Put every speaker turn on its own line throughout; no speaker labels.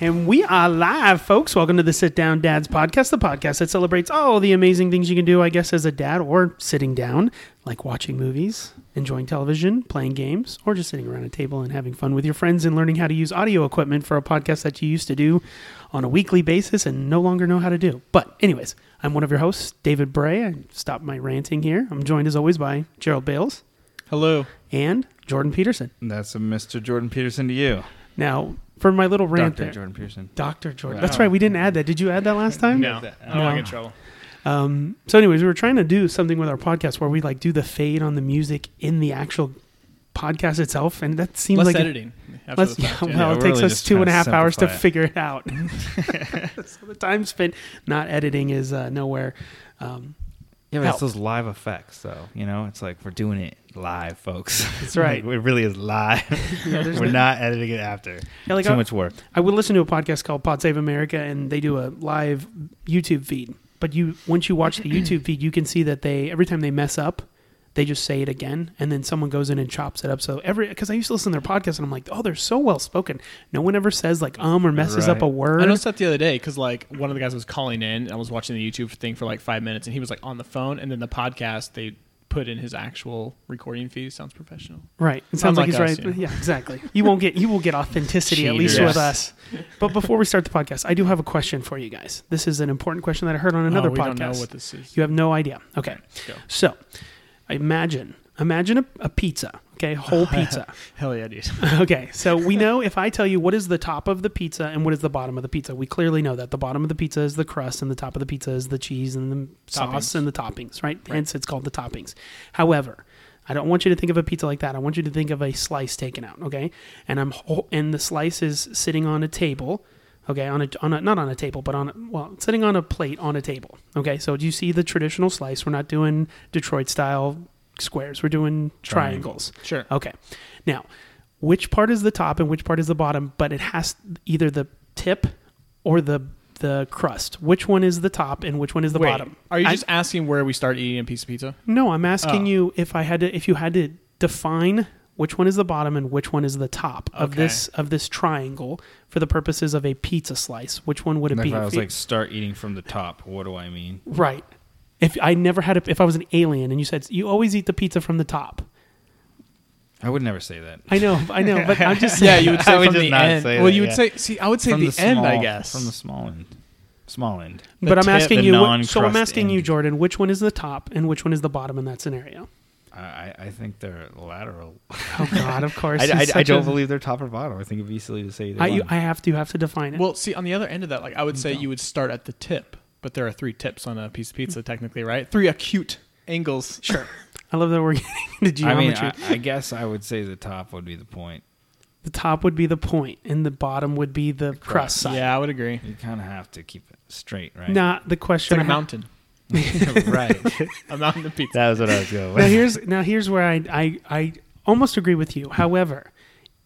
And we are live, folks. Welcome to the Sit Down Dads podcast, the podcast that celebrates all the amazing things you can do, I guess, as a dad or sitting down, like watching movies, enjoying television, playing games, or just sitting around a table and having fun with your friends and learning how to use audio equipment for a podcast that you used to do on a weekly basis and no longer know how to do. But, anyways, I'm one of your hosts, David Bray. I stopped my ranting here. I'm joined, as always, by Gerald Bales
Hello.
and Jordan Peterson.
That's a Mr. Jordan Peterson to you.
Now, for my little rant
Dr.
there.
Jordan Peterson.
Dr. Jordan.
Wow.
That's right. We didn't add that. Did you add that last time?
No,
that.
I don't want
No.
to get in trouble.
Um, so, anyways, we were trying to do something with our podcast where we like do the fade on the music in the actual podcast itself, and that seems
Less
like
editing. after
Let's,
the fact,
yeah,
yeah.
well,
Yeah,
it
we're
takes
really
us
just
two
trying
and a
to
half hours to
simplify it.
figure it out. so the time spent not editing is uh, nowhere. Um,
Yeah, but
Help.
it's those live effects, though. You know, it's like we're doing it live, folks.
That's right.
it really is live.
there's
we're not editing it after.
yeah, like
Too
I-
much work.
I would listen to a podcast called Pod Save America, and they do a live YouTube feed. But you, once you watch the YouTube feed, you can see that they every time they mess up, they just say it again, and then someone goes in and chops it up. So every because I used to listen to their podcast, and I'm like, oh, they're so well spoken. No one ever says like um or messes up
Right.
a
I
word.
noticed that the other day because like one of the guys was calling in and I was watching the YouTube thing for like five minutes and he was like on the phone and then the podcast they put in his actual recording fee. Sounds professional.
Right, it sounds
Sounds
like,
like
he's
us,
right.
yeah.
Yeah. exactly. You won't get you will get authenticity at least
Cheaters.
with us. But before we start the podcast, I do have a question for you guys. This is an important question that I heard on another
oh, we
podcast.
don't know what this is.
You have no idea. Okay.
Go.
So imagine, imagine a, a pizza, okay, whole pizza.
Hell yeah, dude.
okay. So we know if I tell you what is the top of the pizza and what is the bottom of the pizza, we clearly know that the bottom of the pizza is the crust and the top of the pizza is the cheese and the sauce
Toppings.
and the toppings, right? Hence it's called the toppings. However, I don't want you to think of a pizza like that. I want you to think of a slice taken out, okay? And I'm hol- and the slice is sitting on a table, okay? On a on a not on a table, but on a, well, sitting on a plate on a table, okay? So do you see the traditional slice? We're not doing Detroit style squares. We're doing triangles.
Triangles.
Sure.
Okay. Now, which part is the top and which part is the bottom? But it has either the tip or the the crust. Which one is the top and which one is the
Wait,
bottom?
Are you
I-
just asking where we start eating a piece of pizza?
No, I'm asking
Oh.
you if I had to if you had to define which one is the bottom and which one is the top of
Okay.
this of this triangle for the purposes of a pizza slice. Which one would it
And
be?
if I was
If-
like, start eating from the top, what do I mean?
right. If I never had a, if I was an alien and you said you always eat the pizza from the top.
I would never say that.
I know, I know, but I'm just
Yeah, you would
I
say
would
from
just
the
not
end.
say
well,
that,
you would
yeah.
say. See, I would say
From
the, end. I
small-
guess.
From the small end. Small end.
The
but I'm
tip,
asking
the
you. What, so I'm
non-crust
asking you,
end.
Jordan, which one is the top and which one is the bottom in that scenario?
I, I, I think they're lateral.
Oh God, of course.
I,
he's
I, I
such
don't
a-
believe they're top or bottom. I think it'd be silly to say either
I,
one.
you- I have to you have to define it.
Well, see, on the other end of that, like I would say, you would start at the tip, but there are three tips on a piece of pizza, technically, right? Three acute angles.
sure. I love that we're getting into
I
geometry.
mean, I, I guess I would say the top would be the point.
the top would be the point, and the bottom would be the crust,
crust.
side.
Yeah, I would agree.
You kind of have to keep it straight, right?
Now the
It's
question.
like a
I have-
mountain.
right.
A mountain of pizza.
That was what I was going
now here's now here's where I, I I almost agree with you. However,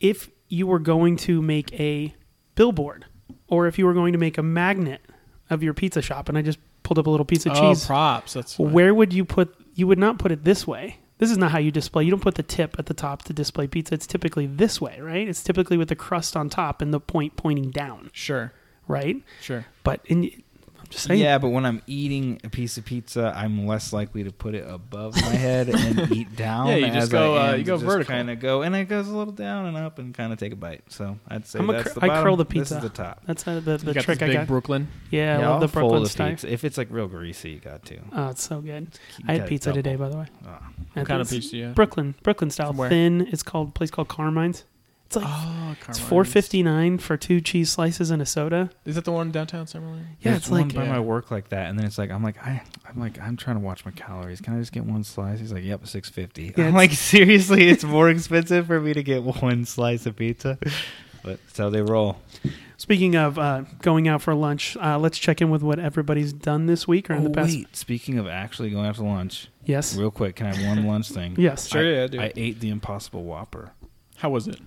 if you were going to make a billboard, or if you were going to make a magnet of your pizza shop, and I just pulled up a little piece of
oh,
cheese.
props. That's fine.
Where would you put? You would not put it this way. This is not how you display. You don't put the tip at the top to display pizza. It's typically this way, right? It's typically with the crust on top and the point pointing down,
Sure,
right?
sure.
But in, I'm just saying.
Yeah, but when I'm eating a piece of pizza, I'm less likely to put it above my head and eat down.
Yeah, you just
as
go,
I
uh,
am
you go vertical.
Kind of go, and it goes a little down and up, and kind of take a bite. So I'd say
I'm a
that's
cur-
the
I
bottom.
curl the
This
pizza.
is the top.
that's uh, the, the
you got
trick
this
I
big
got.
Brooklyn.
yeah, I
I'll
love the
fold
Brooklyn
a
style.
pizza. If it's like real greasy, you got to.
Oh, it's so good.
You
I had
gotta
pizza
double.
today, by the way.
Ah.
At
What kind of
this-
pizza? Yeah.
Brooklyn, Brooklyn style.
From where?
Thin. It's called place called Carmine's. It's like
Oh,
it's
Carmine's.
four fifty nine for two cheese slices and a soda.
Is that the one downtown Summerlin?
Yeah,
There's
it's like
one by
yeah.
my work like that, and then it's like I'm like I I'm like I'm trying to watch my calories. Can I just get one slice? He's like, Yep, six fifty.
Yeah,
I'm
it's-
like, seriously, it's more expensive for me to get one slice of pizza. But that's how they roll.
Speaking of uh, going out for lunch, uh, let's check in with what everybody's done this week or in the
Oh,
past.
wait, speaking of actually going out to lunch,
Yes.
real quick, can I have one lunch thing?
Yes.
Sure,
I,
yeah, do
I
it.
ate the Impossible Whopper.
How was it?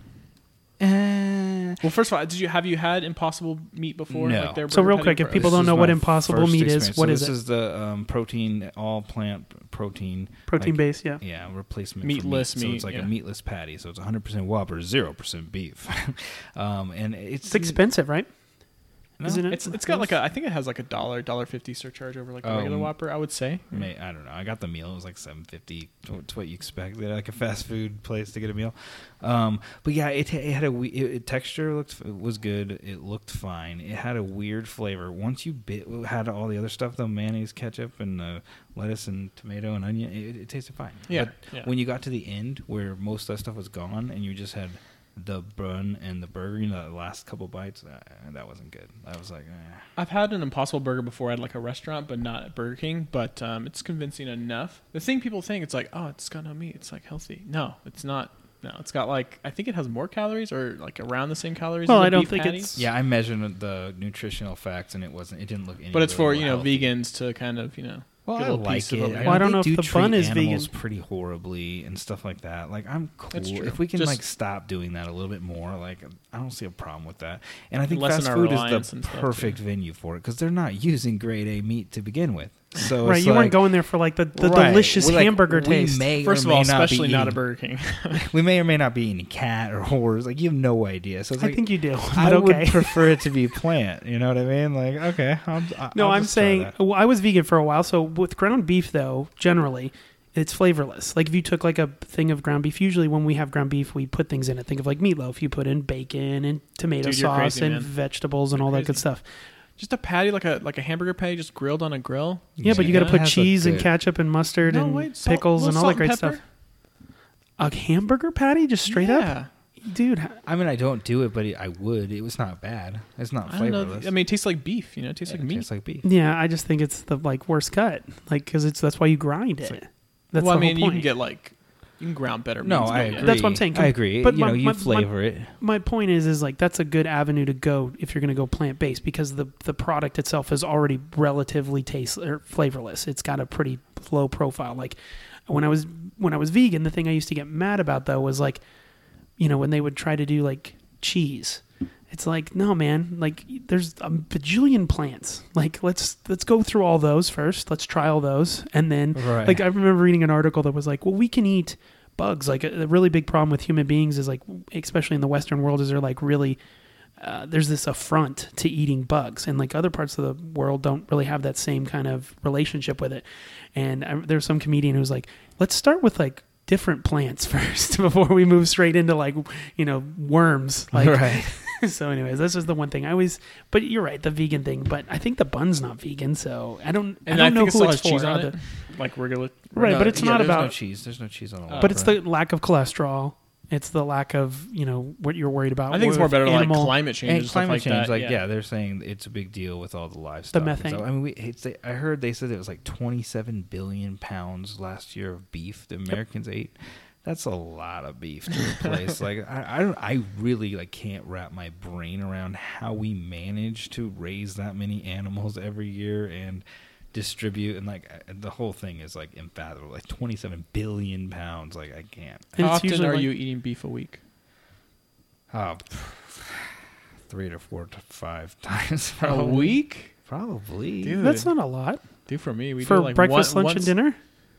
Uh,
Well, first of all, did you have you had Impossible meat before?
No.
their
So
burger
real
patty
quick, if
fries?
people don't
this
know
is
what
my
Impossible
first
Meat is,
experience.
what
so
is
this
it?
is the um, protein, all plant protein,
Protein
like,
based, yeah.
Yeah, replacement
Meatless
for meat. So
meat,
it's like
yeah.
a meatless patty. So it's 100% Whopper, 0% beef. um, and it's,
It's expensive, right?
No.
Isn't it?
It's it's got like a I think it has like a dollar dollar fifty surcharge over like a
Oh,
regular
mm.
Whopper. I would say.
May, I don't know. I got the meal. It was like seven fifty. It's what you expect at like a fast food place to get a meal. Um, but yeah, it, it had a we- it, it texture looked it was good. It looked fine. It had a weird flavor. Once you bit had all the other stuff, the mayonnaise, ketchup, and uh, lettuce and tomato and onion, it, it tasted fine.
Yeah,
But
yeah.
When you got to the end where most of that stuff was gone and you just had the bun and the burger, you know, the last couple bites, that, that wasn't good. I was like, eh.
I've had an Impossible Burger before at like a restaurant, but not at Burger King. But um, it's convincing enough. The thing people think it's like, oh, it's got no meat. It's like healthy. No, it's not. No, it's got like I think it has more calories or like around the same calories.
Well,
as a
I don't
beef
think
patty.
it's-
Yeah, I measured the nutritional facts, and it wasn't. It didn't look. Any
But it's for
really
you know
healthy.
vegans to kind of you know.
Well,
get
I
a little piece
like it.
of a-
Well, I don't
they
know if
do
the
treat
bun is
animals
vegan.
Pretty horribly and stuff like that. Like I'm cool
That's true.
if we can
Just-
like stop doing that a little bit more. Like I don't see a problem with that. And I think
Lessen
fast
our
food
reliance
is the
and stuff,
perfect venue for it because they're not using grade A meat to begin with. So
right,
it's
you
like,
weren't going there for like the, the
right,
delicious
we're like,
hamburger
we
taste.
May or
First of
may
all,
not be
especially not
eating-
a Burger King.
We may or may not be eating cat or horse. Like you have no idea. So it's
I
like,
think you do.
I
But okay.
would prefer it to be plant. You know what I mean? Like, okay, I'm, I,
No,
I'll
i am
just try
saying
that.
well, I was vegan for a while. So with ground beef, though, generally it's flavorless. Like if you took like a thing of ground beef, usually when we have ground beef, we put things in it. Think of like meatloaf. You put in bacon and tomato
Dude, you're
sauce
crazy,
and
man.
vegetables and
You're
all that good
crazy.
stuff.
just a patty like a like a hamburger patty just grilled on a grill.
Yeah, but you
Yeah,
got to
it
put
has, like,
cheese and
the-
ketchup and mustard
No,
and
wait, salt-
pickles
little
and all that
salt
great
pepper?
stuff. A hamburger patty, just straight up,
Yeah.
dude. h-
I mean, I don't do it, but it, I would. It was not bad. It's not
I don't know.
flavorless.
I mean, it tastes like beef. You know, it tastes
Yeah,
like
it
meat.
tastes like beef.
Yeah, I just think it's the like worst cut, like because it's that's why you grind
It's
it.
like-
that's
well,
the
I mean,
whole
you can
point.
get like you can ground better.
No,
meats,
I
don't you?
agree.
That's what I'm saying.
I agree.
But
But you
my-
know, you
my- my-
flavor it.
my point is is like that's a good avenue to go if you're going to go plant based because the the product itself is already relatively taste or flavorless. It's got a pretty low profile. Like when I was when I was vegan, the thing I used to get mad about though was like, you know, when they would try to do like cheese. It's like no man, like there's a bajillion plants. Like let's let's go through all those first. Let's try all those, and then
Right.
like I remember reading an article that was like, well, we can eat bugs. Like a, a really big problem with human beings is like, especially in the Western world, is they're like really uh, there's this affront to eating bugs, and like other parts of the world don't really have that same kind of relationship with it. And I, there was some comedian who was like, let's start with like different plants first before we move straight into like you know worms like
right.
so anyways this is the one thing i always but you're right the vegan thing but i think the bun's not vegan so i don't
And
i
I,
don't
think
know who
it still
it's
has cheese
for,
on
other-
it, like regular.
Right,
No,
but it's
yeah,
not
there's
about-
no cheese. There's no cheese on the.
Uh,
but it's
Whopper.
the lack of cholesterol. It's the lack of you know what you're worried about.
I think it's more
with
better like
animal.
climate change
And
and, stuff
climate
like
change,
that.
like yeah. they're saying it's a big deal with all the livestock. and
methane.
stuff. I mean, we, it's, I heard they said it was like 27 billion pounds last year of beef the Americans ate. That's a lot of beef to replace. like I, I don't, I really like can't wrap my brain around how we manage to raise that many animals every year and distribute and like I- the whole thing is like unfathomable. Like 27 billion pounds. Like I can't.
And
How
it's
often
usually
are
like-
you eating beef a week?
Uh, three to four to five times
A
probably.
week,
Probably.
Dude.
That's not a lot
dude. For me, we
for
do like
breakfast,
one-
lunch,
once-
and dinner.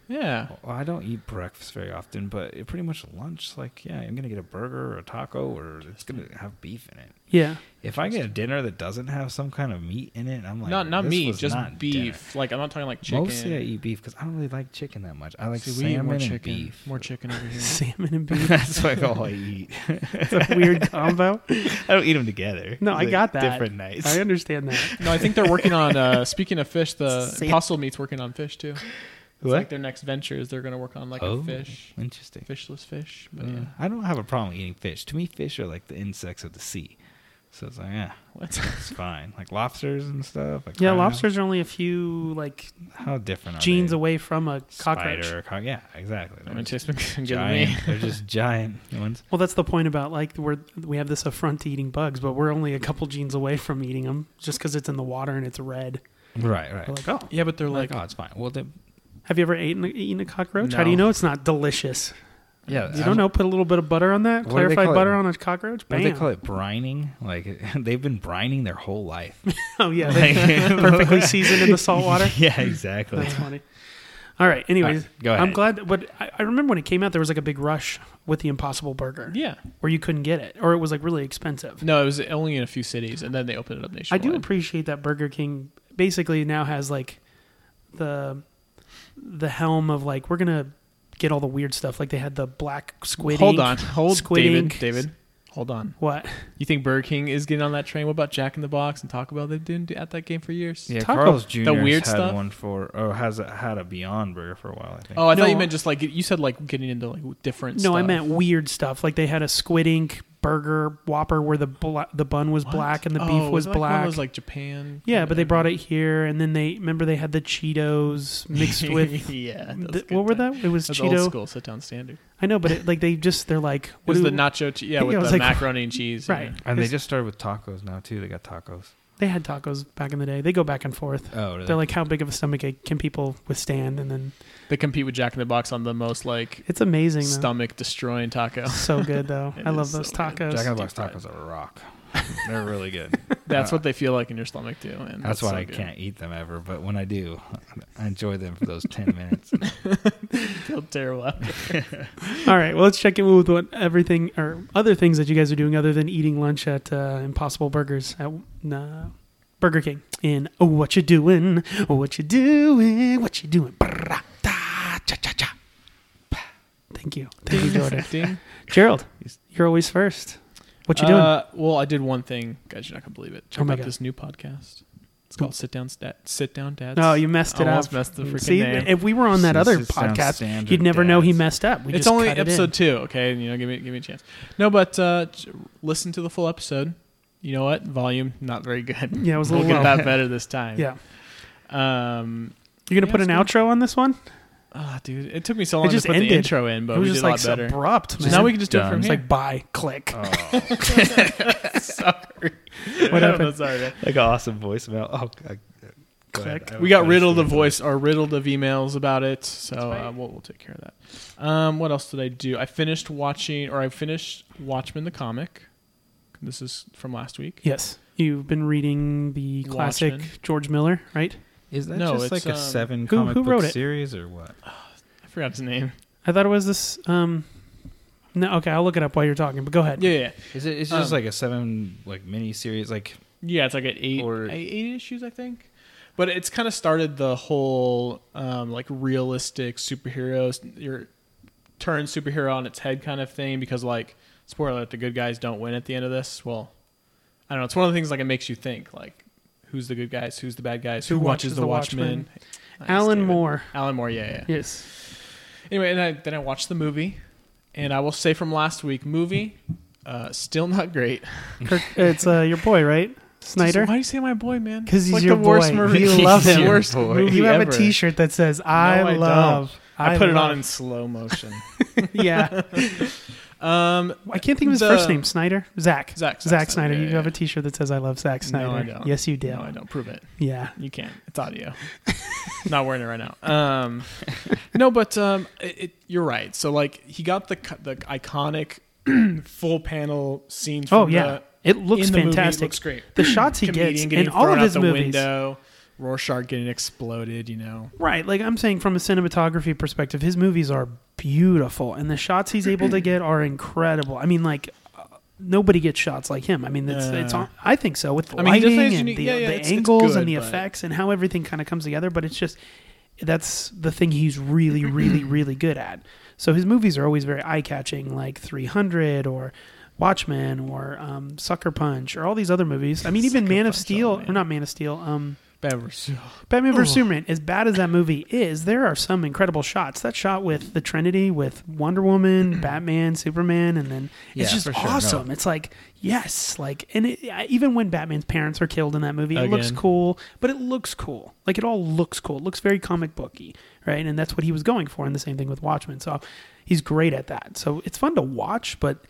Yeah,
Well, I don't eat breakfast very often, but it pretty much lunch, like, yeah, I'm going to get a burger or a taco or it's going to have beef in it.
Yeah,
If I get a dinner that doesn't have some kind of meat in it, I'm like,
not not
this
meat,
was
just
not
beef.
dinner.
Like I'm not talking like chicken.
Mostly I eat beef because I don't really like chicken that much. I like
See, we eat
salmon
more
and
chicken.
beef.
More chicken over here.
salmon and beef.
That's like all I eat.
It's a weird combo.
I don't eat them together.
No,
It's,
I
like,
got that.
Different nights.
I understand that.
no, I think they're working on. Uh, speaking of fish, the
Salmon.
Impossible Meat's working on fish too. It's
What?
like their next venture is they're going to work on like
Oh.
a fish,
Interesting.
fishless fish. But
Uh,
Mm.
yeah,
I don't have a problem eating fish. To me, fish are like the insects of the sea. So it's like, yeah,
what?
it's fine. Like lobsters and stuff. Like
Yeah,
crab.
lobsters are only a few like
How different are
genes
they?
away from a
Spider
cockroach.
or cock- yeah, exactly.
I mean,
They're,
tastes good to me.
giant. They're just giant ones.
Well, that's the point about like we're we have this affront to eating bugs, but we're only a couple genes away from eating them just because it's in the water and it's red.
Right, right.
We're like, oh,
Yeah, but they're
They're like,
like,
oh, it's fine. Well, they,
have you ever eaten eaten a cockroach? How do
No.
you know it's not delicious? You
yeah, I
don't
was-
know. Put a little bit of butter on that.
What do they
Clarified
call it?
butter on a cockroach.
What
Bam.
do they call it? Brining? Like they've been brining their whole life.
Oh yeah, they- perfectly seasoned in the salt water.
yeah, exactly.
That's funny. All right. Anyways,
All right, go ahead.
I'm glad. That, but I, I remember when it came out, there was like a big rush with the Impossible Burger.
Yeah.
Where you couldn't get it, or it was like really expensive.
No, it was only in a few cities, and then they opened it up
I
nationwide.
do appreciate that Burger King basically now has like the the helm of like we're gonna get all the weird stuff. Like they had the black squid.
Hold
ink.
on, hold
Squid
David,
Ink.
David, hold on.
What?
You think Burger King is getting on that train? What about Jack in the Box and Taco Bell? They've been at that game for years.
Yeah,
Taco-
Carl's Jr.
weird
had
stuff?
one for or has a, had a Beyond Burger for a while. I think.
Oh, I
No.
thought you meant just like you said, like getting into like different.
No,
stuff.
I meant weird stuff. Like they had a squid ink burger Whopper where the bla- the bun was
What?
black and the
Oh,
beef was
that like one of
black.
those, like Japan.
yeah, but they brought it here, and then they remember they had the Cheetos mixed with.
yeah. that was
the,
good
what were
time.
that? It was
That's
Cheeto.
old school sit down standard.
I know, but it, like they just they're like
It was
do-
the nacho? Che- yeah,
Yeah, it
with
was
the
like-
macaroni and cheese.
Right.
yeah.
and they just started with tacos now too. They got tacos.
They had tacos back in the day. They go back and forth.
Oh, really?
They're like, how big of a stomach ache can people withstand? And then
They compete with Jack in the Box on the most like
it's amazing. Though.
stomach destroying taco.
So good though.
It
I love
is so
those
good.
tacos.
Jack in the Box
deep fried.
tacos are a rock. They're really good.
That's
Uh,
what they feel like in your stomach too. And
That's, why
so
I
good.
can't eat them ever. But when I do, I enjoy them for those ten minutes.
feel terrible. after.
All right, well, let's check in with what everything or other things that you guys are doing other than eating lunch at uh, Impossible Burgers at uh, Burger King. In oh, what you doing? Oh, what you doing? What you doing? Brrrah, da, cha, cha, cha. Pa. Thank you, thank you, Jordan.
Ding.
Gerald, you're always first. What you doing?
Uh, well, I did one thing, guys. You're not gonna believe it. Check
Oh my
out
God.
this new podcast. It's called Sit Down Stat. Sit Down Dads.
No, Oh, you messed it
almost
up.
messed the freaking
See,
name.
if we were on that
This
other
just sounds
podcast,
standard
you'd never know he
dads.
messed up. We
it's
just
only
cut it in.
episode two. Okay, you know, give me give me a chance. No, but uh, j- listen to the full episode. You know what? Volume not very good.
Yeah, it was a
we'll
little
get
low.
that better this time.
Yeah,
Um.
you're gonna
Yeah,
put an
it's
outro on this one.
Ah, dude, it took me so long to
just
put
ended.
the intro in, but
it was
we did
just
a
like
lot better.
abrupt. Man.
now we can just do it
Done.
from
It's
here.
like bye, click.
oh,
sorry.
What happened?
Sorry, man.
like an awesome voicemail. Oh, I, go ahead.
Click.
I
We got
was
riddled of
thinking-
voice or riddled of emails about it, so
right.
uh, we'll, we'll take care of that. Um, what else did I do? I finished watching, or I finished Watchmen the comic. This is from last week.
Yes, you've been reading the classic
Watchmen.
George Miller, right?
Is that
No,
just
it's,
like a
um,
seven
who-
comic
who wrote
book
it?
series or what?
I forgot his name.
I thought it was this. Um, no, okay, I'll look it up while you're talking. But go ahead.
Yeah, yeah, yeah.
Is it? It's
just
just
Um,
like a seven like mini series. Like
Yeah, it's like at eight,
Or-
eight, eight issues, I think. But it's kind of started the whole um, like realistic superheroes, your turn superhero on its head kind of thing because like spoiler alert, the good guys don't win at the end of this. Well, I don't know. It's one of the things like it makes you think like who's the good guys, who's the bad guys, who, watches, the Watchmen. Nice,
Alan
David.
Moore.
Alan Moore, yeah, yeah.
Yes.
Anyway, and I, then I watched the movie, and I will say from last week, movie uh, still not great.
Kirk, it's uh, your boy, right? Snyder.
Why do you say my boy, man?
'Cause he's
like
your
the worst
boy.
movie.
You love
He's the
him.
Worst
Boy.
movie
You have
ever.
a T-shirt that says "I
I don't.
love."
I, put it on
love."
in slow motion.
yeah,
Um,
I can't think of his
The-
first name. Snyder. Zach.
Zack.
Zack Snyder.
yeah,
you
yeah,
have a
yeah.
T-shirt that says "I love Zack Snyder."
No, I don't.
Yes, you do.
No, I don't. Prove it.
Yeah.
You can't. It's audio. Not wearing it right now. Um, no, but um, it, it, you're right. So like, he got the co- the iconic full panel scenes. From
Oh yeah, it
the,
looks
in the movie. It
fantastic.
looks great.
the shots he
Comedian
gets
getting
in all of
thrown out
his
the
movies.
window. Rorschach getting exploded. You know.
Right, like I'm saying from a cinematography perspective, his movies are beautiful and the shots he's able to get are incredible. I mean like uh, nobody gets shots like him. I mean it's it's
Yeah.
on, I think so with the
I mean, he
lighting
definitely has
and
unique-
the,
yeah, yeah,
the
it's- it's
angles
good,
and the
but-
effects and how everything kind of comes together, but it's just that's the thing he's really really really good at. So his movies are always very eye-catching like 300 or Watchmen or um, Sucker Punch or all these other movies. I mean even
Sucker
Man of
Punch, oh,
Steel or
man.
not Man of Steel um
Bevers.
Batman vs Superman, as bad as that movie is, there are some incredible shots. That shot with the Trinity, with Wonder Woman, Batman, Superman, and then it's
Yeah,
just
for sure, no.
awesome. It's like yes, like and it, I- even when Batman's parents are killed in that movie, it looks
Again.
cool. But it looks cool. Like it all looks cool. It looks very comic booky, right? And that's what he was going for. And the same thing with Watchmen. So he's great at that. So it's fun to watch, but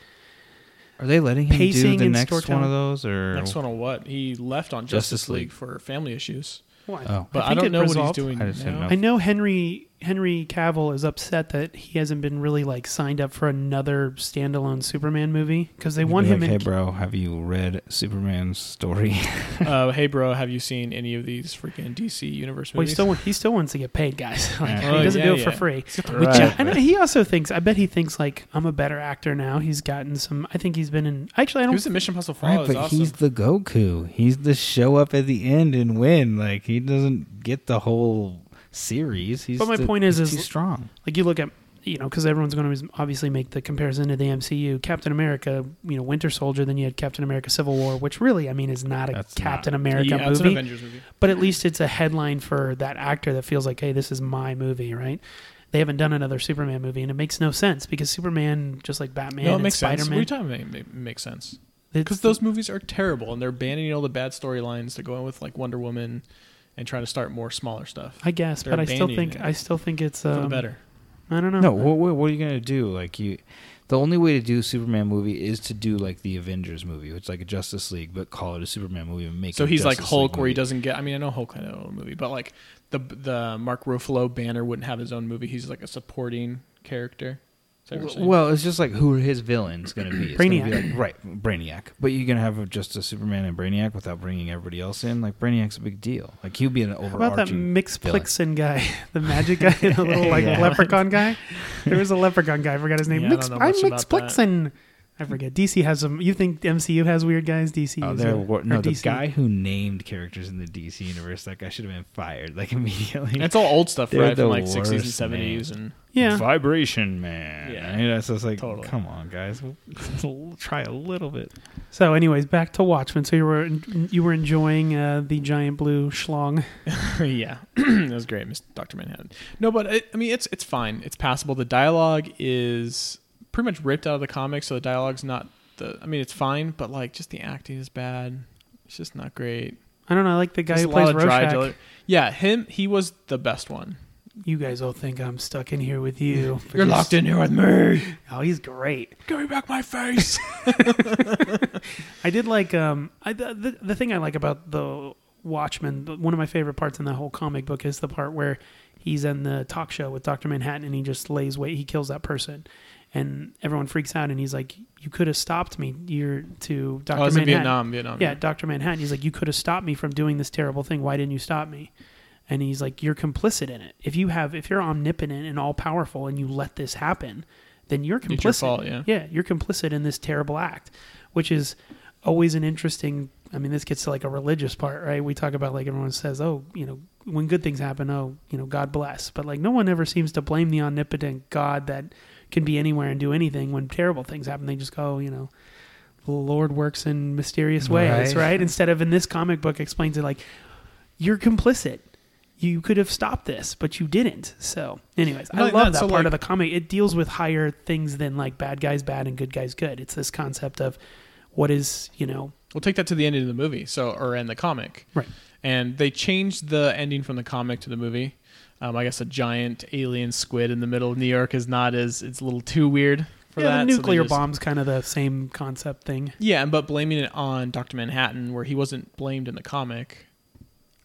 Are they letting him
Pacing
do the
and
next one
storytelling.
of those or
Next one on what? He left on Justice,
Justice
League.
League.
for family issues,
well,
Oh.
but I,
think
don't
it
know what
resolved-
he's doing
I just didn't
now.
know.
I know Henry Henry Cavill is upset that he hasn't been really like signed up for another standalone Superman movie because they want
Be
him
like,
in.
Hey, bro, have you read Superman's story?
uh, hey, bro, have you seen any of these freaking DC universe
Well, he
movies?
still want- he still wants to get paid, guys. like
Yeah.
he
Oh,
doesn't
yeah,
do it for
yeah.
free. Which
Right.
and he also thinks. I bet he thinks like I'm a better actor now. He's gotten some. I think he's been in. Actually, I
he
don't.
was in Mission Possible Fall.
Right,
it was
but
awesome.
he's the Goku. He's the show up at the end and win. Like he doesn't get the whole series. He's
But my
the-
point is-
he's
is-
too strong.
like you look at you know because everyone's going to obviously make the comparison to the MCU Captain America you know Winter Soldier then you had Captain America Civil War which really I mean is not a
That's
Captain
not-
America
yeah, it's an
movie
Avengers movie.
but at least it's a headline for that actor that feels like hey this is my movie right they haven't done another Superman movie and it makes no sense because Superman just like Batman
no, it
and
makes sense. What are
Spider-Man
you talking about? It ma- makes sense.
it's-
Because those movies are terrible, and they're banning all the bad storylines to go in with like Wonder Woman, and trying to start more smaller stuff
I guess
they're
but I still
abandoning
think
it.
I still think it's
for the
um,
better.
I don't know
No, what, what what are you gonna do? Like you, the only way to do a Superman movie is to do like the Avengers movie, which is like a Justice League, but call it a Superman movie and make.
So
it a
he's like
Justice
Hulk,
League
where he
movie.
doesn't get. I mean, I know Hulk had a movie, but like the the Mark Ruffalo banner wouldn't have his own movie. He's like a supporting character. Is that what you're saying?
Well, it's just like who his villain's going to be. It's gonna be
Brainiac.
like, right, Brainiac. But you're going to have just a Superman and Brainiac without bringing everybody else in. Like, Brainiac's a big deal. Like, he'll be an
How about that
overarching.
Mix
villain.
Plixen guy, the magic guy, the little like
Yeah.
leprechaun guy? There was a leprechaun guy. I forgot his name.
Yeah, I
Mix,
don't know
I'm
much
Mix
about that.
Plixen. I forget. DC has some. You think MCU has weird guys? DC.
Oh,
is
they're
a-
wor-
or
no, the
DC.
guy who named characters in the DC universe, that guy should have been fired, like, immediately.
And it's all old stuff,
They're
right?
the
From like sixties and
worst, man.
seventies, and
Yeah.
Vibration Man.
Yeah.
Yeah. That's just like,
Totally.
come on, guys. We'll try a little bit.
So, anyways, back to Watchmen. So you were you were enjoying uh, the giant blue schlong.
yeah, that was great, Mister Doctor Manhattan. No, but it, I mean, it's it's fine. It's passable. The dialogue is pretty much ripped out of the comics, so the dialogue's not the. I mean, it's fine, but like, just the acting is bad. It's just not great.
I don't know. I like the guy
Just
who
a
plays
lot of dry
Rorschach.
dialogue. Yeah, him. He was the best one.
You guys all think I'm stuck in here with you. but
You're
just-
locked in here with me.
Oh, he's great.
Give me back my face.
I did like um I the, the, the thing I like about the Watchmen. the- One of my favorite parts in the whole comic book is the part where he's in the talk show with Doctor Manhattan and he just lays wait. He kills that person, and everyone freaks out. And he's like, "You could have stopped me. You're to Doctor
oh, it's
Manhattan."
in Vietnam. Vietnam.
Yeah, Doctor Manhattan. He's like, "You could have stopped me from doing this terrible thing. Why didn't you stop me?" And he's like, "You're complicit in it. If you have, if you're omnipotent and all powerful, and you let this happen, then you're complicit.
It's your fault, yeah.
you're complicit in this terrible act, which is always an interesting. I mean, this gets to like a religious part, right? We talk about like everyone says, "Oh, you know." When good things happen, oh, you know, God bless. But like, no one ever seems to blame the omnipotent God that can be anywhere and do anything. When terrible things happen, they just go, you know, the Lord works in mysterious ways,
Right.
right? Instead of in this comic book explains it like you're complicit. You could have stopped this, but you didn't. So, anyways, I
Like
love
that,
that
so,
part
like-
of the comic. It deals with higher things than like bad guys bad and good guys good. It's this concept of what is you know
We'll take that to the end of the movie, so or in the comic,
right.
and they changed the ending from the comic to the movie. Um, I guess a giant alien squid in the middle of New York is not as it's a little too weird for
Yeah,
that.
the
so they
nuclear
just-
bomb's kind of the same concept thing.
Yeah, and- but blaming it on Doctor Manhattan, where he wasn't blamed in the comic,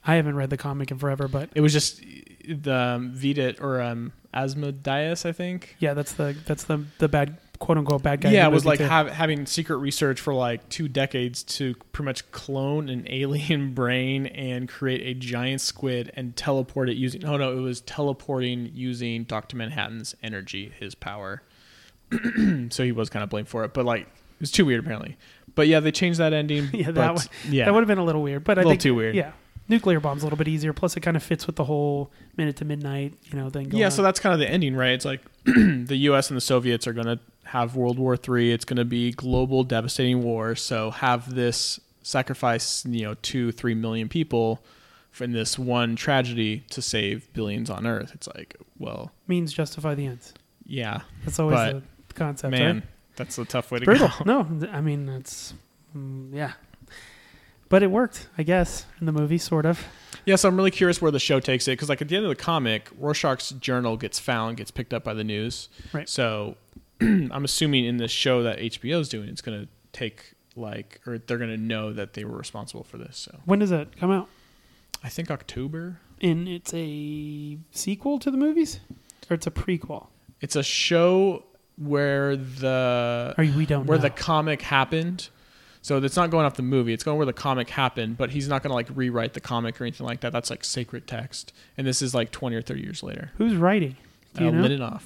I haven't read the comic in forever, but
it was just the um, Vedit or um, Asmodeus, I think.
yeah, that's the that's the the bad quote unquote bad guy. in
yeah,
the
it was
movie,
like
too.
hav having secret research for like two decades to pretty much clone an alien brain and create a giant squid and teleport it using. No, no, it was teleporting using Doctor Manhattan's energy, his power. so he was kind of blamed for it, but like it was too weird apparently. But yeah, they changed that ending.
Yeah, that
but-
one-
Yeah,
That would have been a little weird, but I
Little
think
too weird.
Yeah, nuclear bomb's a little bit easier. Plus, it kind of fits with the whole minute to midnight, you know, thing. Going
yeah so
on.
that's kind of the ending right it's like the us and the soviets are going to have world war three it's going to be global devastating war so have this sacrifice you know two three million people from this one tragedy to save billions on earth it's like well
means justify the ends.
yeah
That's always
But,
the concept.
man
right?
that's a tough way to
brutal.
go
no, th- I mean it's mm, yeah, but it worked, I guess, in the movie, sort of.
yeah so i'm really curious where the show takes it because like at the end of the comic rorschach's journal gets found gets picked up by the news
Right.
so i'm assuming in this show that hbo's doing it's going to take like or they're going to know that they were responsible for this so
When does that come out?
I think October.
and it's a sequel to the movies, or it's a prequel.
It's a show where the
Or we Oh, don't
where
know.
the comic happened. So it's not going off the movie. It's going where the comic happened, but he's not going to like rewrite the comic or anything like that. That's like sacred text. And this is like 20 or 30 years later.
who's writing? Do you
Uh,
know?
Lininoff.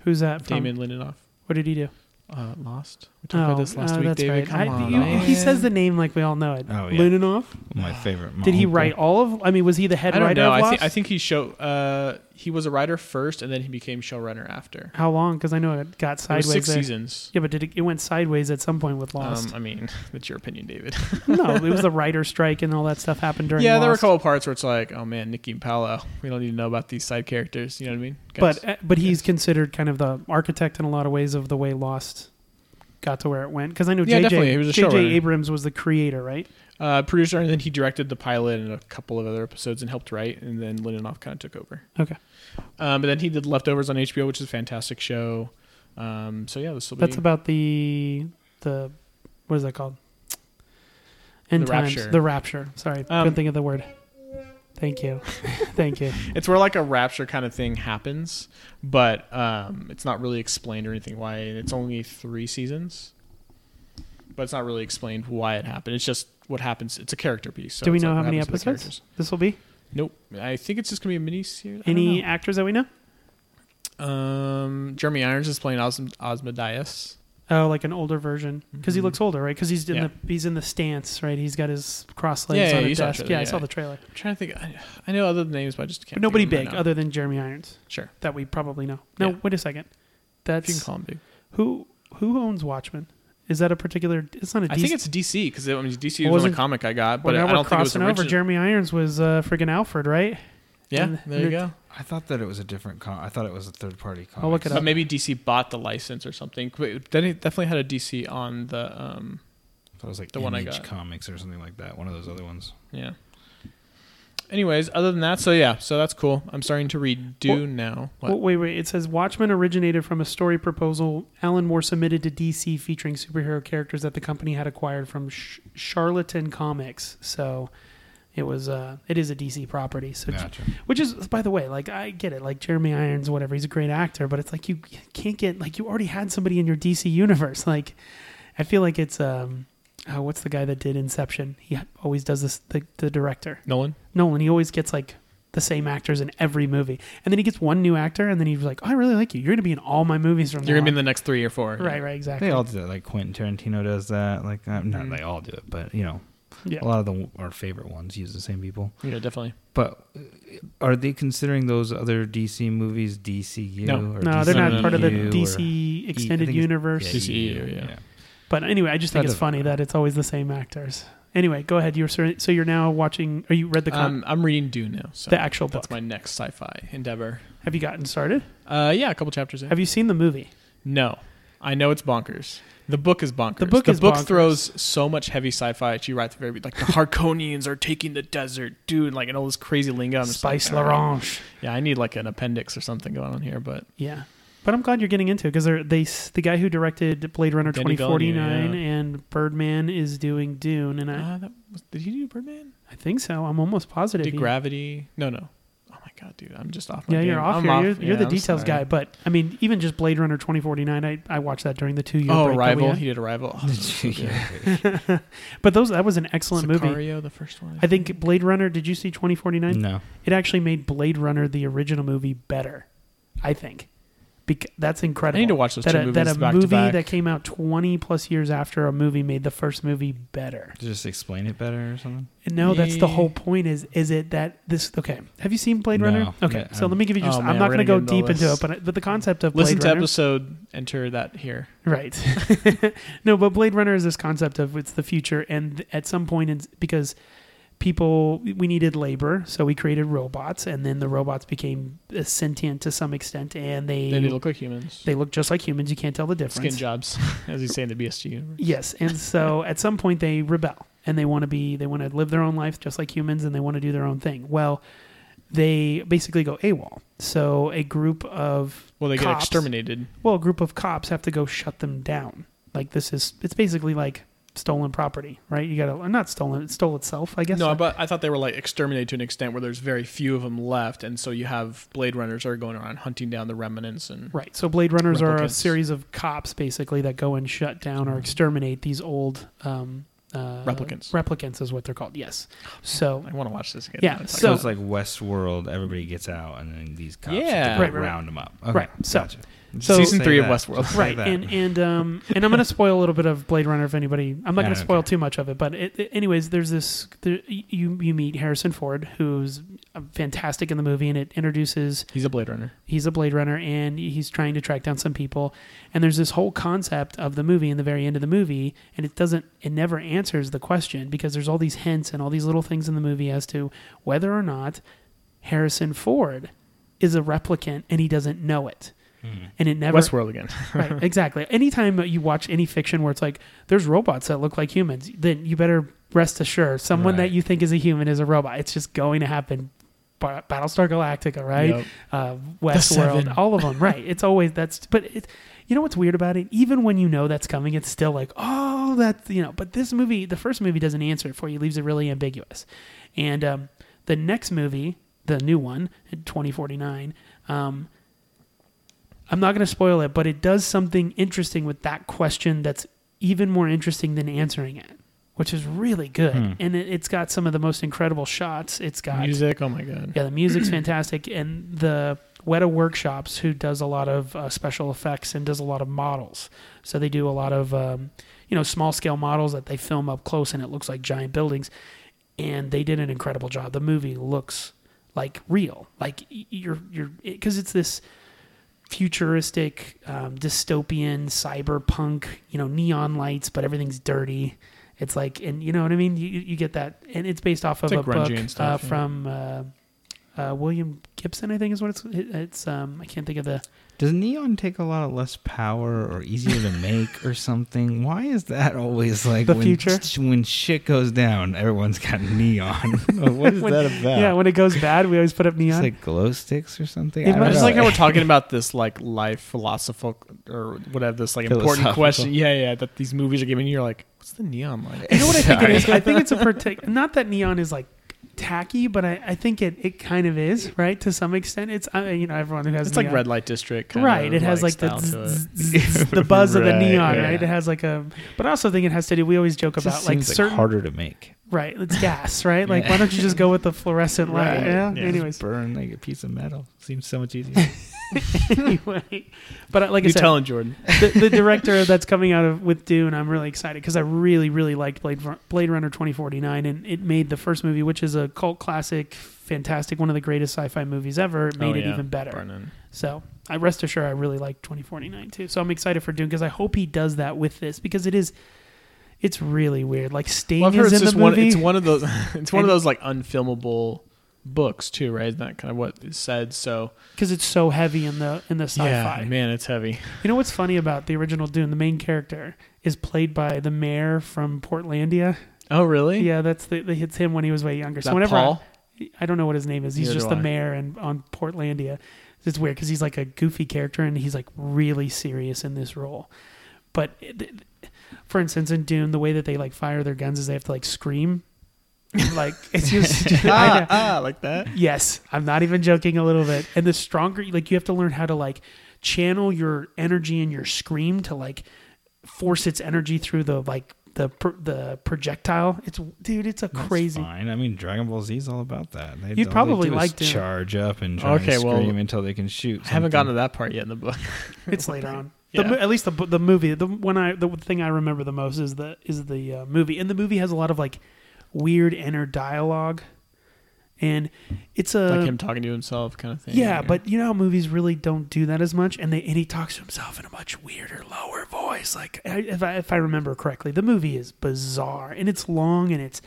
Who's that from?
Damon Lininoff.
What did he do?
Uh, Lost. We talked about this last
oh,
week,
that's right.
David. Come
I-
on,
you-
man.
he says the name like we all know it.
Oh, yeah.
Luninoff.
My favorite. my
Did he
uncle.
write all of? I mean, was he the head
I don't
writer
know.
of
I,
Lost?
thi- I think he show. Uh, he was a writer first, and then he became showrunner after.
How long? Because I know it got
There were
sideways.
six
there.
seasons.
Yeah, but did it, it went sideways at some point with Lost?
Um, I mean, that's your opinion, David.
no, it was the writer strike and all that stuff happened during.
Um, yeah, there were a
Lost.
couple parts where it's like, oh man, Nikki and Paolo. We don't need to know about these side characters. You know what I mean? Guys.
But uh, but he's considered kind of the architect in a lot of ways of the way Lost got to where it went. Because I know
Yeah, definitely, he was
JJ
a
JJ
showrunner.
Abrams was the creator, right?
uh, producer, and then he directed the pilot and a couple of other episodes and helped write, and then Lindelof kind of took over.
Okay,
Um, but then he did Leftovers on HBO, which is a fantastic show. Um, so yeah, this will be.
that's about the the what is that called? End
The
times,
Rapture. Um,
the rapture. Sorry, couldn't think of the word. Thank you, thank you.
it's where like a rapture kind of thing happens, but um, it's not really explained or anything why. and It's only three seasons, but it's not really explained why it happened. It's just what happens. It's a character piece. So
Do we
it's
know
like
how
what
many
happens to the
episodes this will be?
characters. Nope. I think it's just gonna be a mini series.
Any actors that we know?
Um, Jeremy Irons is playing Os- Osmodias.
Oh, like an older version because he
Mhm.
looks older, right? Because he's in
Yeah.
the he's in the stance, right? He's got his cross legs
Yeah, yeah,
on a
you saw the
desk.
trailer,
yeah, I
yeah.
saw the trailer.
I'm trying to think. I, I know other names, but I just can't.
But nobody
think of them
big
right now.
other than Jeremy Irons
Sure.
that we probably know. No,
Yeah.
wait a second.
If you can
That's
call him big.
who who owns Watchmen? Is that a particular? It's not a.
I
DC
think it's DC because I mean DC
Well,
was the
wasn't-
comic I got,
Well,
but
now
I
we're
don't think it was
crossing over.
original.
Jeremy Irons was uh, friggin' Alfred, right?
Yeah,
and
there you
you're-
go.
I thought that it was a different. Con- I thought it was a third party.
I'll look it up.
But maybe DC bought the license or something. But Then it definitely had a DC on the um
It was like
The one I
Image
got.
Comics or something like that. One of those other ones.
yeah. Anyways, other than that, so yeah, so that's cool. I'm starting to read Dune
Well-
now. What?
Well, wait, wait. It says Watchmen originated from a story proposal Alan Moore submitted to DC featuring superhero characters that the company had acquired from Sh- Charlatan Comics. So it was uh it is a DC property. So
Gotcha.
which is by the way, like I get it. Like Jeremy Irons whatever, he's a great actor, but it's like you can't get like you already had somebody in your DC universe. Like I feel like it's um oh, what's the guy that did Inception? He always does this the, the director.
Nolan.
Nolan, he always gets like the same actors in every movie. And then he gets one new actor and then he's like, oh, I really like you. You're going to be in all my movies from
You're gonna be in
now
the next three or four.
on." Right, right, exactly.
They all do that. Like Quentin Tarantino does that. Like uh, not they all do it, but you know,
Mm-hmm. yeah.
a lot of the our favorite ones use the same people.
Yeah, definitely.
But uh, are they considering those other DC movies DCU?
No.
or E
No, they're not
DCU
part of the
or- E,
DC extended
I think it's-
universe.
E yeah. DCU,
But anyway, I just
That
think it's
doesn't
funny
matter.
that it's always the same actors. Anyway, go ahead. You're sur- so you're now watching or you read the con-
Um, I'm reading Dune now. So
the actual book.
that's my next sci-fi endeavor.
Have you gotten started?
Uh, yeah, a couple chapters in.
Have you seen the movie?
No, I know it's bonkers. The book is bonkers.
The book is bonkers.
throws so much heavy sci-fi at you right at the very be- like the Harkonians are taking the desert, dude, like and all this crazy lingo. I'm just
Spice
like, uh, all right.
L'Orange.
Yeah, I need like an appendix or something going on here, but
Yeah. But I'm glad you're getting into it because they s- the guy who directed Blade Runner
Danny
2049
Villeneuve,
and Birdman is doing Dune, and I,
uh, that was, did he do Birdman?
I think so. I'm almost positive.
Did
he-
Gravity? No, no. Oh my god, dude, I'm just off. My
yeah, you're
game.
off
I'm
here. You're, you're
Yeah,
the
I'm
details
sorry.
guy, but I mean, even just Blade Runner 2049, I, I watched that during the two year
Oh,
break. that we
Arrival.
had.
He did Arrival. Oh,
yeah.
But those that was an excellent movie.
Sicario, the first one.
I think Blade Runner. Did you see
Mm.
2049?
no.
It actually made Blade Runner the original movie better. I think. Bec- that's incredible.
to watch those
that
two
a,
movies
That a
back to
movie
back.
that came out 20 plus years after a movie made the first movie better.
Just explain it better or something.
And No, that's the
Yeah.
whole point. Is is it that this? Okay, have you seen Blade
No.
Runner? Okay,
Yeah,
so
I'm-
let me give you just.
Oh,
I'm
man,
not
we're
going to go
gonna get into all
deep into
this.
it, but I- but the concept of
Listen
Blade
to
Runner,
episode. Enter that here.
right? no, but Blade Runner is this concept of it's the future, and th- at some point, it's because people we needed labor, so we created robots, and then the robots became uh, sentient to some extent, and they
They look like humans.
they look just like humans. You can't tell the
Skin
difference.
jobs, as you say in the BSG universe.
Yes, and so at some point they rebel and they want to be they want to live their own life just like humans and they want to do their own thing. Well, they basically go AWOL. So a group of
Well, they get
cops-
exterminated.
Well, a group of cops have to go shut them down. Like this is it's basically like stolen property, right? You got to not stolen, it stole itself, I guess.
No, but I thought they were like exterminated to an extent where there's very few of them left, and so you have Blade Runners are going around hunting down the remnants and
Right. So Blade Runners are a
Replicants.
series of cops basically that go and shut down or exterminate these old um, uh,
Replicants. Oh,
Replicants is what they're called. Yes. So
I want to watch this again.
Yeah,
It's like-
So
So-
it's like Westworld. Everybody gets out, and then these cops
Yeah.
go
Right, right, right.
round them up. Okay,
Right, so-
gotcha.
so-
Just say
Season three of
that.
Westworld.
Just say
right
that.
and and um and i'm gonna spoil a little bit of blade runner if anybody i'm not
Yeah,
gonna spoil
okay.
too much of it but it, it- anyways there's this there, you you meet harrison ford who's uh, fantastic in the movie and it introduces
he's a Blade Runner.
he's a Blade Runner and he's trying to track down some people. And there's this whole concept of the movie in the very end of the movie, and it doesn't, it never answers the question because there's all these hints and all these little things in the movie as to whether or not Harrison Ford is a replicant and he doesn't know it.
Hmm.
And it never
Westworld again.
right exactly. Anytime you watch any fiction where it's like there's robots that look like humans, then you better rest assured someone
Right.
that you think is a human is a robot. It's just going to happen. Ba- Battlestar Galactica, right?
Yep.
uh,
Seven.
Westworld, all of them. Right. It's always that's. But it, you know what's weird about it? Even when you know that's coming, it's still like, oh, that's you know. But this movie, the first movie, doesn't answer it for you. Leaves it really ambiguous. And um, the next movie, the new one, in 2049. Um, I'm not going to spoil it, but it does something interesting with that question that's even more interesting than answering it, which is really good. And it, it's got some of the most incredible shots. It's got
Hmm. Music. Oh my god.
yeah, the music's fantastic, and the Weta Workshops, who does a lot of uh, special effects and does a lot of models, so they do a lot of um, you know small scale models that they film up close, and it looks like giant buildings. And they did an incredible job. The movie looks like real, like y- you're you're because it's this futuristic, um, dystopian, cyberpunk, you know, neon lights, but everything's dirty. It's like, and you know what I mean? You, you you get that. And it's based off of
like
a
grungy
book
and stuff,
uh,
yeah.
from uh, uh, William Gibson, I think is what it's, it- it's, um, I can't think of the,
Does neon take a lot less power or easier to make or something? Why is that always like
The
when,
future?
when shit goes down, everyone's got neon? what is
When-
that about?
yeah, when it goes bad, we always put up
it's
neon.
like glow sticks or something.
It
I don't
must-
It's
know.
like how we're talking about this like life philosophical or whatever this like important
Philosophical.
question. Yeah, yeah. That these movies are giving you. You're like, what's the neon like?
you know what I think it is? I think it's a partic- not that neon is like tacky, but I, I think it, it kind of is right to some extent. It's, I you know, everyone who has
It's like
neon-
red light district. kinda,
right it has like the,
style to it.
zzz, zzz, zzz, the buzz of the
Right,
neon
yeah.
right it has like a but i also think it has to do we always joke
It just
about like
seems,
certain
harder to make.
right it's gas right like
Yeah.
why don't you just go with the fluorescent light
Right.
yeah?
Yeah.
anyways
Burn like a piece of metal seems so much easier.
anyway but uh, like i
You
said
telling Jordan?
the, the director that's coming out of with Dune, I'm really excited because I really, really liked Blade Run- Blade Runner 2049, and it made the first movie, which is a cult classic, fantastic, one of the greatest sci-fi movies ever. It made
Oh,
it
yeah,
even better.
Brennan.
So I rest assured, I really like 2049 too. So I'm excited for Dune because I hope he does that with this because it is, it's really weird. Like Sting
Well, I've heard
is
it's
in the
just
movie.
one. It's one of those. It's one of
And-
those like unfilmable books too, right? Isn't that kind of what is said? So
because it's so heavy in the in the sci-fi.
yeah, man, it's heavy.
You know what's funny about the original Dune? The main character is played by the mayor from Portlandia.
Oh really?
Yeah, that's the, the hits him when he was way younger.
Is
so
that
whenever
Paul?
I, I don't know what his name is, he's
Neither
just
do
the
I.
mayor and on Portlandia. It's weird because he's like a goofy character and he's like really serious in this role. But it- it- for instance, in Dune, the way that they like fire their guns is they have to like scream. like it's just I know.
ah, ah, like that.
Yes, I'm not even joking a little bit. And the stronger, like, you have to learn how to like channel your energy and your scream to like force its energy through the like the pr- the projectile. It's dude, it's a
That's
crazy.
Fine. I mean, Dragon Ball Z is all about that. They,
You'd
all they
probably
do is
like to-
charge up and try
Okay,
to
well,
scream until they can shoot.
I haven't
something.
gotten to that part yet in the book.
It's later on. The,
Yeah.
mo- at least the bo- the movie. The one I the thing I remember the most is the is the uh, movie, and the movie has a lot of like weird inner dialogue, and it's a
like him talking to himself, kind of thing.
Uh, Yeah, but you know how movies really don't do that as much, and they and he talks to himself in a much weirder, lower voice. Like I- if I if I remember correctly, the movie is bizarre and it's long and it's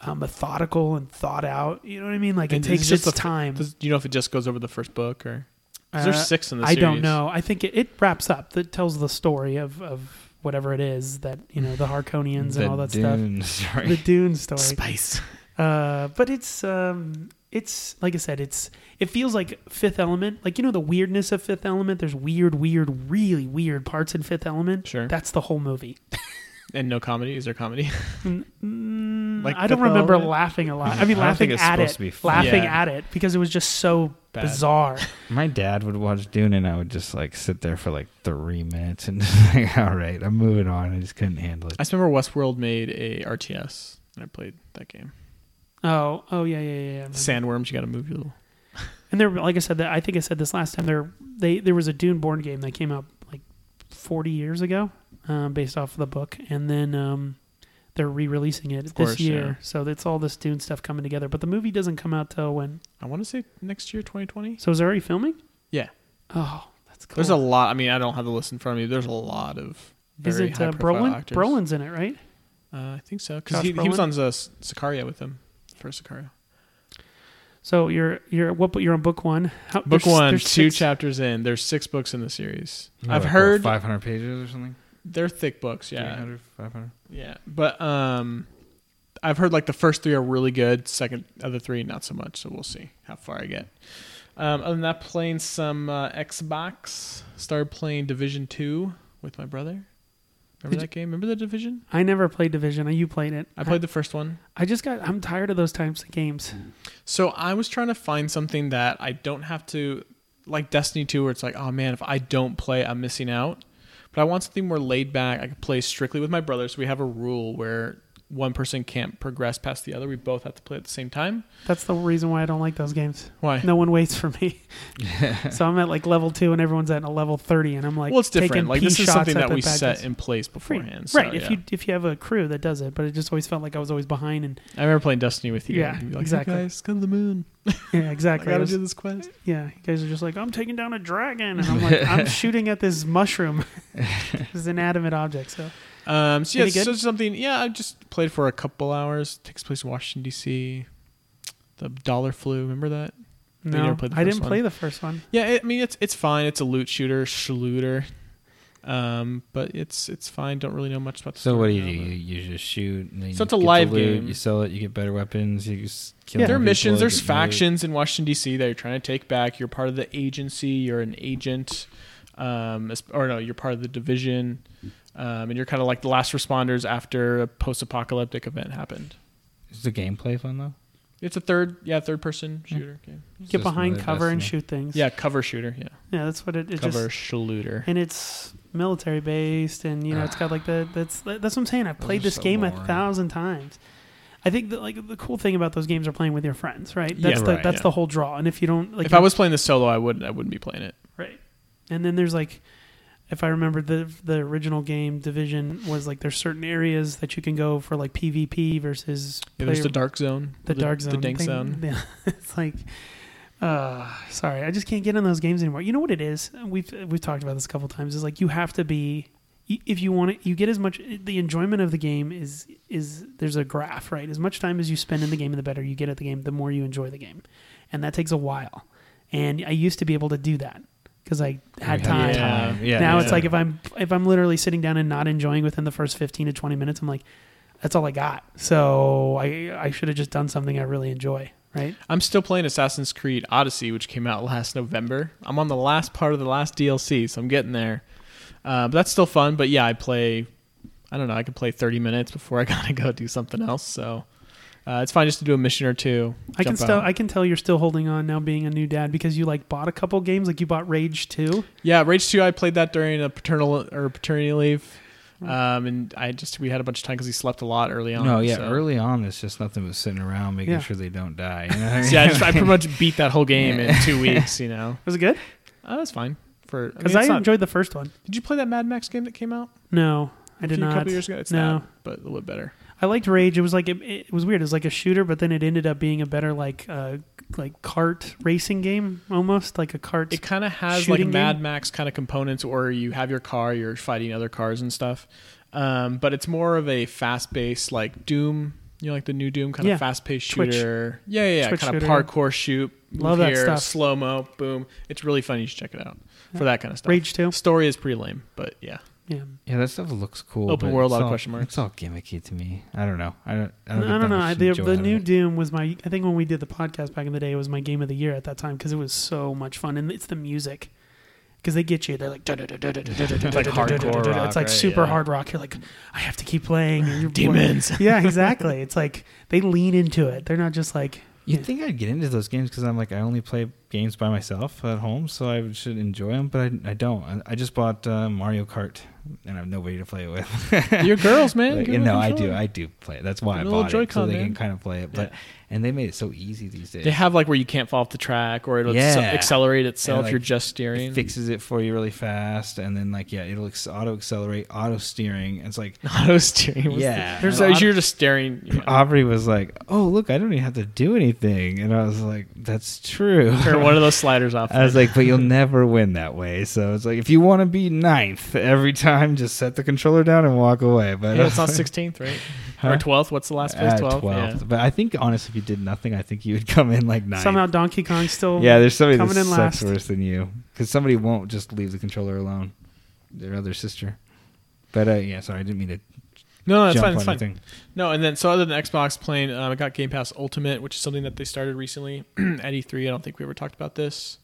uh, methodical and thought out. You know what I mean? Like
And
it
is
takes
just
its
the f-
time.
Does, do you know if it just goes over the first book or? 'cause
Uh,
there's six in the
I
series.
don't know. I think it, it wraps up. That tells the story of of whatever it is that you know the Harkonians and all that stuff.
stuff. Sorry.
The Dune story.
Space.
Uh, but it's um it's like I said, it's it feels like Fifth Element, like you know the weirdness of Fifth Element. There's weird, weird, really weird parts in Fifth Element.
Sure.
that's the whole movie.
And no comedy? Is there comedy?
like
Like
mm, I don't
football,
remember
right?
laughing a lot. I mean,
I don't
laughing
think it's
at
supposed
it,
to be fun.
laughing
Yeah.
at it because it was just so
Bad.
bizarre.
My dad would watch Dune, and I would just like sit there for like three minutes and like, all right, I'm moving on. I just couldn't handle it.
I just remember Westworld made a RTS and I played that game.
Oh, oh yeah, yeah, yeah, yeah. I remember.
Sandworms, you got to move your little.
And there, like I said, that I think I said this last time. There, they there was a Dune Born game that came out like 40 years ago, um, based off of the book, and then um, they're re-releasing it this
course,
year.
yeah.
So that's all this Dune stuff coming together. But the movie doesn't come out till when?
I want to say next year, 2020.
So is it already filming?
Yeah.
Oh, that's cool.
There's a lot. I mean, I don't have the list in front of me. There's a lot of.
Is
Very
it uh,
high-profile
Brolin?
actors.
Brolin's in it, right?
Uh, I think so.
Josh
Because he, he was
Brolin?
on uh, S- Sicario with them. First Sicario.
So you're you're what? You're on book one. How,
Book
there's-
one,
there's
two
six-
chapters in. There's six books in the series.
You know,
I've
like, what,
heard
500 pages or something.
they're thick books. Yeah.
300, 500.
Yeah, but um, I've heard like the first three are really good. Second, other three not so much. So we'll see how far I get. Um, other than that, playing some uh, Xbox. Started playing Division Two with my brother. Remember
Did
that game? Remember the Division?
I never played Division. You played it.
I played the first one.
I just got. I'm tired of those types of games.
So I was trying to find something that I don't have to, like Destiny 2, where it's like, oh man, if I don't play, I'm missing out. But I want something more laid back. I can play strictly with my brother. So we have a rule where one person can't progress past the other. We both have to play at the same time.
That's the reason why I don't like those games.
Why?
No one waits for me. so I'm at like level two, and everyone's at a level thirty, and I'm like,
well, it's
Taking
different. Like
pee
this is
shots
something
at
that
the
we
bad
set
guys.
in place
Free-
beforehand. so,
right. if
yeah.
you if you have a crew that does it, but it just always felt like I was always behind, and
I remember playing Destiny with you.
Yeah,
and you'd be like,
exactly.
Hey guys, come to the moon.
yeah,
I
exactly. I
gotta
was-
do this quest.
yeah, you guys are just like, I'm taking down a dragon, and I'm like, I'm shooting at this mushroom, this inanimate object. So
Um, so yeah,
Any good?
so something. Yeah, I just played for a couple hours. Takes place in Washington D.C. The dollar flu. Remember that? You
no,
never played the
I
first
didn't
one?
play the first one.
Yeah, it, I mean it's it's fine. It's a loot shooter, schluter. Um, but it's it's fine. Don't really know much about. The
So what do
story
you do?
now,
You, you just shoot. And then
So
you
it's a
get the
live
loot,
game.
You sell it. You get better weapons. You s- kill.
but- There
more
are
people,
missions.
you
There's
get loot.
factions in Washington D.C. that you're trying to take back. You're part of the agency. You're an agent. Um, as- or no, you're part of the division. Um, and you're kind of like the last responders after a post-apocalyptic event happened.
Is the gameplay fun though?
It's a third, yeah, third-person
Hmm.
shooter game.
It's
Get
just
behind
another
cover and
Destiny.
shoot things.
Yeah, cover shooter. Yeah,
yeah, that's what it, it just
cover shooter.
and it's military based and you know it's got like the that's that's what i'm saying i've
Those
played
are
this
so
game a
boring.
thousand times i think that like the cool thing about those games are playing with your friends right that's
Yeah.
the
Right,
that's
yeah.
the whole draw and if you don't like
if I was playing this solo, I wouldn't. I wouldn't be playing it.
right and then there's like if i remember the the original game division was like there's certain areas that you can go for like pvp versus
Yeah, there's
player-
the dark zone.
the dark zone
The dank
thing.
zone.
Yeah, it's like uh sorry i just can't get in those games anymore you know what it is we've we've talked about this a couple times is like you have to be y- if you want it you get as much the enjoyment of the game is is there's a graph right as much time as you spend in the game the better you get at the game the more you enjoy the game and that takes a while and i used to be able to do that because i had
We have
time
the
Oh, Yeah.
Yeah.
now
yeah.
it's like if I'm if I'm literally sitting down and not enjoying within the first 15 to 20 minutes, I'm like, that's all I got. So I I should have just done something I really enjoy, right?
I'm still playing Assassin's Creed Odyssey, which came out last November. I'm on the last part of the last DLC, so I'm getting there. Uh, but that's still fun. But yeah, I play. I don't know. I could play 30 minutes before I gotta go do something else. So uh, it's fine just to do a mission or two.
I can
jump
still
out.
I can tell you're still holding on now being a new dad because you like bought a couple games like you bought Rage 2.
Yeah, Rage Two. I played that during a paternal or paternity leave,
Hmm.
um, and I just we had a bunch of time because he slept a lot early on.
No, Oh, yeah.
so.
Early on, it's just nothing but sitting around making
Yeah.
sure they don't die. You know what I mean?
So yeah, I, just, I pretty much beat that whole game in two weeks. You know,
Was it good?
uh, that's fine. For I, mean,
Cuz I,
it's not-
enjoyed the first one.
did you play that Mad Max game that came out?
No, I did
a few-
not.
couple years ago. It's
No.
that, but a little bit better.
I liked Rage. It was like it, it was weird. It was like a shooter, but then it ended up being a better like uh like kart racing game almost like a kart.
It kind of has
Shooting
like
game?
Mad Max kind of components, where you have your car, you're fighting other cars and stuff. Um, but it's more of a fast-paced like Doom. You know, like the new Doom kind
Yeah.
of fast-paced
Twitch.
shooter. Yeah, yeah, yeah.
Twitch
Kind of
shooter.
parkour shoot. move
Love that
here,
stuff.
Slow mo, boom. It's really fun. You should check it out
Yeah.
for that kind of stuff.
Rage 2.
Story is pretty lame, but yeah.
Yeah.
Yeah, that stuff looks cool.
Open
but
world,
it's
lot of
all-
question marks.
It's all gimmicky to me. I don't know. I don't. I
No,
don't, get
I
that
don't know.
much
I- The,
joy
the
out of
new
it.
Doom was my. I think when we did the podcast back in the day, it was my game of the year at that time because it was so much fun, and it's the music. because they get you. They're like, "Da-da-da-da-da-da-da-da-da-da-da-da-da-da-da."
It's like hardcore rock,
It's like
right?
super
Yeah.
hard rock. You're like, I have to keep playing. and you're-
Demons.
yeah, exactly. It's like they lean into it. They're not just like
You'd think I'd get into those games because I'm like I only play games by myself at home, so I should enjoy them. But I, I don't. I, I just bought uh, Mario Kart, and I have nobody to play it with.
Your girls, man.
Like,
give
you
them a
know, I do.
controller.
I do play. it. That's why
Give
I
them a little
bought it so
Joy-Con,
they
man.
can kind of play it. But
Yeah.
and they made it so easy these days.
They have like where you can't fall off the track or it'll
Yeah.
s- accelerate itself.
like,
You're just
it
steering.
fixes it for you really fast, and then like yeah, it'll ex- auto accelerate, auto steering. It's like
Auto steering. was
Yeah.
the-
There's
so
a lot-
you're just staring. Yeah.
Aubrey was like, "Oh look, I don't even have to do anything," and I was like, "That's true."
Turn one of those sliders off.
I was like, but you'll never win that way. So it's like, if you want to be ninth every time, just set the controller down and walk away. But
Yeah, it's on 16th, right?
Huh?
Or 12th. What's the last place?
Uh,
12th. Yeah.
But I think, honestly, if you did nothing, I think you would come in like ninth.
somehow Donkey Kong still.
yeah, there's somebody that
coming in last.
sucks worse than you because somebody won't just leave the controller alone. Their other sister. But uh, yeah, sorry, I didn't mean to
No, no, it's
jump
fine.
on
It's fine.
anything.
No, and then so other than Xbox playing, um, I got Game Pass Ultimate, which is something that they started recently at E3. I don't think we ever talked about this.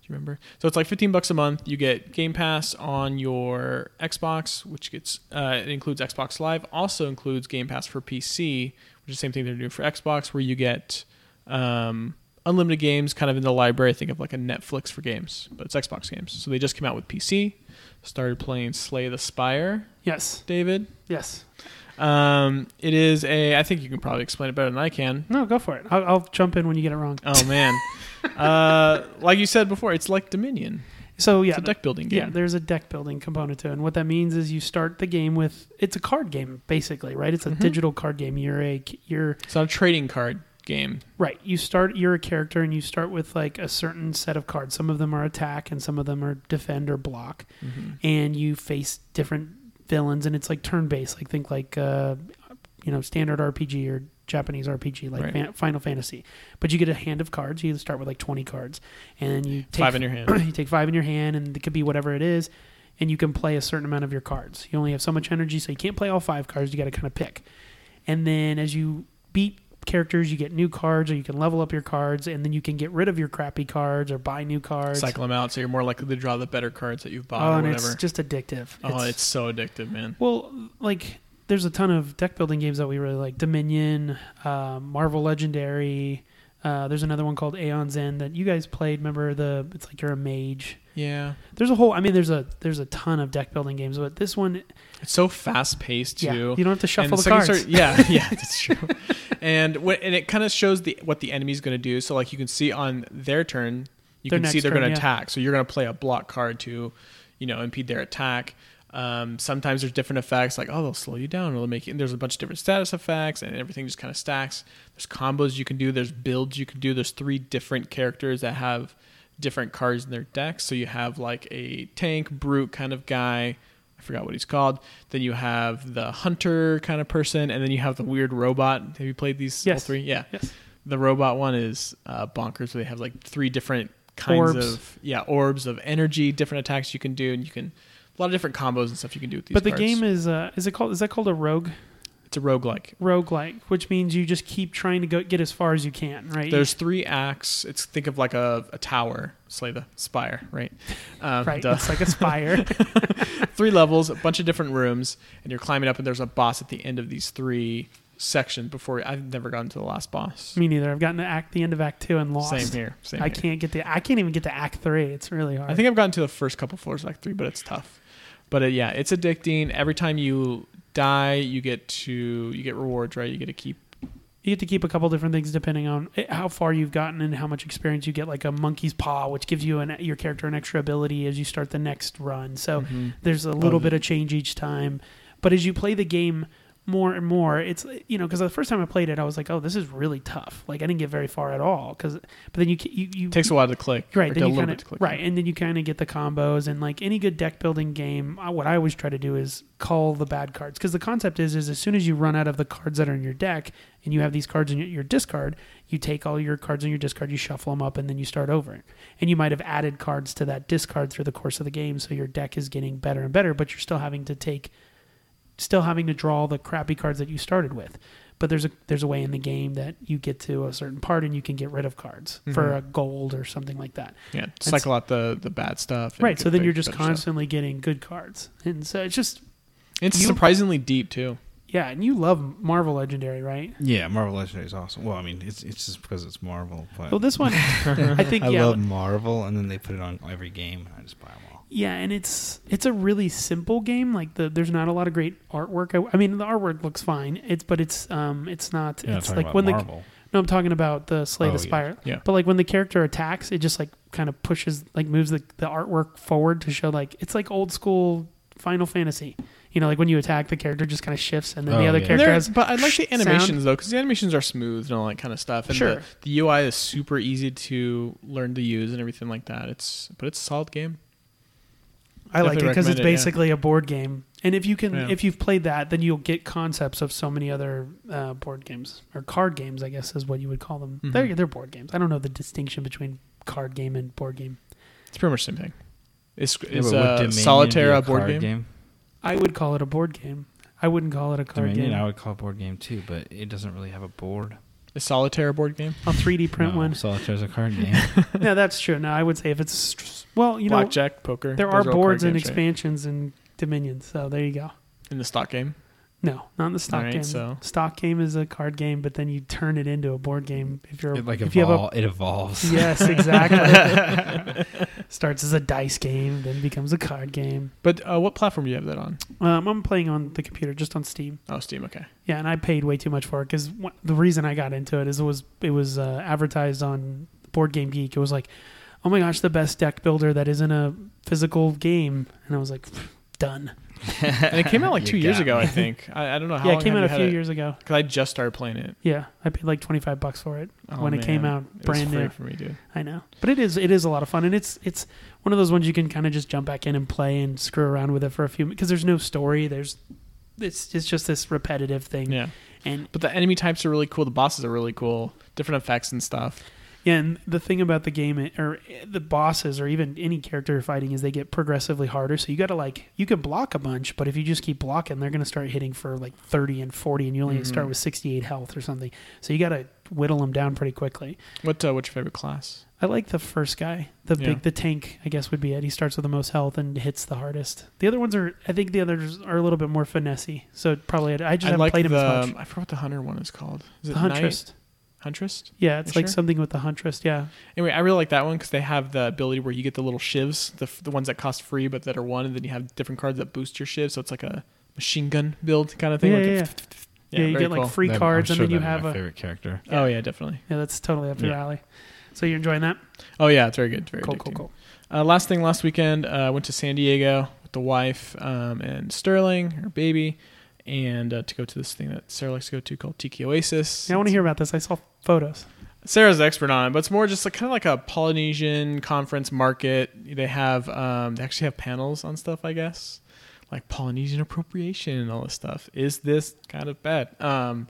Do you remember? So it's like 15 bucks a month. You get Game Pass on your Xbox, which gets uh, it includes Xbox Live. Also includes Game Pass for PC, which is the same thing they're doing for Xbox, where you get um, unlimited games, kind of in the library. Think of like a Netflix for games, but it's Xbox games. So they just came out with PC. Started playing Slay the Spire,
Yes.
David.
Yes.
Um, it is a. I think you can probably explain it better than I can.
No, go for it. I'll, I'll jump in when you get it wrong.
Oh man, uh, like you said before, it's like Dominion.
So
It's
yeah,
a deck building
Yeah,
game.
there's a deck building component to it. And what that means is you start the game with it's a card game basically, right? It's a
Mm-hmm.
digital card game. You're a you're
it's not a trading card game.
right. You start you're a character and you start with like a certain set of cards. Some of them are attack and some of them are defend or block. And you face different villains and it's like turn based. Like think like uh you know, standard RPG or Japanese RPG like
Right.
Fan- Final Fantasy. But you get a hand of cards. You start with like 20 cards and you take
Five in your hand.
you take five in your hand, and it could be whatever it is, and you can play a certain amount of your cards. You only have so much energy, so you can't play all five cards. You got to kind of pick. And then as you beat characters, you get new cards, or you can level up your cards, and then you can get rid of your crappy cards or buy new cards.
Cycle them out, so you're more likely to draw the better cards that you've bought
oh,
or
and
whatever.
it's just addictive.
oh, it's so addictive, man.
well, like there's a ton of deck building games that we really like: Dominion, uh, Marvel Legendary. Uh, there's another one called Aeon's End that you guys played. Remember the? It's like you're a mage.
Yeah,
There's a whole. I mean, there's a there's a ton of deck building games, but this one,
it's so fast paced
yeah,
too.
you don't have to shuffle
And
the,
second
cards.
start- yeah, yeah, that's true. and when, and it kind of shows the what the enemy's going to do. So like you can see on their turn, you
Their
can see
next
they're going to
turn, yeah.
attack. So you're going to play a block card to, you know, impede their attack. Um, sometimes there's different effects like oh they'll slow you down or they'll make you. And there's a bunch of different status effects and everything just kind of stacks. There's combos you can do. There's builds you can do. There's three different characters that have different cards in their decks. So you have like a tank brute kind of guy. I forgot what he's called. Then you have the hunter kind of person, and then you have the weird robot. Have you played these all
Yes.
three? Yeah.
Yes.
The robot one is uh, bonkers. Where they have like three different kinds
Orbs.
of yeah orbs of energy, different attacks you can do, and you can a lot of different combos and stuff you can do with these.
But the
cards.
game is uh, is it called is that called a rogue
it's a roguelike.
roguelike, which means you just keep trying to go get as far as you can, right?
There's three acts. It's think of like a, a tower, slay the spire, right? Um,
right,
duh.
it's like a spire.
three levels, a bunch of different rooms, and you're climbing up, and there's a boss at the end of these three sections. Before I've never gotten to the last boss.
Me neither. I've gotten to act the end of act two and lost.
Same here.
I
Same here.
can't get the I can't even get to act three. It's really hard.
I think I've gotten to the first couple floors, like three, but it's tough. But uh yeah, it's addicting. Every time you die, you get to you get rewards, right? You get to keep.
you get to keep a couple different things depending on it- how far you've gotten and how much experience you get like a monkey's paw which gives you an your character an extra ability as you start the next run so
Mm-hmm.
there's a little bit of change each time but as you play the game more and more it's you know because the first time i played it i was like oh this is really tough like i didn't get very far at all because but then you ca- you, you
It takes a while to click.
right
or
then
a
you
little
kind
bit to click.
of right and then you kind of get the combos and like any good deck building game I- what i always try to do is call the bad cards because the concept is is as soon as you run out of the cards that are in your deck and you have these cards in your, your discard you take all your cards in your discard you shuffle them up and then you start over and you might have added cards to that discard through the course of the game so your deck is getting better and better but you're still having to take still having to draw the crappy cards that you started with But there's a there's a way in the game that you get to a certain part and you can get rid of cards for
Mhm.
a gold or something like that.
Yeah,
That's-
cycle out the the bad stuff. and
right.
get
So then
the
you're just
better stuff.
constantly getting good cards, and so it's just
It's
you-
surprisingly deep too.
yeah. And you love Marvel Legendary, right?
Yeah, Marvel Legendary is awesome. Well, I mean, it's it's just because it's Marvel. But
Well, this one, I think
I
yeah.
love Marvel, and then they put it on every game, and I just buy them all.
Yeah, and it's it's a really simple game. Like the there's not a lot of great artwork. I, I mean, the artwork looks fine. It's but it's um it's not.
You're not
it's
talking
like
about
when the
Marvel.
no, I'm talking about the Slay
Oh,
the
yeah.
Spire.
Yeah.
But like when the character attacks, it just like kind of pushes like moves the the artwork forward to show like it's like old school Final Fantasy. You know, like when you attack, the character just kind of shifts, and then the
Oh,
other
yeah.
character
There-
has.
but I like the
sound.
animations though, because the animations are smooth and all that kind of stuff. And
Sure.
the, the UI is super easy to learn to use and everything like that. It's but it's a solid game.
I like it
Definitely
because it's
recommend it, yeah.
basically a board game, and if you can,
Yeah.
if you've played that, then you'll get concepts of so many other uh, board games or card games, I guess is what you would call them.
Mhm.
They're they're board games. I don't know the distinction between card game and board game.
It's pretty much the same thing. Is
Yeah,
is
but would
uh,
Dominion
solitaire
be
a board
card
game?
I would call it a board game. I wouldn't call it a card
Dominion, I
game.
would call it board game too, but it doesn't really have a board.
Is solitaire a board game?
I'll 3D print
No,
one.
Solitaire's a card game.
no, that's true. No, I would say if it's well, you know,
Blackjack, poker.
there
those
are
all card
boards and
games, right?
expansions and dominions. So there you go.
in the stock game.
No, not in the stock
Alright,
game.
so-
Stock game is a card game, but then you turn it into a board game if you're
it, like
if you have a
evol- it evolves.
Yes, exactly. Starts as a dice game, then becomes a card game.
But uh, what platform do you have that on?
Um, I'm playing on the computer, just on Steam.
Oh, Steam. Okay.
Yeah, and I paid way too much for it because the reason I got into it is it was it was uh, advertised on Board Game Geek. It was like, oh my gosh, the best deck builder that isn't a physical game, and I was like, done.
And it came out like
You
two years
got
ago,
me.
I think. I, I don't know how.
yeah, it
long
came
have
out a
you had
few
it?
years ago.
Because I just started playing it
Yeah, I paid like 25 bucks for it
Oh,
when it came
man.
out,
It was
brand
free
new.
for me, dude.
I know, but it is it is a lot of fun, and it's it's one of those ones you can kind of just jump back in and play and screw around with it for a few because there's no story. There's it's it's just this repetitive thing,
Yeah,
and
but the enemy types are really cool. The bosses are really cool. Different effects and stuff.
yeah, and the thing about the game it- or eh, the bosses or even any character you're fighting is they get progressively harder. So you got to like you can block a bunch, but if you just keep blocking, they're gonna start hitting for like 30 and 40, and you only
Mhm.
start with 68 health or something. So you got to whittle them down pretty quickly.
What uh, what's your favorite class?
I like the first guy, the
Yeah.
big, the tank. I guess would be it. He starts with the most health and hits the hardest. The other ones are, I think, the others are a little bit more finessey. So probably I just
I
haven't
like
played
the
him as much.
I forgot what the hunter one is called. Is
The
it
Huntress,
Knight? Huntress.
yeah, it's
You
like
sure?
something with the Huntress. Yeah,
Anyway, I really like that one because they have the ability where you get the little shivs, the f- the ones that cost free but that are one, and then you have different cards that boost your shiv. So it's like a machine gun build kind of thing.
yeah,
like
yeah,
a-
yeah. Yeah, you
very
get
cool.
like free
That- I'm
cards,
sure
and then you
that'd be
have
my
a
favorite character.
Oh yeah, definitely.
yeah. That's totally up your
Yeah.
alley. So you're enjoying that?
Oh yeah, it's very good. Very
Cool,
addicting.
cool, cool.
Uh, last thing last weekend, uh, went to San Diego with the wife um, and Sterling, her baby, and uh, to go to this thing that Sarah likes to go to called Tiki Oasis.
Yeah, I want to hear about this. I saw photos.
Sarah's the expert on it, but it's more just like kind of like a Polynesian conference market. They have um, they actually have panels on stuff, I guess, like Polynesian appropriation and all this stuff. Is this kind of bad? Um,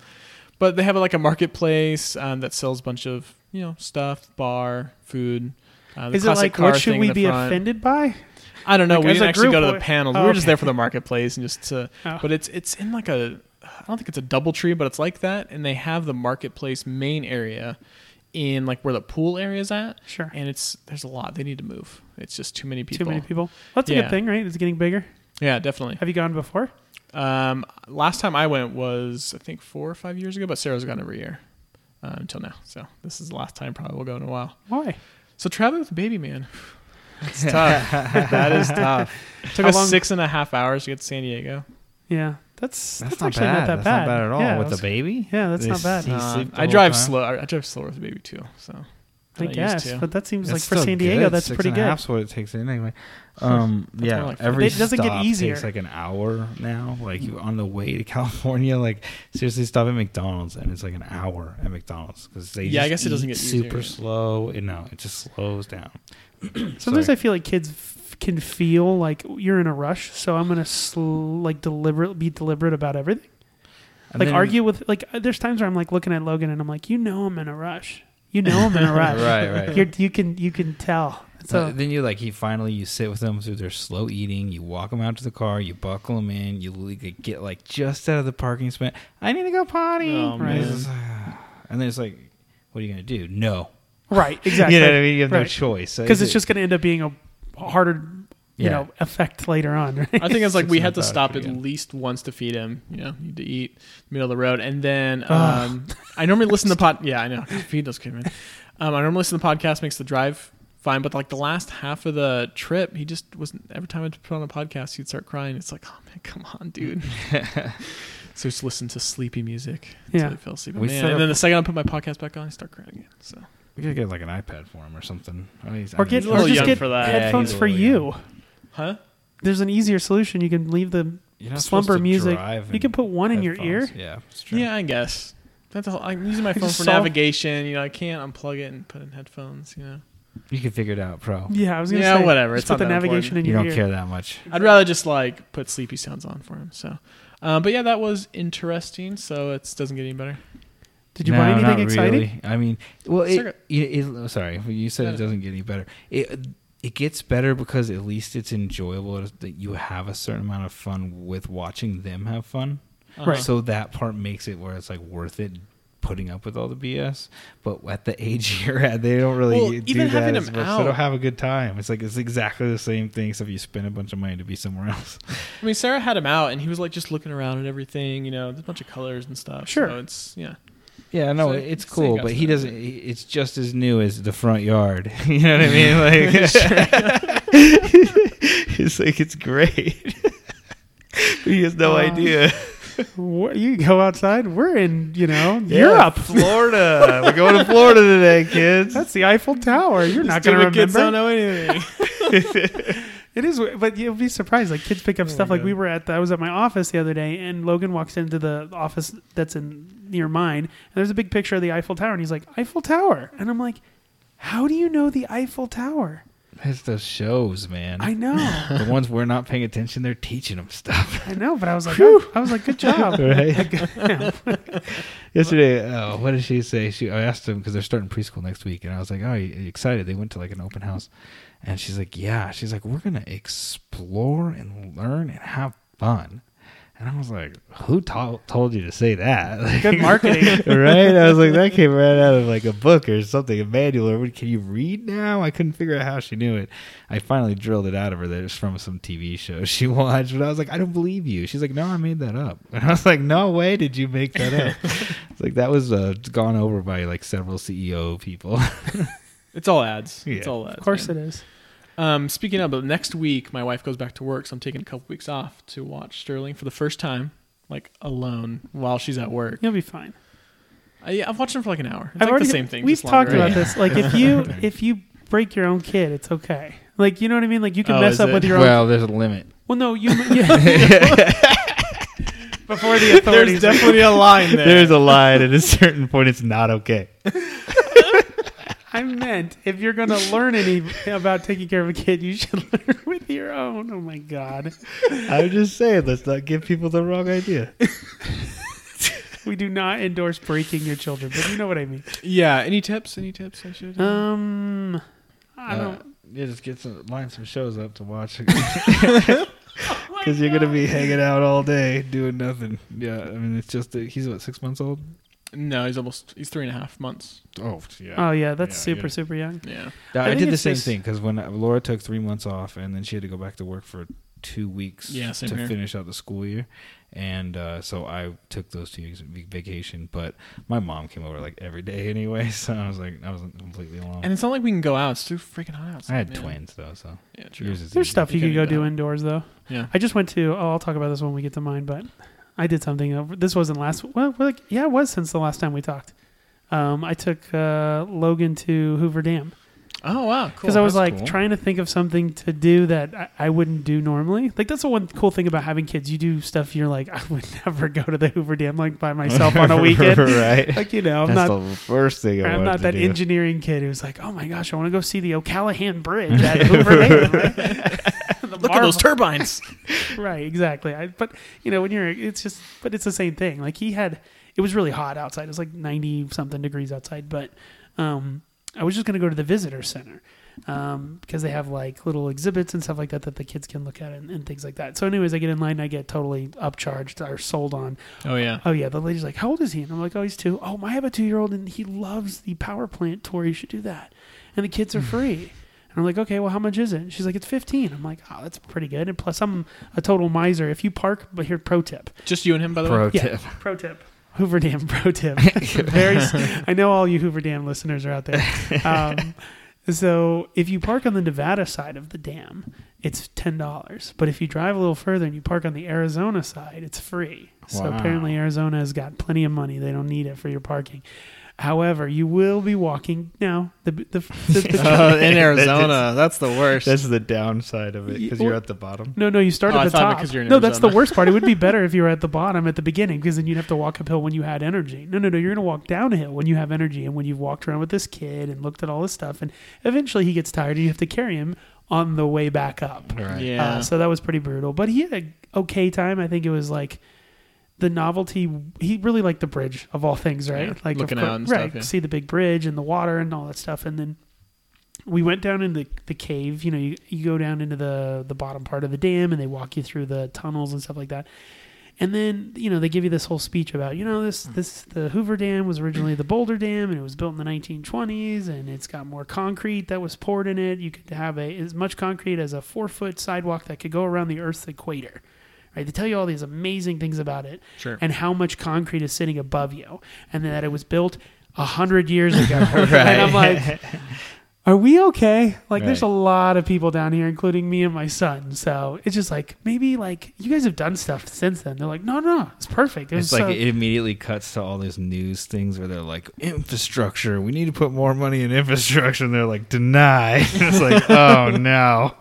but they have like a marketplace um, that sells a bunch of you know stuff, bar, food. Uh, the
Is it
classic
like
car
what should
thing in
we
the
be
front.
offended by?
I don't know.
Like,
we
as
didn't
a
actually
group
go to
or-
the panels.
Oh,
we were just
okay.
there for the marketplace and just to.
Oh.
But it's it's in like a. I don't think it's a double tree, but it's like that, and they have the marketplace main area, in like where the pool area is at,
Sure.
and it's there's a lot they need to move. It's just too many
Too
people.
many people. Well, that's a
Yeah.
good thing, right? It's getting bigger.
Yeah, definitely.
Have you gone before?
Um, last time I went was I think four or five years ago, but Sarah's gone every year uh, until now. So this is the last time. Probably we'll go in a while.
Why?
So traveling with a baby man. That's tough. that is tough. took
How
us
long-
six and a half hours to get to San Diego.
Yeah, that's that's,
That's, not
actually
bad.
not that
That's
bad.
not bad at all.
Yeah,
With
that's-
the baby?
Yeah, that's
They
not bad.
see- Do you
Um,
sleep the
I
whole
drive
time?
slow. I I drive slower with a baby too. So
I
than used
guess,
to.
but that seems
That's
like for
still
San Diego,
good.
that's
Six
pretty
and
good.
A half's what it takes anyway. Um,
That's more
yeah,
like
every
It doesn't get
stop
easier. Mm.
takes like an hour now. Like you on the way to California, like seriously, stop at McDonald's and it's like an hour at McDonald's because they
Yeah, I
just
guess it doesn't
eat
get easier,
super
yeah.
slow. And no, it just slows down.
Sometimes
Sorry.
I feel like kids f- can feel like you're in a rush, so I'm gonna sl- like deliberate, be deliberate about everything.
And
like
then-
argue with like uh, there's times where I'm like looking at Logan and I'm like, you know, I'm in a rush. You know I'm in a rush.
Right, right.
You're, you can you can tell.
So
So
then you like you finally you sit with them through their slow eating. You walk them out to the car. You buckle them in. You li- get like just out of the parking spot. I need to go potty.
Oh,
and, it's
man.
just, and then it's like, what are you gonna do? No,
right, exactly.
you know what I mean. You have no
Right.
choice
because it's just going to end up being a harder, you
Yeah.
know, effect later on. Right?
I think it's like
Six
we
and a
had to
half
stop at
hours again.
least once to feed him. You know, need to eat middle of the road, and then
Ugh.
um, I normally listen to pod. Yeah, I know. Feed those kids, man. Um, I normally listen to podcast. Makes the drive fine, but like the last half of the trip, he just wasn't. Every time I put on a podcast, he'd start crying. It's like, oh man, come on, dude. so just listen to sleepy music until
Yeah.
he fell asleep.
We
man.
set
And
up-
then the second I put my podcast back on, he start crying again. So
we gotta get like an iPad for him or something. Or, he's- I
or
mean,
get
a
he's
or
little
just
young
get
for that.
Yeah, he's
headphones
a
for
little
you.
young.
huh?
There's an easier solution. You can leave the
You're not
slumber
supposed to
music.
drive
You can
in
put one in your ear.
headphones. Yeah, it's true.
Yeah, I guess. That's all. I'm using my phone
just
for
saw-
navigation. You know, I can't unplug it and put in headphones. You know,
you can figure it out, pro.
Yeah, I was gonna
Yeah,
say
whatever,
Just
it's
put
not
the
that
navigation in
You
your
don't
ear.
care that much.
I'd rather just like put sleepy sounds on for him. So, um, but yeah, that was interesting. So it doesn't get any better.
Did you
No,
buy
not
anything exciting?
really. I mean, well,
It's
it,
like
it, it- sorry, you said
No,
it
no.
doesn't get any better. It it gets better because at least it's enjoyable that you have a certain amount of fun with watching them have fun.
Uh,
Right.
So that part makes it where it's like worth it putting up with all the BS. But at the age you're at, they don't really
Well,
do
even
that
having
as
them
much. So
out-
they don't have a good time. It's like it's exactly the same thing. Except you spend a bunch of money to be somewhere else.
I mean, Sarah had him out, and he was like just looking around at everything. You know, there's a bunch of colors and stuff.
Sure.
So it's yeah.
Yeah, no,
So
it's
it's
cool,
like
but he
outside.
doesn't. he- It's just as new as the front yard. you know what I mean? Like, it's like it's great. he has no
Uh,
idea.
Wh- You go outside. We're in, you know,
Yeah,
Europe.
Florida. We're going to Florida today, kids.
That's the Eiffel Tower. You're not
These
going to
stupid Kids don't
remember.
know anything.
It is, weird, but you'll be surprised. Like kids pick up
Oh my
stuff. Like
God.
we were at, the, I was at my office the other day, and Logan walks into the office that's in near mine, and there's a big picture of the Eiffel Tower, and he's like, Eiffel Tower, and I'm like, how do you know the Eiffel Tower?
That's those shows, man.
I know,
the ones we're not paying attention, they're teaching them stuff.
I know, but I was like, I, I was like, good job.
right? Yesterday, oh, what did she say? She I asked them because they're starting preschool next week, and I was like, "Oh, are you excited?" They went to like an open house, and she's like, "Yeah." She's like, "We're gonna explore and learn and have fun," and I was like, "Who to- told you to say that?" Like,
Good marketing.
right? I was like, that came right out of like a book or something, a manual. Or what- can you read now? I couldn't figure out how she knew it. I finally drilled it out of her that it's from some TV show she watched. But I was like, I don't believe you. She's like, No, I made that up. And I was like, No way did you make that up. it's like that was uh, gone over by like several CEO people.
It's all ads. It's
Yeah.
all ads.
Of course it is.
Um, speaking of, but next week my wife goes back to work, so I'm taking a couple weeks off to watch Sterling for the first time, like alone while she's at work.
You'll be fine.
I, yeah, I've watched him for like an hour. It's
I've
like
already-
the same thing.
We've
just longer.
talked about
Yeah.
this. Like if you if you break your own kid, it's okay. Like you know what I mean. Like you can
Oh,
mess
is
up
it?
with your own.
well, there's a limit.
Well, no, you. Before the authorities,
There's definitely a line there.
There's a line at a certain point. It's not okay.
I meant if you're going to learn any about taking care of a kid, you should learn with your own. Oh my god,
I'm just saying, let's not give people the wrong idea.
we do not endorse breaking your children, but you know what I mean.
yeah. Any tips? Any tips I should?
Um, I
Uh,
don't.
yeah, just get some line some shows up to watch because you're gonna be hanging out all day doing nothing. Yeah, I mean it's just that he's what six months old.
no, he's almost he's three and a half months.
Oh yeah.
Oh yeah, that's
Yeah,
super
yeah.
super young.
Yeah.
I,
think
did the
it's
same
just-
thing because when uh, Laura took three months off and then she had to go back to work for two weeks
Yeah, same
to
here.
finish out the school year, and uh, so I took those two years of vac- vacation. But my mom came over like every day anyway, so I was like I wasn't completely alone.
And it's not like we can go out. It's too freaking hot outside.
I had
man.
twins though, so
Yeah, true.
yours is
There's
easy.
stuff you
You
could
can
go
do
do
that.
indoors though.
Yeah.
I just went to. Oh, I'll talk about this when we get to mine. But I did something. Over, this wasn't last. Well, well, like, yeah, it was since the last time we talked. Um, I took uh, Logan to Hoover Dam
Oh wow, cool.
because I was
that's
like
cool.
trying to think of something to do that I, I wouldn't do normally. Like that's the one cool thing about having kids. You do stuff you're like I would never go to the Hoover Dam like by myself on a weekend.
right?
Like you know, I'm
That's
not.
the first thing I
I'm
wanted
not
to
that
do.
engineering kid who's like, oh my gosh, I want to go see the O'Callahan Bridge at Hoover Dam. Like, the
Look at those
marvel-
turbines.
right exactly I, but you know when you're it's just but it's the same thing like he had it was really hot outside it was like 90 something degrees outside but Um, I was just going to go to the visitor center um, because they have like little exhibits and stuff like that that the kids can look at and, and things like that. So, anyways, I get in line and I get totally upcharged or sold on.
Oh yeah.
Oh yeah, the lady's like, "How old is he?" And I'm like, "Oh, he's two. Oh, I have a two year old and he loves the power plant tour. You should do that." And the kids are free. And I'm like, "Okay, well, how much is it?" And she's like, "It's 15." I'm like, "Oh, that's pretty good." And plus, I'm a total miser. If you park, but here, pro tip,
Just you and him, by the way.
Pro
Yeah.
tip.
pro tip, Hoover Dam pro tip. Very, s- I know all you Hoover Dam listeners are out there. Um, so if you park on the Nevada side of the dam, it's ten dollars. But if you drive a little further and you park on the Arizona side, it's free. So
Wow.
apparently Arizona has got plenty of money. They don't need it for your parking. However, you will be walking now. The the, the, the
Oh,
Uh, in Arizona, that's the worst.
That's the downside of it because
Yeah,
you're
well-
at the bottom.
no, no, you start
Oh,
at
I
the
thought of it
top.
'cause you're in
no, that's the
Arizona.
worst part. It would be better if you were at the bottom at the beginning because then you'd have to walk uphill when you had energy. No, no, no, you're going to walk downhill when you have energy and when you've walked around with this kid and looked at all this stuff. And eventually he gets tired and you have to carry him on the way back up.
Right.
Yeah.
Uh, so that was pretty brutal. But he had an okay time. I think it was like the novelty. He really liked the bridge of all things, right?
Yeah,
Like of
looking out
course-
and stuff,
right?
yeah.
See the big bridge and the water and all that stuff. And then we went down in the, the cave. You know, you, you go down into the the bottom part of the dam, and they walk you through the tunnels and stuff like that. And then you know they give you this whole speech about you know
Hmm.
this this the Hoover Dam was originally the Boulder Dam and it was built in the 1920s and it's got more concrete that was poured in it. You could have a, as much concrete as a four foot sidewalk that could go around the Earth's equator. Right? They tell you all these amazing things about it
Sure.
and how much concrete is sitting above you and that it was built a hundred years ago. And I'm like, are we okay? Like, there's a
Right.
lot of people down here, including me and my son. So it's just like maybe like you guys have done stuff since then. They're like, no, no, no, it's perfect. It was
It's like
so-
it immediately cuts to all these news things where they're like infrastructure. We need to put more money in infrastructure, and they're like deny. it's like oh no.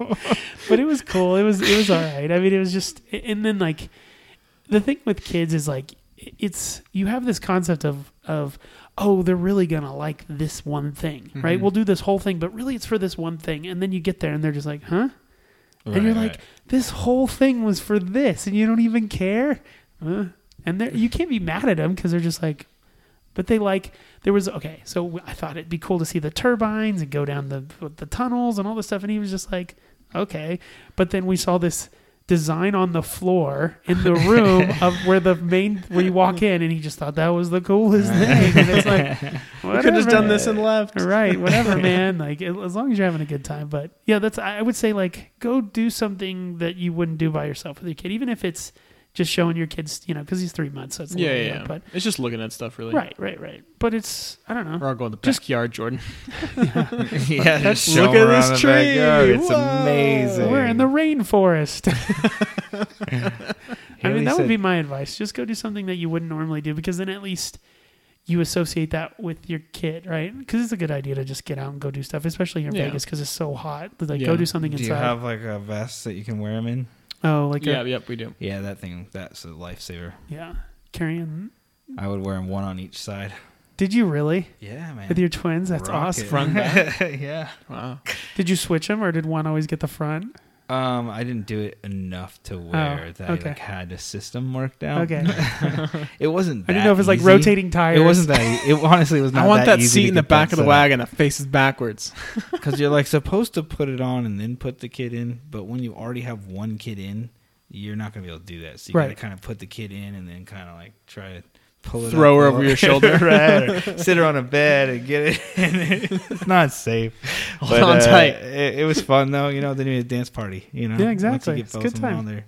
but it was cool. It was it was all right. I mean, it was just and then like the thing with kids is like it's you have this concept of of oh they're really gonna like this one thing right
Mhm.
we'll do this whole thing but really it's for this one thing and then you get there and they're just like huh and you're
Right,
like this whole thing was for this and you don't even care huh? and they're- you can't be mad at them because they're just like but they like there was okay so i thought it'd be cool to see the turbines and go down the the tunnels and all this stuff and he was just like okay but then we saw this design on the floor in the room of where the main where you walk in and he just thought that was the coolest thing and it's like
We could have just
whatever.
done this and left.
Right, whatever, man. Like a- as long as you're having a good time. But yeah, that's I I would say like go do something that you wouldn't do by yourself with your kid, even if it's just showing your kids, you know, because he's three months. So it's a
Yeah,
little
yeah.
young,
yeah. it's just looking at stuff, really.
But right, right, right. But it's I don't know.
We're all going to the
Just-
backyard, Jordan.
yeah, just show
Look
'em
at
around
this
the
tree.
backyard. It's
Whoa.
amazing.
We're in the rainforest. I
Haley
mean, that
said-
would be my advice. Just go do something that you wouldn't normally do because then at least you associate that with your kid, right? Because it's a good idea to just get out and go do stuff, especially here in
Yeah.
Vegas because it's so hot. Like,
Yeah.
go do something
Do
inside.
you have like a vest that you can wear them in?
oh, like
yeah,
a,
yep, we do.
Yeah, that thing. That's a lifesaver.
yeah, carrying.
I would wear them one on each side.
Did you really
Yeah, man.
with your twins? That's
Rock
awesome.
it.
Front
yeah.
Wow.
Did you switch them, or did one always get the front?
Um, I didn't do it enough to wear that.
Oh, okay.
I like, had a system worked out.
Okay,
It wasn't.
I
That
didn't know if it was like
easy.
rotating tires.
It wasn't that. e- It honestly was not.
I want that,
easy
seat in the back of the wagon that faces backwards.
because you're like supposed to put it on and then put the kid in, but when you already have one kid in, you're not gonna be able to do that. So you
Right.
gotta kind of put the kid in and then kind of like try to pull it,
Throw
up
her
a
over your
little-
shoulder.
right? Or sit her on a bed and get it. in. it's not safe.
Hold on tight.
uh, It, it was fun though. You know, they need a dance party. You know,
Yeah,
Once you
exactly.
get
It's a
both
good
of them
time.
on there.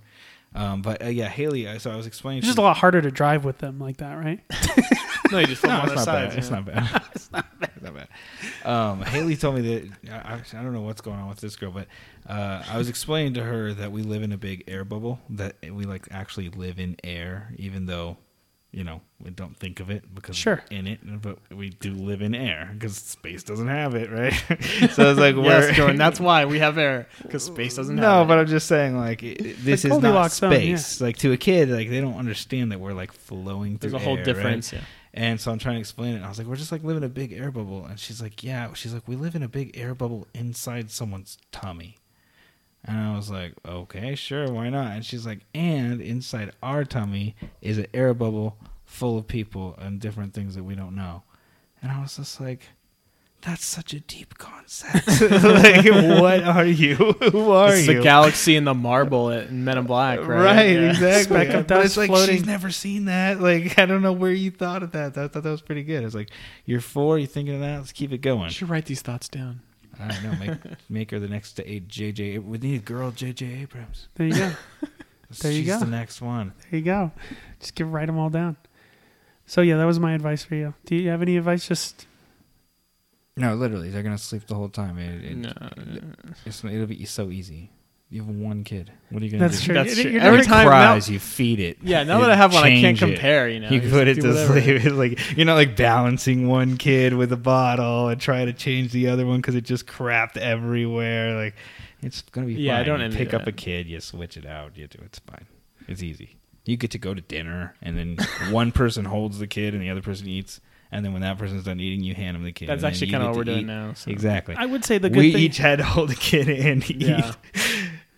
Um, but uh, yeah, Haley. I- So I was explaining.
It's
to
just a lot harder to drive with them like that, right?
no, you just flip
no,
on
it's
their
not,
sides.
bad. it's
yeah.
not bad. It's not bad. Um, Haley told me that I, I- I don't know what's going on with this girl, but uh, I was explaining to her that we live in a big air bubble that we like actually live in air, even though you know we don't think of it because
Sure.
we're in it, but we do live in air because space doesn't have it, right? so I was like, we're
Yes, Jordan. That's why we have air because space doesn't.
no,
have
but
it.
I'm just saying, like it- it- this is not
Goldilocks zone, yeah.
space. Like to a kid, like they don't understand that we're like flowing through.
there's a whole
air, right?
difference.
And so I'm trying to explain it. And I was like, we're just like living in a big air bubble. And she's like, yeah. She's like, we live in a big air bubble inside someone's tummy. And I was like, okay, sure, why not? And she's like, and inside our tummy is an air bubble full of people and different things that we don't know. And I was just like, that's such a deep concept. like, what are you? Who are
It's
you?
the galaxy and the marble in Men in Black, right?
Right,
Yeah.
exactly.
Speck of
But
dust
it's like
floating.
she's never seen that. Like I don't know where you thought of that. I thought that was pretty good. It's like you're four, you're thinking of that. Let's keep it
You
going.
should write these thoughts down.
I don't know. Make, make her the next to eight JJ. We need a girl JJ Abrams.
There you go. There you
she's
go.
The next one.
There you go. Just give write them all down. So yeah, that was my advice for you. Do you have any advice? Just
No, literally, they're gonna sleep the whole time. It, it,
No,
it's, it'll be so easy. You have one kid. What are you gonna
That's
do?
true.
That's
You're-
true.
you're
Every
It
never-
time-
cries, you feed it.
Yeah, now
You
that I have one, I can't
change it.
compare. You know,
you
just
put it
do
to
whatever.
sleep. It's like you're not like balancing one kid with a bottle and trying to change the other one because it just crapped everywhere. Like it's gonna be
Yeah, I
Fine.
don't
You
envy
pick up
that.
a kid, you switch it out, you do it's fine. It's easy. You get to go to dinner, and then one person holds the kid, and the other person eats. And then when that person's done eating, you hand them the kid.
That's
and then
actually
you
kind
get
of what
to
we're doing
eat.
now. so.
Exactly.
I would say the good
we
thing.
each had to hold the kid and eat.
Yeah.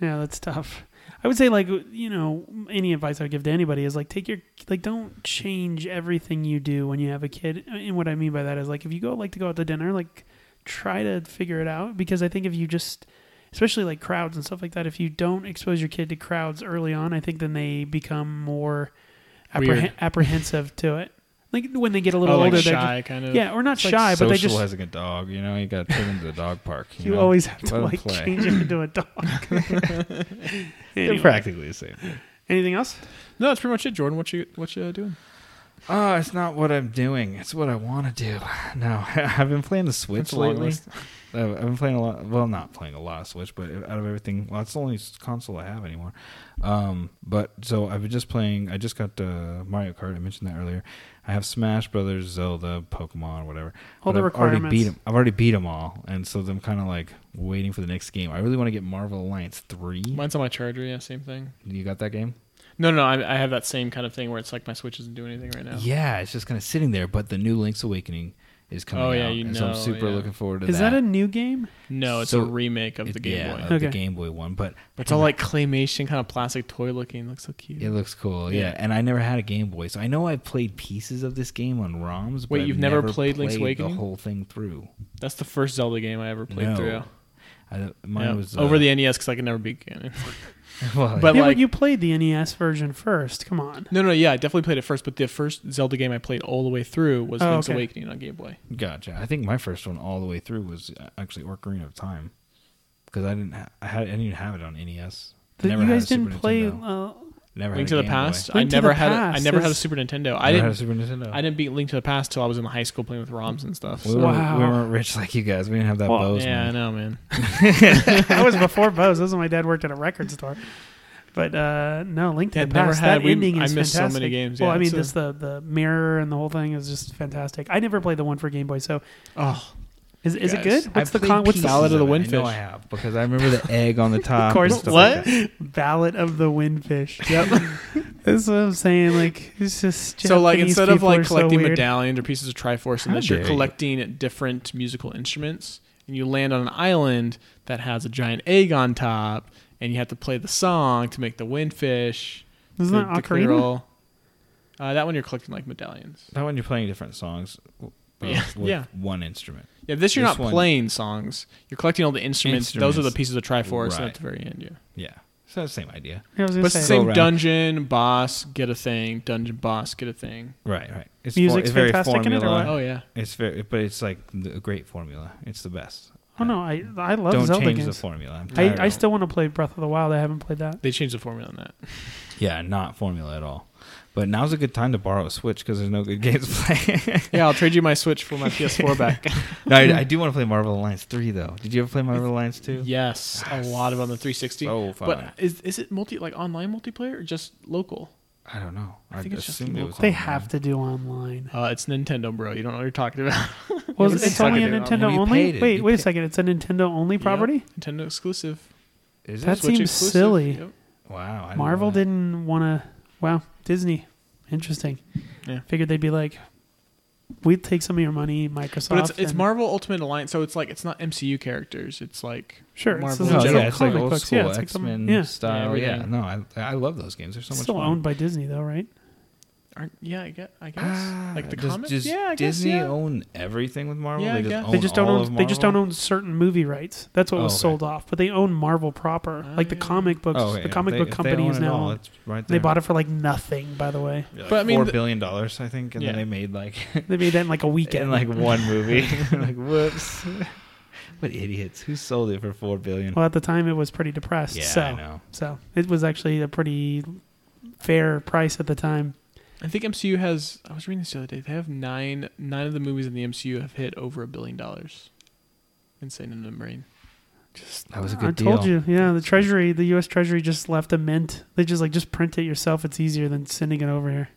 yeah, that's tough. I would say like you know any advice I would give to anybody is like take your like don't change everything you do when you have a kid. And what I mean by that is like if you go like to go out to dinner, like try to figure it out because I think if you just especially like crowds and stuff like that, if you don't expose your kid to crowds early on, I think then they become more appreh-
Weird.
apprehensive to it. Like when they get a
Oh,
little
like
older, they're
shy kind of.
Yeah, or not
It's like
shy, but they just
Socializing a dog, you know, you got to turn into a dog park. You,
you
know?
always have to
Let 'em
like
play.
change it into a dog.
They're
Anyway.
practically the same.
Anything else?
No, that's pretty much it, Jordan. What you what you uh, doing?
Oh, it's not what I'm doing. It's what I want to do. No, I've been playing the Switch
That's a long
lately. Uh,
list.
I've I've been playing a lot. Well, not playing a lot of Switch, but out of everything, well, it's the only console I have anymore. Um, but so I've been just playing. I just got uh, Mario Kart. I mentioned that earlier. I have Smash Brothers, Zelda, Pokemon, whatever.
All
But
the
I've already
requirements.
beat 'em- I've already beat them all, and so I'm kind of like waiting for the next game. I really want to get Marvel Alliance Three.
Mine's on my charger. Yeah, same thing.
You got that game?
No, no, no I, I have that same kind of thing where it's like my Switch isn't doing anything right now.
Yeah, it's just kind of sitting there. But the new Link's Awakening is coming
Oh, yeah,
out,
you
and so I'm
know,
super
yeah.
looking forward to
Is that a new game?
No, it's
So
a remake of
It-
the Game
yeah,
Boy.
of the
Okay.
Game Boy one, but
It's all like claymation, kind of plastic toy looking. Looks so cute.
it looks cool. Yeah.
Yeah.
and I never had a Game Boy, so I know I played pieces of this game on ROMs. But
Wait,
I've
you've never played Link's
the
Awakening?
whole thing through?
That's the first Zelda game I ever played
no,
through.
I, mine
Yeah.
was
over
uh,
the NES because I could never begin it.
well,
but
yeah,
like-
but you played the NES version first. Come on.
No, no, yeah, I definitely played it first, but the first Zelda game I played all the way through was
Oh,
Link's
okay.
Awakening on Game Boy.
Gotcha. I think my first one all the way through was uh, actually Ocarina of Time, because I didn't. Ha- I had. I didn't even have it on NES.
The-
never
you
had a
guys didn't
Super
play.
Nintendo.
Uh,
Never
Link
had
to
a
the
Game
Past.
Boy.
I
Link to
never
the
had. a, I
Past
never had a
is-
Super Nintendo.
Boy. Never
I didn't.
had a Super Nintendo.
I didn't beat Link to the Past till I was in high school playing with ROMs and stuff.
We,
so-
were,
Wow.
we weren't rich like you guys. We didn't have that
Well,
Bose.
yeah, I
man.
know, man.
that uh, was before Bose. Those was when my dad worked at a record store. But uh, no, Link to
Dad
the
never
Past.
had-
that
we-
ending
I
is
missed so many
fantastic.
games,
well,
yeah,
I mean,
it's a-
just the the mirror and the whole thing is just fantastic. I never played the one for Game Boy. So
Oh,
is, is it
Guys,
good?
I've
What's the
played
con- what's
pieces
the
Ballad of the
it. I know
Windfish?
I have because I remember the egg on the top.
course.
and stuff
What?
like that.
Ballad of the Windfish? Yep. That's what I'm saying. Like it's just
so like
Japanese
instead of
people are
like
so
collecting
weird.
medallions or pieces of Triforce, and
How
this, you're
dare you.
collecting different musical instruments, and you land on an island that has a giant egg on top, and you have to play the song to make the windfish.
Isn't that
to- to clear
Ocarina?
all- Uh, that one you're collecting like medallions.
Not when you're playing different songs. uh,
Yeah.
With
Yeah.
One instrument.
Yeah, this you're
This
not
one-
playing songs. You're collecting all the instruments. Those are the
Instruments.
pieces of Triforce and
Right.
at the very end. Yeah,
Yeah. So that's the same idea.
I was gonna
but it's the
say.
Go
same
around.
dungeon boss get a thing. Dungeon boss get a thing.
Right. Right. It's,
Music's
it's very
fantastic in it or
formula.
what?
Oh yeah,
It's very, but it's like the- a great formula. It's the best.
Oh no, I I love
Don't
Zelda
change
games.
the formula. I'm tired
I, I
of it.
still want to play Breath of the Wild. I haven't played that.
they changed the formula on that.
yeah, not formula at all. But now's a good time to borrow a Switch because there's no good games playing.
yeah, I'll trade you my Switch for my PS4 back.
no, I, I do want to play Marvel Alliance three though. Did you ever play Marvel Alliance two?
yes, a lot of on the 360.
So fun.
But is is it multi like online multiplayer or just local?
I don't know.
I think it's just
assumed
local.
was
They
online.
have to do online.
Uh, it's Nintendo, bro. You don't know what you're talking about.
Well,
Yeah,
it's,
they suck
only a
at it.
Nintendo
Well, you paid
only.
it.
Wait,
You
wait a
paid-
second. It's a Nintendo only property.
Yep, Nintendo exclusive.
Is
That
it?
Switch
seems
exclusive.
silly.
Yep.
Wow. I didn't
Marvel
know that.
didn't want to. Wow, Disney. Interesting.
Yeah.
Figured they'd be like, we'd take some of your money, Microsoft.
But it's it's
and-
Marvel Ultimate Alliance, so it's like it's not MCU characters. It's like
Sure, it's
Marvel
the-
in
No,
it's
general.
yeah, it's like
comic
old
books.
school
Yeah, it's like some-
X Men
yeah.
style.
Yeah,
Yeah,
everything.
no, I I love those games. They're so
it's
much
still
fun.
owned by Disney though, right?
Aren't, yeah, I guess. I guess.
Ah,
like the
does,
comics.
does
yeah, I
Disney
guess, yeah.
own everything with Marvel?
Yeah, I
they, just
guess.
own
They just don't
all
own.
of
They just don't
Marvel?
own certain movie rights. That's what
Oh,
was
okay.
sold off. But they own Marvel proper,
Ah,
like the
yeah.
comic books.
Oh, okay.
The comic
If
book
they- if they
company
own
is
it
now.
all, it's right
they
there.
bought it for like nothing, by the way.
Yeah, like
But I mean,
four
the-
billion dollars, I think, and
Yeah.
then they made like
They made that in like a weekend.
in like one movie. like whoops, what idiots? Who sold it for four billion?
well, at the time it was pretty depressed.
yeah,
so,
I know.
so it was actually a pretty fair price at the time.
I think MCU has. I was reading this the other day. They have nine. Nine of the movies in the MCU have hit over a billion dollars. Insane in the Marine.
That was a
I
good deal.
told you, yeah. The Treasury, the U.S. Treasury, just left a mint. They just like just print it yourself. It's easier than sending it over here.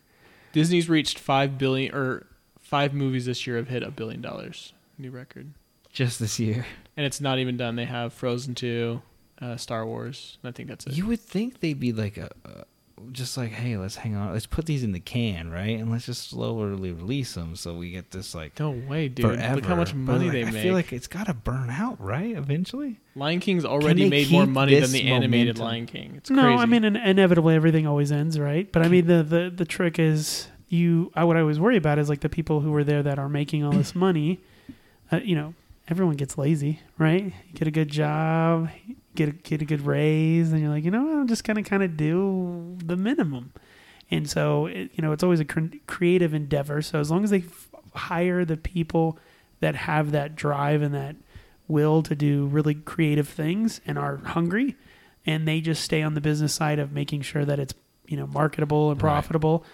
Disney's reached five billion or five movies this year have hit a billion dollars. New record.
Just this year,
And it's not even done. They have Frozen two, uh, Star Wars. And I think that's it.
you would think they'd be like a. a just like, hey, let's hang on. Let's put these in the can, right? And let's just slowly release them so we get this like
no way, dude!
forever.
Look how much
But,
money
like,
they
I
make.
feel like it's got to burn out, right? Eventually.
Lion King's
they
already made more
keep
money
this
than the animated
momentum?
Lion King. It's
no,
crazy.
I mean, in- inevitably everything always ends, right? But I mean, the the the trick is you. I, what I always worry about is like the people who were there that are making all this money. Uh, you know, everyone gets lazy, right? You get a good job, get a, get a good raise, and you're like, you know, what, I'm just gonna kind of do the minimum. And so, it, you know, it's always a cr- creative endeavor. So as long as they f- hire the people that have that drive and that will to do really creative things and are hungry, and they just stay on the business side of making sure that it's you know marketable and
Right.
profitable,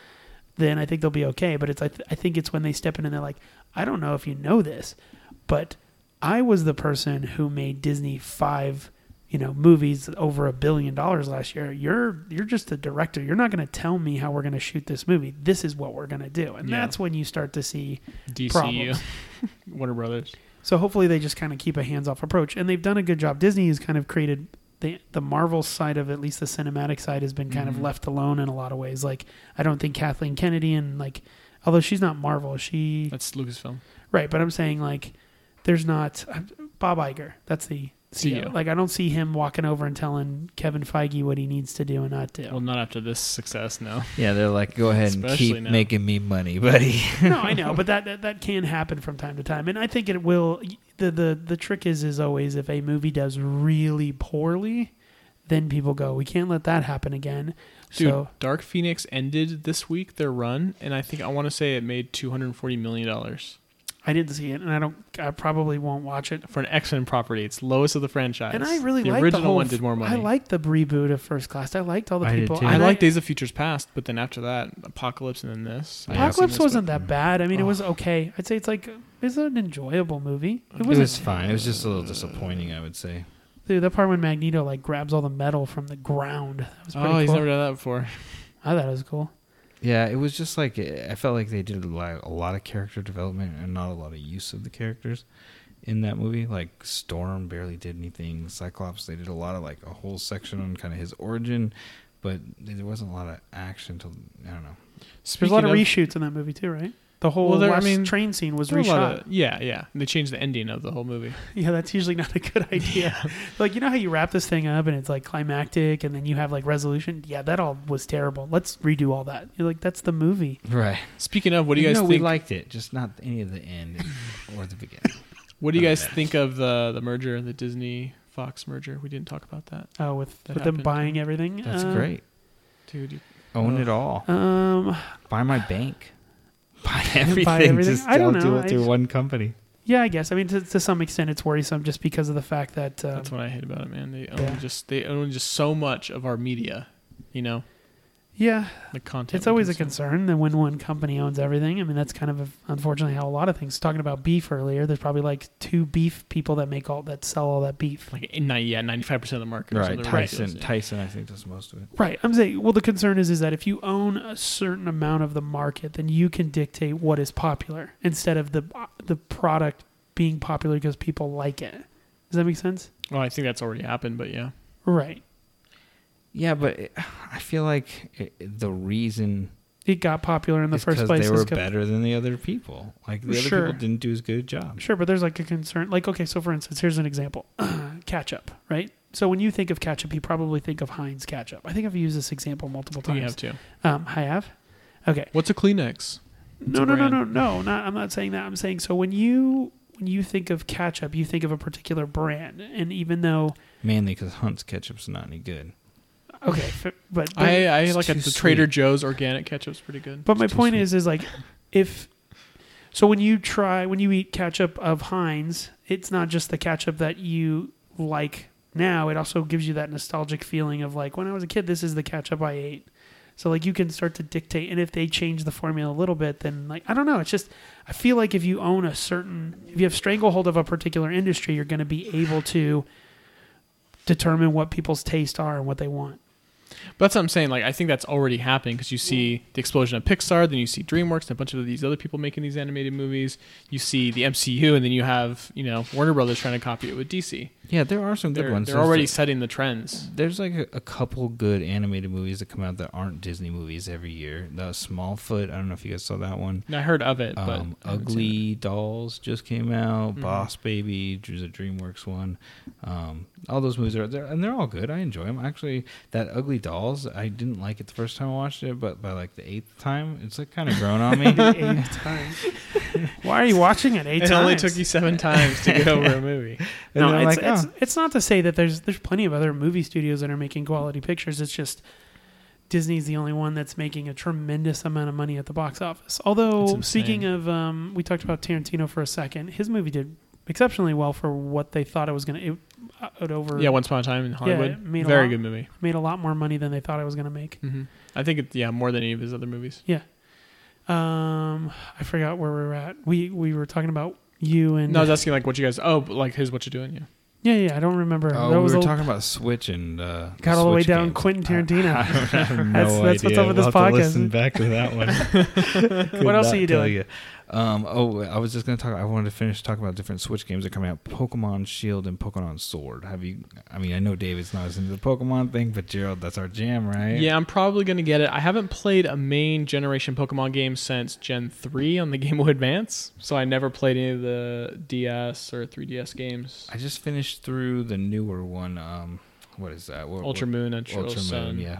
then I think they'll be okay. But it's I, th- I think it's when they step in and they're like, I don't know if you know this, but I was the person who made Disney five you know movies over a billion dollars last year you're you're just the director you're not going to tell me how we're going to shoot this movie this is what we're going to do and
Yeah.
that's when you start to see
DCU,
problems.
Warner Brothers.
so hopefully they just kind of keep a hands-off approach and they've done a good job disney has kind of created the the marvel side of at least the cinematic side has been kind
Mhm.
of left alone in a lot of ways like i don't think kathleen kennedy and like although she's not marvel she
That's Lucasfilm.
Right, but I'm saying like, there's not Bob Iger. That's the CEO.
CEO.
Like, I don't see him walking over and telling Kevin Feige what he needs to do and not do.
Well, not after this success, no.
Yeah, they're like, go ahead and
Especially
keep
now.
making me money, buddy.
no, I know, but that, that that can happen from time to time, and I think it will. the the The trick is is always if a movie does really poorly, then people go, we can't let that happen again.
Dude,
so
Dark Phoenix ended this week their run, and I think I want to say it made two hundred forty million dollars
I didn't see it, and I don't. I probably won't watch it.
for an X Men property. It's lowest of the franchise.
And I really
the
liked
original
the whole,
one did more money.
I liked the reboot of First Class. I liked all the
I did
people.
too.
I
and
like Days of Futures Past, but then after that, Apocalypse, and then this. I haven't seen
Apocalypse
this,
wasn't
but-
that bad. I mean, it
Oh.
was okay. I'd say it's like it's an enjoyable movie. It
It
It
wasn't.
was fine. It was just a little disappointing, I would say.
dude, that part when Magneto like grabs all the metal from the ground. That was
but-
pretty
Oh, he's
cool.
never done that before.
I thought it was cool.
Yeah, it was just like I felt like they did a lot, a lot of character development and not a lot of use of the characters in that movie. Like Storm barely did anything. Cyclops, they did a lot of like a whole section on kind of his origin, but there wasn't a lot of action. To I don't know.
There's a lot of,
Speaking
reshoots in that movie too, right? The whole
Well, there- I
last
mean,
train scene was
there were a lot
reshot.
of- yeah, yeah. And they changed the ending of the whole movie.
yeah, that's usually not a good idea. like you know how you wrap this thing up and it's like climactic, and then you have like resolution. Yeah, that all was terrible. Let's redo all that. You're like, that's the movie.
Right.
Speaking of, what do you guys
No,
think?
we liked it, just not any of the end or the beginning.
what do you
None of
guys
that.
think of the the merger, the Disney Fox merger? We didn't talk about that,
Oh, with,
That
with them
happened.
buying everything.
That's
Uh,
great.
dude. You
Own it all.
Um,
Buy my bank. Buy everything.
everything?
Just
I don't
do
know.
it
I
through
just-
one company.
Yeah, I guess. I mean, to, to some extent, it's worrisome just because of the fact that um,
That's what I hate about it, man. They own
Yeah.
just they own just so much of our media, you know,
yeah,
the content.
it's
we
always a
consume.
concern that when one company owns everything. I mean, that's kind of a, unfortunately how a lot of things. Talking about beef earlier, there's probably like two beef people that make all that sell all that beef.
Like in, ni- yeah, ninety five percent of the market. or
Right.
something
Tyson.
ridiculous, yeah.
Tyson, I think, does most of it.
Right. I'm saying, well, the concern is is that if you own a certain amount of the market, then you can dictate what is popular instead of the the product being popular because people like it. Does that make sense?
Well, I think that's already happened, but yeah,
Right.
Yeah, but it, I feel like it, the reason
It got popular in the
is
first
'cause
place.
they
is
were
'cause-
better than the other people. Like the other
Sure.
people didn't do as good a job.
Sure, but there's like a concern. Like, okay, so for instance, here's an example ketchup, right? So when you think of ketchup, you probably think of Heinz ketchup. I think I've used this example multiple
I think you
times.
have too.
Um, I have. Okay.
What's a Kleenex?
No,
a
no, no, no,
brand.
no. Not, I'm not saying that. I'm saying so when you when you think of ketchup, you think of a particular brand, and even though
Mainly because Hunt's ketchup's not any good.
okay, f- but
I, I
It's
like
too
at the Trader
sweet.
Joe's organic ketchup's pretty good.
But my
too
point
sweet.
is, is like if so, when you try when you eat ketchup of Heinz, it's not just the ketchup that you like now. It also gives you that nostalgic feeling of like when I was a kid, this is the ketchup I ate. So like you can start to dictate, and if they change the formula a little bit, then like I don't know. It's just I feel like if you own a certain, if you have stranglehold of a particular industry, you're going to be able to determine what people's tastes are and what they want.
But that's what I'm saying. Like, I think that's already happening because you see the explosion of Pixar, then you see DreamWorks and a bunch of these other people making these animated movies. You see the MCU, and then you have you know Warner Brothers trying to copy it with DC.
Yeah, there are some good
They're,
ones.
they're
There's
already
the-
setting the trends.
There's like a, a couple good animated movies that come out that aren't Disney movies every year. The Smallfoot, I don't know if you guys saw that one.
And I heard of it, but
Um,
I haven't seen it.
Ugly Dolls just came out.
Mm-hmm.
Mhm.
Boss Baby, which is a DreamWorks one. Um, all those movies are there, and they're all good. I enjoy them. Actually, that Ugly Dolls, I didn't like it the first time I watched it, but by like the eighth time, it's like kind of grown on me.
Eight times. Why are you watching it eight
It
times?
only took you seven times to get over a movie.
And
no,
I'm
it's,
like,
it's,
oh.
it's not to say that there's there's plenty of other movie studios that are making quality pictures. It's just Disney's the only one that's making a tremendous amount of money at the box office. Although
It's
speaking
insane.
of, um, we talked about Tarantino for a second. His movie did exceptionally well for what they thought it was going to. It, it over
Yeah, Once Upon a Time in Hollywood.
it made a
Very
lot.
good movie.
made a lot more money than they thought it was going to make.
Mm-hmm.
hmm I think it, yeah, more than any of his other movies.
Um, I forgot where we were at. We we were talking about you and
No, I was asking like what you guys. Oh, but, like his what you doing? Yeah.
yeah yeah. I don't remember.
Oh,
that
we
was
were
a-
talking about Switch and uh,
Got all the way
Switch
down
games.
Quentin Tarantino.
I, I have no
That's- that's what's
idea.
up with this
We'll have to
podcast.
Listen back to that one. Could
What else
not
are you
tell
doing?
Um, oh, I was just gonna talk. I wanted to finish talking about different Switch games that are coming out: Pokemon Shield and Pokemon Sword. Have you? I mean, I know David's not as into the Pokemon thing, but Gerald, that's our jam, right?
Yeah, I'm probably gonna get it. I haven't played a main generation Pokemon game since Gen 3 on the Game Boy Advance, so I never played any of the DS or 3DS games.
I just finished through the newer one. Um, what is that? What,
Ultra
what-
Moon and Ultra,
Ultra Moon,
Sun.
yeah.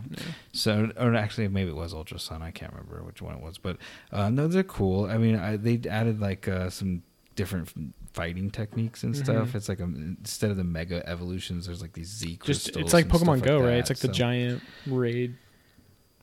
So, or actually, maybe it was Ultra Sun. I can't remember which one it was, but uh, no, they're cool. I mean, I, they added like uh, some different f- fighting techniques and stuff.
Mhm.
It's like a, instead of the mega evolutions, there's like these Z crystals.
Just it's like
and stuff
Pokemon Go, right?
that.
It's like the
So-
giant raid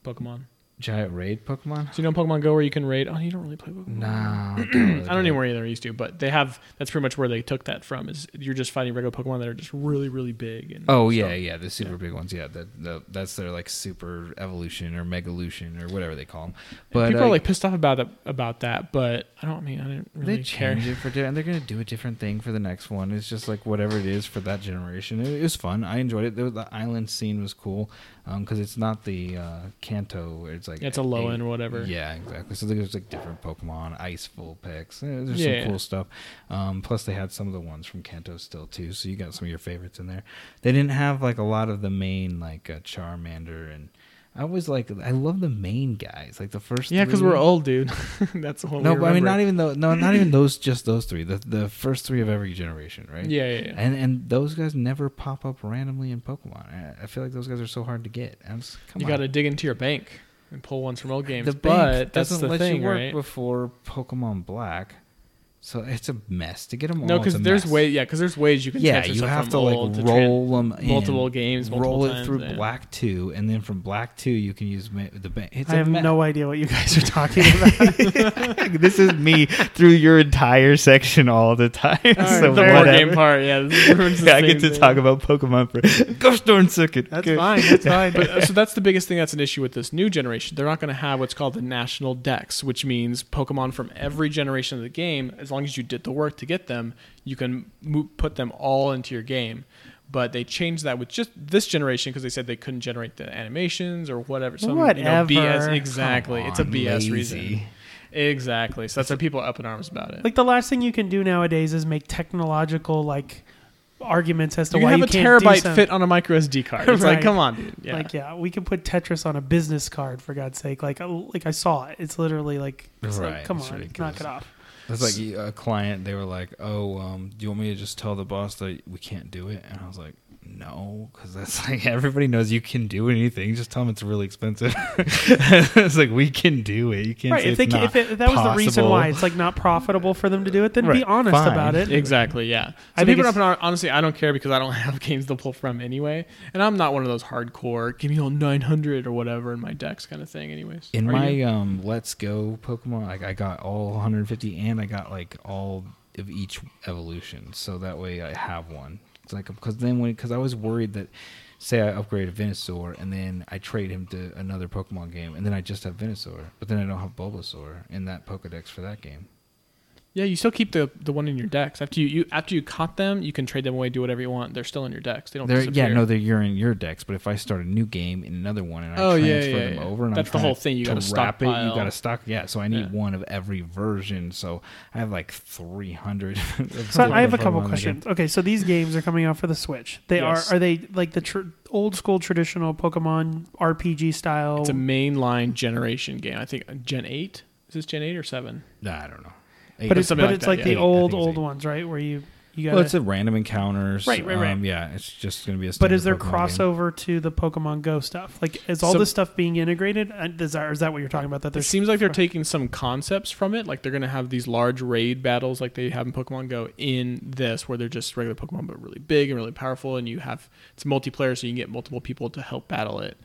Pokemon.
giant raid Pokemon.
Do you know Pokemon Go where you can raid? Oh, you don't really play Pokemon.
No,
I don't even where they used to, but they have. That's pretty much where they took that from. Is you're just fighting regular Pokemon that are just really, really big. And
Oh yeah,
so-
yeah, the super big ones. Yeah, that, that that's their like super evolution or megalution or whatever they call them. But
people
uh,
are like pissed off about that. About that, but I don't I mean I didn't really
they
care.
change it for different. They're gonna do a different thing for the next one. It's just like whatever it is for that generation. It, it was fun. I enjoyed it. The, the island scene was cool because it's not the uh, Kanto. where It's like
It's a low
eight-
end, whatever.
Yeah, exactly. So there's like different Pokemon, ice full picks. Eh, There's
Yeah.
some cool stuff. Um, plus they had some of the ones from Kanto still too. So you got some of your favorites in there. They didn't have like a lot of the main like uh, Charmander and I always like I love the main guys like the first.
Yeah, because
three-
we're old, dude. That's what
No,
we
but I mean
remember.
not even though no not even those just those three the the first three of every generation right
Yeah, yeah, yeah.
and and those guys never pop up randomly in Pokemon I, I feel like those guys are so hard to get I'm just, come
you
on
got to dig into your bank and pull ones from old games.
the
but
bank
that's
doesn't
the
let
thing,
you work
right?
before Pokemon Black, so it's a mess to get them.
No,
because
because there's way, yeah, because there's ways you can.
Yeah,
transfer
you
stuff
have
from
to like
old to
roll them
multiple games, multiple
roll it
times,
through
yeah.
Black Two, and then from Black Two you can use ma- the bank. It's
I
a
have
mess.
no idea what you guys are talking about.
this is me through your entire section all the time.
Alright,
so
the war
whatever.
game part, yeah. this ruins the
I get
same
to
thing.
talk about Pokemon for gosh darn second. Good.
fine. That's fine.
But uh, so that's the biggest thing that's an issue with this new generation. They're not going to have what's called the national decks, which means Pokemon from every generation of the game. As long as you did the work to get them, you can mo- put them all into your game. But they changed that with just this generation because they said they couldn't generate the animations or whatever. Some, You know,
Whatever.
BS.
Come
Exactly. it's a
on,
BS
lazy.
reason. Exactly. So that's why people are up in arms about it.
like the last thing you can do nowadays is make technological like arguments as to
you can
why
have
you
a
can't do
terabyte
something.
fit on a micro SD card. It's
Right.
like, come on, dude. Yeah.
Like yeah, we can put Tetris on a business card for God's sake. Like I- like I saw it. It's literally like, it's like,
Right,
come
it's
on,
ridiculous.
knock it off.
That's like a client. They were like, "Oh, um, do you want me to just tell the boss that we can't do it?" And I was like, no, because that's like everybody knows you can do anything. Just tell them it's really expensive. it's like we can do it. You can't.
Right.
Say
If they
it's
ca-
not
if, it, if that was the reason
possible.
why it's like not profitable for them to do it, then be
Right,
honest
fine.
about it.
Exactly. Yeah. So
I think
people are
it's-
up in our, honestly, I don't care because I don't have games to pull from anyway, and I'm not one of those hardcore give me all 900 or whatever in my decks kind of thing. Anyways,
in
Are
my
you-
um Let's Go Pokemon, like I got all 150 and I got like all of each evolution, so that way I have one. It's like because then when because I was worried that say I upgrade a Venusaur and then I trade him to another Pokemon game and then I just have Venusaur, but then I don't have Bulbasaur in that Pokedex for that game.
yeah, you still keep the the one in your decks after you, you after you caught them, you can trade them away, do whatever you want. They're still in your decks. They don't.
They're,
disappear.
yeah, no, they're you're in your decks. But if I start a new game in another one and I
Oh,
transfer
yeah, yeah,
them
yeah.
over, and
That's
I'm
the
trying
whole thing. You
to
gotta
wrap it. You
stockpile.
got to stock. Yeah, so I need
Yeah.
one of every version. So I have like 300. of
So I have a
Pokemon
couple
again.
questions. Okay, so these games are coming out for the Switch. They
Yes.
are are they like the tr- old school traditional Pokemon RPG style?
It's a mainline generation game. I think uh, Gen eight. Is this Gen eight or seven?
Nah, I don't know.
but it's
something
but
like
it's
that,
like
yeah.
the
Eight, I
old
think it's
old
eight.
ones, right? Where you you got
well, it's a random encounters.
Right, right, right.
Um, yeah, it's just gonna be a.
But is there
standard Pokemon game.
crossover to the Pokemon Go stuff? Like, is all
So-
this stuff being integrated? Uh, Is that, is that what you're talking about? That
It
there's
seems like they're taking some concepts from it. Like they're going to have these large raid battles like they have in Pokemon Go in this, where they're just regular Pokemon, but really big and really powerful. And you have, it's multiplayer, so you can get multiple people to help battle it.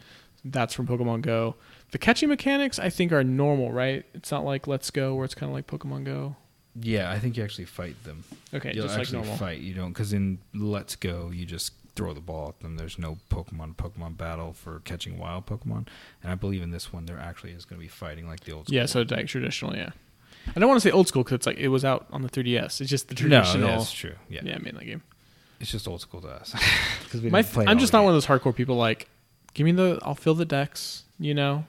That's from Pokemon Go. The catching mechanics, I think, are normal, right? It's not like Let's Go, where it's kind of like Pokemon Go.
Yeah, I think you actually fight them.
Okay,
You'll
just like
actually
normal.
fight. You don't because in Let's Go you just throw the ball at them. There's no Pokemon Pokemon battle for catching wild Pokemon, and I believe in this one there actually is going to be fighting like the old. School.
Yeah, so it's like traditional, yeah. I don't want to say old school because it's like it was out on the 3DS. It's just the
no,
traditional.
that's true. Yeah.
yeah. mainline game.
it's just old school to us. 'Cause we
My
didn't play it
I'm
all
just not
the
one
way.
of those hardcore people. Like, give me the. I'll fill the decks. You know,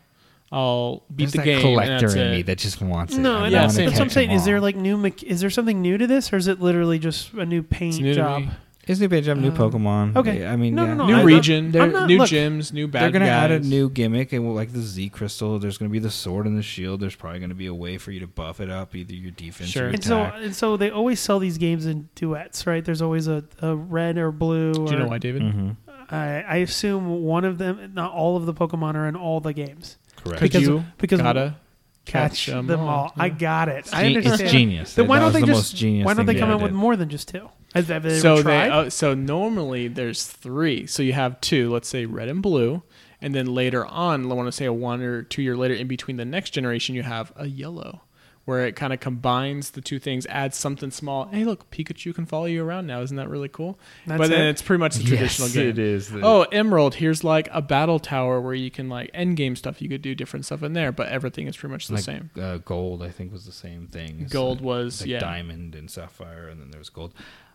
I'll beat
There's
the
that
game.
collector
and that's
in
it.
me that just wants it.
no,
I
and that's,
Yeah,
wanna
same
that's what I'm
catch
saying.
them
Is there
all.
like new? Mech- is there something new to this, or is it literally just a new paint
It's new to
job?
me.
It's new page, new
Uh,
Pokemon.
okay.
Yeah, I mean,
No,
yeah.
no, no,
New
I-
region,
I'm not-
new
look,
gyms, new bad
They're gonna add a
guys.
new gimmick, and well, like the Z crystal, there's gonna be the sword and the shield. There's probably gonna be a way for you to buff it up, either your defense
Sure.
or your
And so,
attack.
and so they always sell these games in duets, right? There's always a, a red or blue.
Do
Or,
you know why, David?
mm-hmm.
I, I assume one of them, not all of the Pokemon, are in all the games
Correct.
Because you
because
gotta
catch them all. I got it. I
Gen-
understand.
It's genius.
Then why
That
don't
was
they
the
just?
most genius
why don't
thing
they come
ever
out with
did.
more than just two? Have, have they
so
ever
they
tried?
oh, so normally there's three. So you have two. Let's say red and blue, and then later on, I want to say a one or two year later, in between the next generation, you have a yellow, where it kind of combines the two things, adds something small. Hey, look, Pikachu can follow you around now. Isn't that really cool?
That's
but then
it?
it's pretty much the traditional game.
is.
Oh, Emerald. Here's like a battle tower where you can like end game stuff. You could do different stuff in there, but everything is pretty much the
like,
same.
Uh, gold, I think, was the same thing. It's
Gold
like-
was-
like
yeah.
diamond and sapphire, and then there was gold.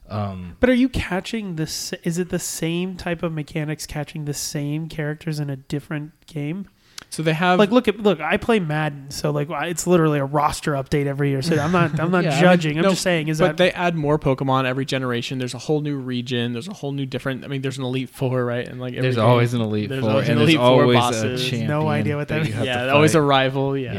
Um,
But are you catching the? s- Is it the same type of mechanics catching the same characters in a different game?
So they have
Like, look at look. I play Madden, so like I- it's literally a roster update every year. So I'm not I'm not
Yeah, I mean,
judging. I am
no,
just saying, is
but
that
they add more Pokemon every generation. There's a whole new region. There's a whole new different. I mean, there's an Elite Four, right? And like every
there's
game-
always an elite
There's
four,
always an
and
Elite
there's
Four
always a
bosses.
champion.
No idea what that
you
is.
have
yeah,
to
always a
fight.
rival. Yeah.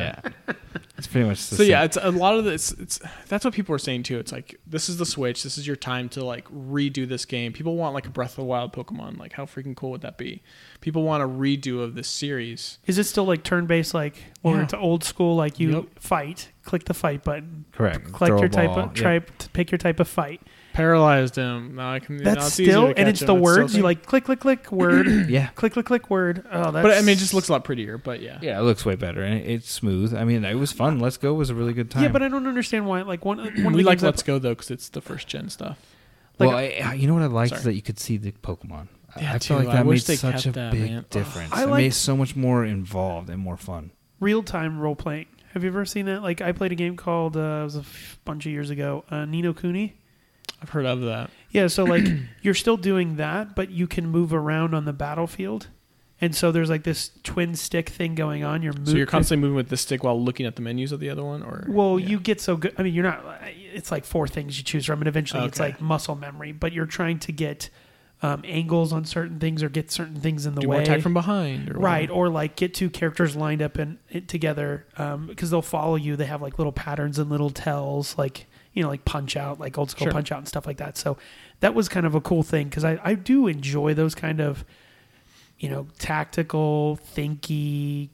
Yeah, it's pretty much the
So
same.
yeah, it's a lot of this. It's that's what people are saying too. It's like this is the Switch. This is your time to like redo this game. People want like a Breath of the Wild Pokemon. Like how freaking cool would that be? People want a redo of this series.
is it still like turn based? Like or
Yeah.
it's old school? Like you
Yep.
fight, click the fight button,
correct.
collect
Throw
your
a
type
ball.
of type, pick your type of fight.
Paralyzed him. Now I can. now
That's
it's easier to
still
catch
and it's
him.
the
still
words you
thing.
like click click click word
Yeah. yeah.
click click click word. Oh, that's
But I mean, it just looks a lot prettier. But yeah,
Yeah, it looks way better, and it, it's smooth. I mean, it was fun. Let's go was a really good time.
yeah. But I don't understand why. Like one one of
we
the
like
games I
Let's Go though because it's the first gen stuff.
Like-
well, I, I- you know what I liked
Sorry.
is that you could see the Pokemon. I-
Yeah,
I feel
dude,
like
I
that
wish
made
they
such
kept
a
that,
big
man. Ugh,
difference.
I
it
liked-
made so much more involved and more fun.
real time role playing. Have you ever seen that? Like I played a game called uh, it was a f- bunch of years ago, uh, Nino Cooney.
I've heard of that.
Yeah, so like you're still doing that, but you can move around on the battlefield, and so there's like this twin stick thing going on. You're moving.
So you're constantly moving with the stick while looking at the menus of the other one, or
Well,
yeah.
you get so good. I mean, you're not. uh, It's like four things you choose from, and eventually it's
Okay.
like muscle memory. But you're trying to get um, angles on certain things or get certain things in the
do
way.
more attack from behind, or
right
whatever.
or like get two characters lined um, up and it together because they'll follow you they have like little patterns and little tells like you know, like Punch Out, like old school
Sure.
Punch Out and stuff like that. So that was kind of a cool thing because I, I do enjoy those kind of, you know, tactical, thinky,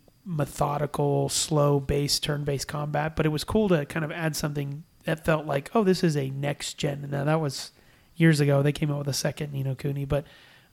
methodical, slow based, turn based combat. But it was cool to kind of add something that felt like, oh, this is a next gen. Now that was years ago. They came out with a second Nino Cooney, but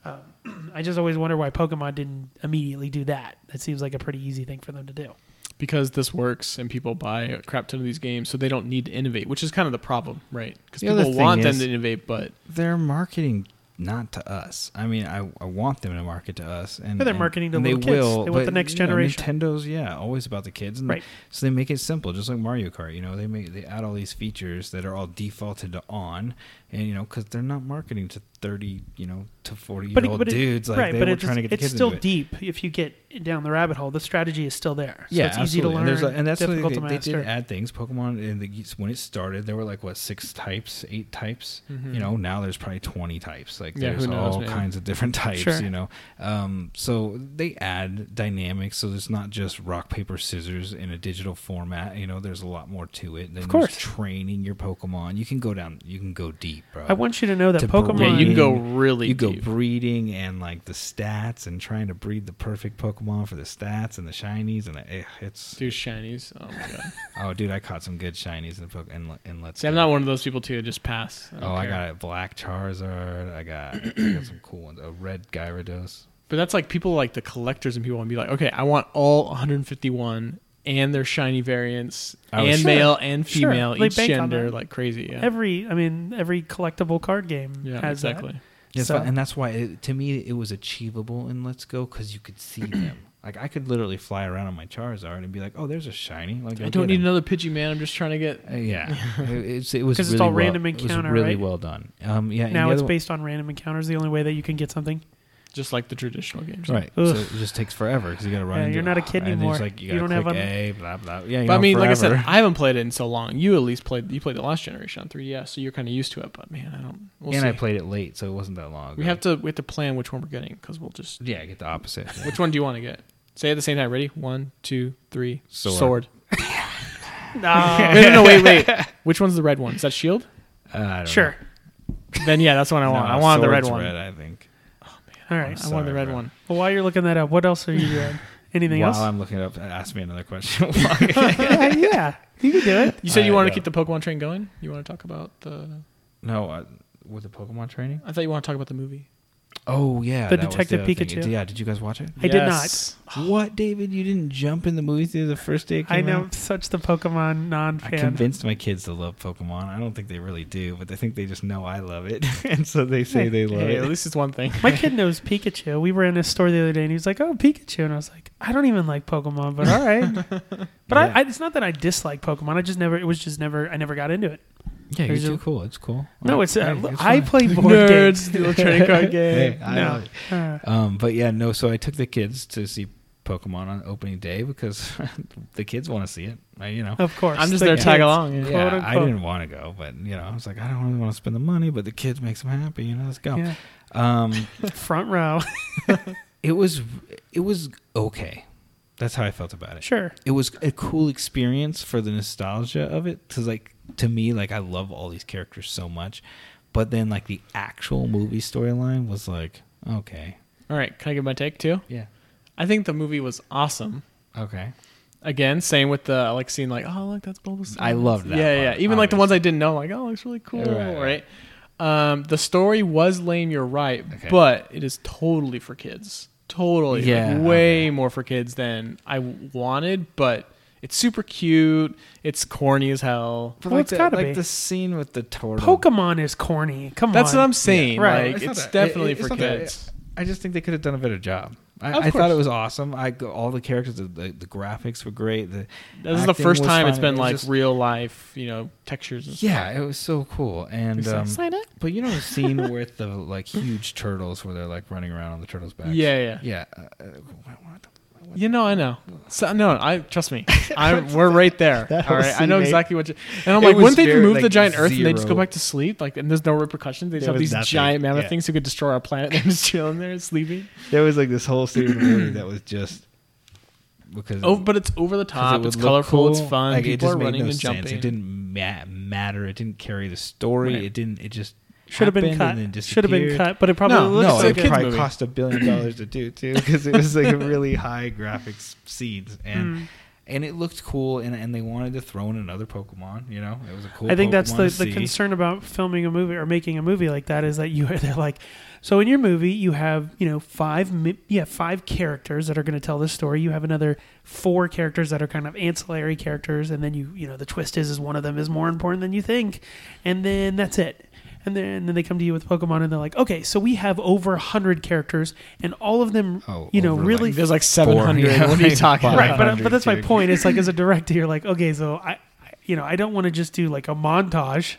um, I just always wonder why Pokemon didn't immediately do that. That seems like a pretty easy thing for them to do.
because this works and people buy a crap ton of these games, so they don't need to innovate, which is kind of the problem, right? Because
The other
people
thing
want them
is-
to innovate, but
They're marketing not to us. I mean, I, I want them to market to us, and
Yeah, they're
and-
marketing to
and
little
they
kids.
Will,
They want
but,
the next
you know,
generation.
Nintendo's yeah, always about the kids, and
Right.
so they make it simple, just like Mario Kart. You know, they make they add all these features that are all defaulted to on, and you know, because they're not marketing to thirty, you know, to forty year old
it-
dudes. like
right,
they
but
were
it's,
trying to get the
it's
kids
still
into it.
deep. If you get down the rabbit hole, the strategy is still there. So
yeah,
it's easy to
absolutely.
learn.
And, there's a- and that's
difficult
what
to
they, they
master.
did add things. Pokemon in the, when it started, there were like what six types, eight types.
Hmm.
You know, now there's probably twenty types. Like
Yeah,
there's
who knows,
all
man?
kinds of different types.
Sure.
You know, um, so they add dynamics. So it's not just rock paper scissors in a digital format. You know, there's a lot more to it. Then
Of
there's
course.
training your Pokemon. You can go down. You can go deep, bro.
I want you to know that
To
Pokemon.
breed.
yeah, you can go really
You go
deep.
breeding and like the stats and trying to breed the perfect Pokemon for the stats and the shinies and the, eh, it's
do shinies. Oh my god!
Oh, dude, I caught some good shinies in Poke- and and let's.
See, I'm not one of those people too. Just pass.
Oh, I got a black Charizard. I got, I got some cool ones. A red Gyarados.
But that's like people like the collectors and people want to be like, okay, I want all 151 and their shiny variants
I was-
and
Oh, Sure.
male and
Sure.
female,
They
each
bank on
gender,
that.
like crazy. Yeah,
Every, I mean, every collectible card game
yeah,
has
exactly.
that.
Yes,
So-
and that's why it, to me it was achievable in Let's Go because you could see them. Like I could literally fly around on my Charizard and be like, "Oh, there's a shiny." Like
I don't need another Pidgey, man. I'm just trying to get.
Uh, yeah, it, it's, it was
'Cause
really
it's all
well,
random
it was
encounter,
really
right?
well done. Um, yeah. and
Now
the
it's
other-
based on random encounters. The only way that you can get something.
just like the traditional games.
Right,
Ugh.
so it just takes forever because you got to run.
Yeah,
into-
you're not a kid
and it's
anymore.
Like you,
You
gotta
don't have
click
un-
A, blah blah. Yeah, you
But I
know,
mean, like I said,
forever.
I haven't played it in so long. You at least played. You played the last generation on 3DS, so you're kind of used to it. But man, I don't. We'll
and
see.
I played it late, so it wasn't that long.
We
ago.
have to. We have to plan which one we're getting because we'll just.
Yeah, I get the opposite.
Which one do you want to get? Say it at the same time. Ready? One, two, three.
Sword.
No,
No, no, no, wait, wait. Which one's the red one? Is that shield?
Uh, I don't
sure.
Then yeah, that's the one I
know.
want.
No,
I wanted the red
sword's
one.
I think.
All
I
right.
I'm
wanted the
sorry,
red
bro.
one.
Well, while you're looking that up, what else are you doing? Anything
While
else?
I'm looking it up, ask me another question.
yeah, yeah, you can do it.
You said
All
you
right, yeah.
wanted to keep the Pokemon train going. You want to talk about the?
no, uh, with the Pokemon training.
I thought you want to talk about the movie.
Oh yeah,
The
that was
Detective
other thing.
Pikachu.
Yeah, did you guys watch it?
I did not.
what, David? You didn't jump in the movie theater the first day it came
I know
out?
such the Pokemon
I
non-fan.
convinced my kids to love Pokemon. I don't think they really do, but I think they just know I love it, and so they say they love
Hey,
it.
at least it's one thing.
My kid knows Pikachu. We were in a store the other day, and he was like, "Oh, Pikachu," and I was like, "I don't even like Pokemon, but all right." but
Yeah.
I, I, it's not that I dislike Pokemon. I just never. It was just never. I never got into it.
yeah, you're
There's a-
too cool. It's cool.
No, it's. Uh,
Hey,
look, I
fine.
play board
Nerds, the
games.
little trading card game.
Hey, I
No.
love it.
Uh,
Um, but yeah, no. So I took the kids to see Pokemon on opening day because the kids want to see it. I, you know,
of course,
I'm just
the
there to tag
kids.
along. yeah.
quote
yeah, I
unquote.
didn't want to go, but you know, I was like, I don't really want to spend the money, but the kids makes them happy. You know, let's go.
Yeah.
Um,
Front row,
it was it was okay. That's how I felt about it.
sure.
It was a cool experience for the nostalgia of it, because like to me, like I love all these characters so much, but then like the actual movie storyline was like okay,
All right, can I give my take too?
yeah,
I think the movie was awesome.
okay.
Again, same with the like seeing like oh look that's Bulbasaur.
I loved that
Yeah, yeah.
part,
Even like the
obviously.
ones I didn't know, like oh looks really cool,
Yeah, right,
right?
right.
Um, the story was lame. You're right,
Okay.
but it is totally for kids. Totally, like,
Yeah,
way
okay.
more for kids than I wanted. But it's super cute. It's corny as hell.
But
Well,
like
it's
the,
gotta
like
be.
the scene with the turtle.
Pokemon is corny. Come
That's
on.
what I'm saying.
right.
Like
It's
it's,
not that-
definitely
it- it's
for
not that-
kids.
I just think they could have done a better job.
Of
I, I thought
course.
it was awesome. I go- all the characters, the, the, the graphics were great. The
this is the
acting
first
was
time it's
fine.
been
It was
like
just-
real life, you know, textures. And
yeah, it was so cool. And um,
Sign up.
but you know the scene with the like huge turtles where they're like running around on the turtles' backs.
Yeah, yeah.
yeah. Uh, uh, what- what the-
You know, I know. So, no, I trust me. I'm, we're right there.
That whole
All right, I know
scene, eh?
exactly what. you And I'm
It
like,
was
wouldn't they
very,
remove the
like,
giant Earth and they just go
zero.
back to sleep? Like, and there's no repercussions. They just
There
have
was
these
nothing.
giant mammoth
Yeah.
things who could destroy our planet. They're just chilling there, sleeping.
There was like this whole
scene in the movie that was just because
Oh, but it's over the top.
would
It's
look
colorful.
cool.
It's fun.
Like, it
People
just
are
made
running
no
and
sense.
jumping.
It didn't ma- matter. It didn't carry the story.
Right.
It didn't. It just
Should have been
happened
cut.
and then
Should have been
disappeared.
cut, but it probably
No,
looks
no,
like
it
it.
kid's
probably
movie.
cost a billion dollars to do too, because it was like a really high graphics scenes,
Mm. Hmm.
and and it looked cool, and and they wanted to throw in another Pokemon. You know, it was a cool.
I think that's
Pokemon
the,
to
the
see.
concern about filming a movie or making a movie like that is that you they're like, so in your movie you have you know five mi- yeah five characters that are going to tell this story. You have another four characters that are kind of ancillary characters, and then you you know the twist is is one of them is more important than you think, and then that's it. And then, and then they come to you with Pokemon, and they're like, "Okay, so we have over hundred characters, and all of them,
Oh,
you know,
over,
really
There's like 700. What are you talking about?
right but, but that's my
100
point it's like as a director you're like okay so i I- you know i don't want to just do like a montage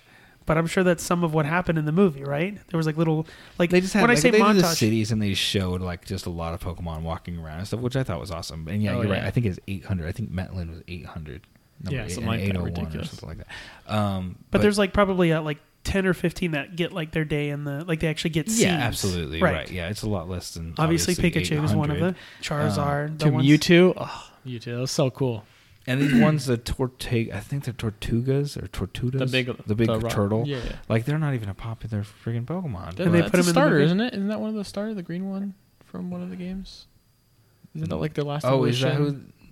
but i'm sure that's some of what happened in the movie right there was like little like
They just had
when
like,
i say
they did the
montage
cities and they showed like just a lot of Pokemon walking around and stuff, which I thought was awesome. And yeah,
Oh,
you're right.
yeah.
I think it's 800. I think Metland was 800.
Yeah,
eight- and
something like that.
801
Ridiculous.
Or something like that. Um,
but, there's like probably uh like 10 or 15 that get like their day in the like they actually get scenes.
yeah, absolutely right. Yeah, it's a lot less than
obviously, pikachu is one of the
800.
charizard
Um,
the
To
ones-
Mewtwo. Oh, Mewtwo. That was so cool.
And these ones, the Torteg, I think they're Tortugas or Tortugas.
The big,
the big
rock-
turtle.
Yeah, yeah.
Like they're not even a popular freaking Pokemon.
That,
And they
but-
put
that's
him in the
a starter,
movie.
isn't it? Isn't that one of the starter, the green one from one of the games? Isn't that like the last?
oh, is that
evolution?
who?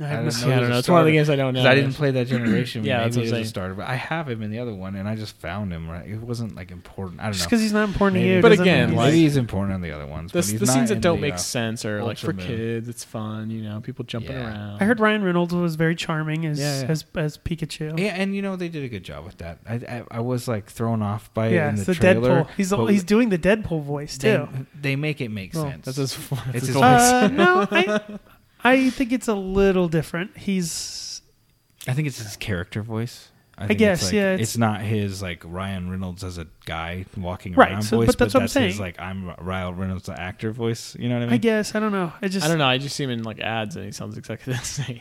I
I
have no-
don't know.
I don't know. It's one of
Starter.
the games I don't know.
Because I didn't play that generation.
Yeah, that's
maybe
what I'm
it was a
saying.
starter, but I have him in the other one, and I just found him. Right, it wasn't like important. I don't
just
know.
because he's not important to
Maybe.
you
But
doesn't
again,
mean
maybe
he's-
like-
he's important on the other ones.
The,
but he's
the
not
scenes
in
that don't
the,
make
uh,
sense are like for
Ultraman.
kids. It's fun, you know, people jumping
Yeah.
around.
i heard ryan reynolds was very charming as
Yeah, yeah.
as as pikachu
Yeah, and you know they did a good job with that. I I, I was like thrown off by it
yeah
in the
it's the
trailer.
deadpool he's
but
he's doing the deadpool voice
they,
too
They make it make
Well,
sense.
That's his. That's
It's
his
his voice.
voice.
Uh, no, I, I think it's a little different. He's
I think it's his character voice. I, think
guess,
it's like,
yeah,
It's,
it's-
not his like Ryan Reynolds as a guy walking
Right,
around
so-
voice,
but
but
that's
that's,
what I'm
his
saying.
like I'm Ryan Reynolds the actor voice. You know what I mean?
I guess I don't know. I just
I don't know. I just see him in like ads, and he sounds exactly the same.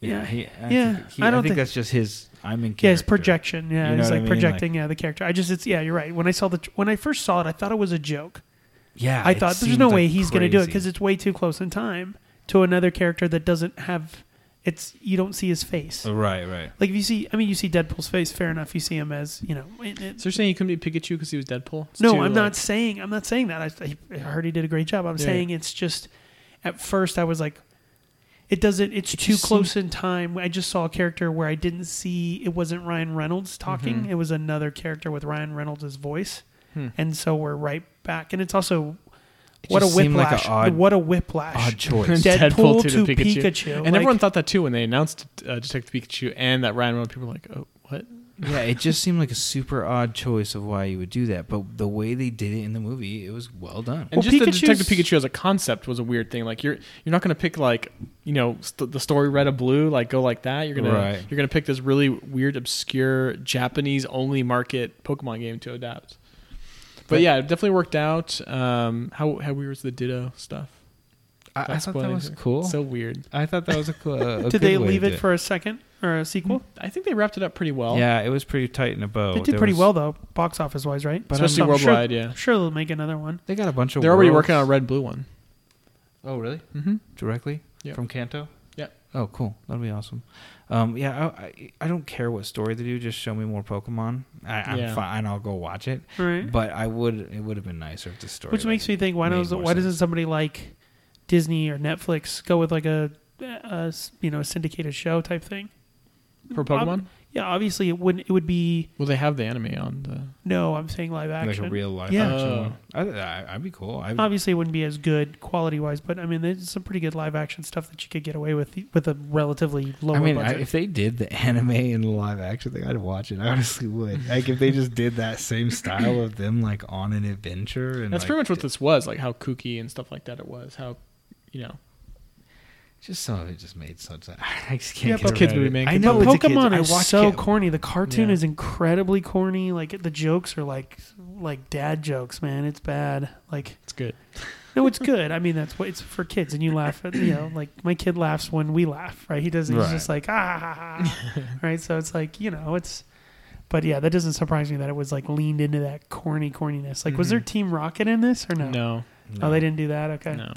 yeah.
Yeah, he, I
Yeah,
Think, he,
I
I
don't
think,
think-
that's just his. I'm in. Character.
yeah, it's projection. Yeah,
You know
he's
what I
like
mean?
projecting. yeah, the character. I just it's yeah, you're right. When I saw the tr- when I first saw it, I thought it was a joke.
Yeah,
I
Ah, it
thought there's
seemed,
no way
like,
he's going to do it
crazy.
because it's way too close in time to another character that doesn't have it's you don't see his face.
Oh, right, right.
Like if you see, I mean, you see Deadpool's face. Fair enough. You see him as you know. it- it-
So you're saying he couldn't be Pikachu because he was Deadpool? It's
no,
too,
I'm
like-
not saying I'm not saying that. I, I heard he did a great job. I'm
Yeah.
saying it's just at first I was like, it doesn't. It's too
just
close in time. I just saw a character where I didn't see. It wasn't Ryan Reynolds talking.
Mm-hmm.
It was another character with Ryan Reynolds' voice,
Hmm.
and so we're right back. And it's also
It
what a
just seemed like a
whiplash!
odd-
what a whiplash!
Odd
Deadpool,
choice.
Deadpool
to,
to
Pikachu.
Pikachu,
And
like-
everyone thought that too when they announced uh, Detective Pikachu and that Ryan Reynolds. People were like, oh, what?
yeah, it just seemed like a super odd choice of why you would do that. But the way they did it in the movie, it was well done.
And
Well,
just
Pikachu's-
the Detective Pikachu as a concept was a weird thing. Like you're you're not gonna pick like you know st- the story red or blue like go like that. You're gonna
Right.
you're gonna pick this really weird obscure Japanese only market Pokemon game to adapt. But,
But-
yeah, it definitely worked out. Um, how how weird was the Ditto stuff?
I, I
That's
thought that
funny.
was cool.
So weird.
I thought that was a cool. a- a
Did
good
they
way to
leave
do
it for a second or a sequel?
I think they wrapped it up pretty well.
Yeah, it was pretty tight in a bow.
They did
Oh, There
pretty
was-
well though, box office wise, right?
But
especially
I'm- I'm sure-
worldwide. yeah,
I'm sure they'll make another one.
They got a bunch of.
they're already
worlds.
working on a red blue one.
Oh, really?
Mm-hmm.
Directly
Yep.
from Kanto.
Yep.
Oh, cool. That'll be awesome. Um, yeah, I, I, I don't care what story they do. Just show me more Pokemon. I, I'm
Yeah.
fine. I'll go watch it.
All right.
But I would. It would have been nicer if the story.
Which makes me think, why
made
does
more
why doesn't somebody like Disney or Netflix go with like a, a s- you know syndicated show type thing?
For Pokemon,
Ob- yeah, obviously it wouldn't. It would be
well, they have the anime on the.
no. I'm saying live
like,
action.
a real life
Yeah.
action.
Oh.
one. I, I, I'd be cool. I,
obviously, it wouldn't be as good quality wise, but I mean, there's some pretty good live action stuff that you could get away with e, with a relatively lower
I mean, I,
budget.
if they did the anime and the live action thing, I'd watch it. I honestly would. Like if they just did that same style of them like on an adventure and
That's
like,
pretty much what this was like. How kooky and stuff like that it was. How you know
Just some of it just made such. I just
Yeah,
can't.
but-
get
Kids
around
movie,
it.
man.
I
Kids
know
but
it's a kids-
Pokemon
I
is
watch
so
it.
corny. The cartoon
Yeah.
is incredibly corny. Like the jokes are like like dad jokes, man. It's bad. Like
it's good.
No, it's good. I mean, that's what it's for kids, and you laugh at you know, like my kid laughs when we laugh, right? He doesn't. He's
Right.
just like ah, ha, ha, ha." right? So it's like you know, it's. But yeah, that doesn't surprise me that it was like leaned into
Mm-hmm.
that corny corniness. Like, was there Team Rocket in this or no?
No,
Oh, they didn't do that. Okay.
no.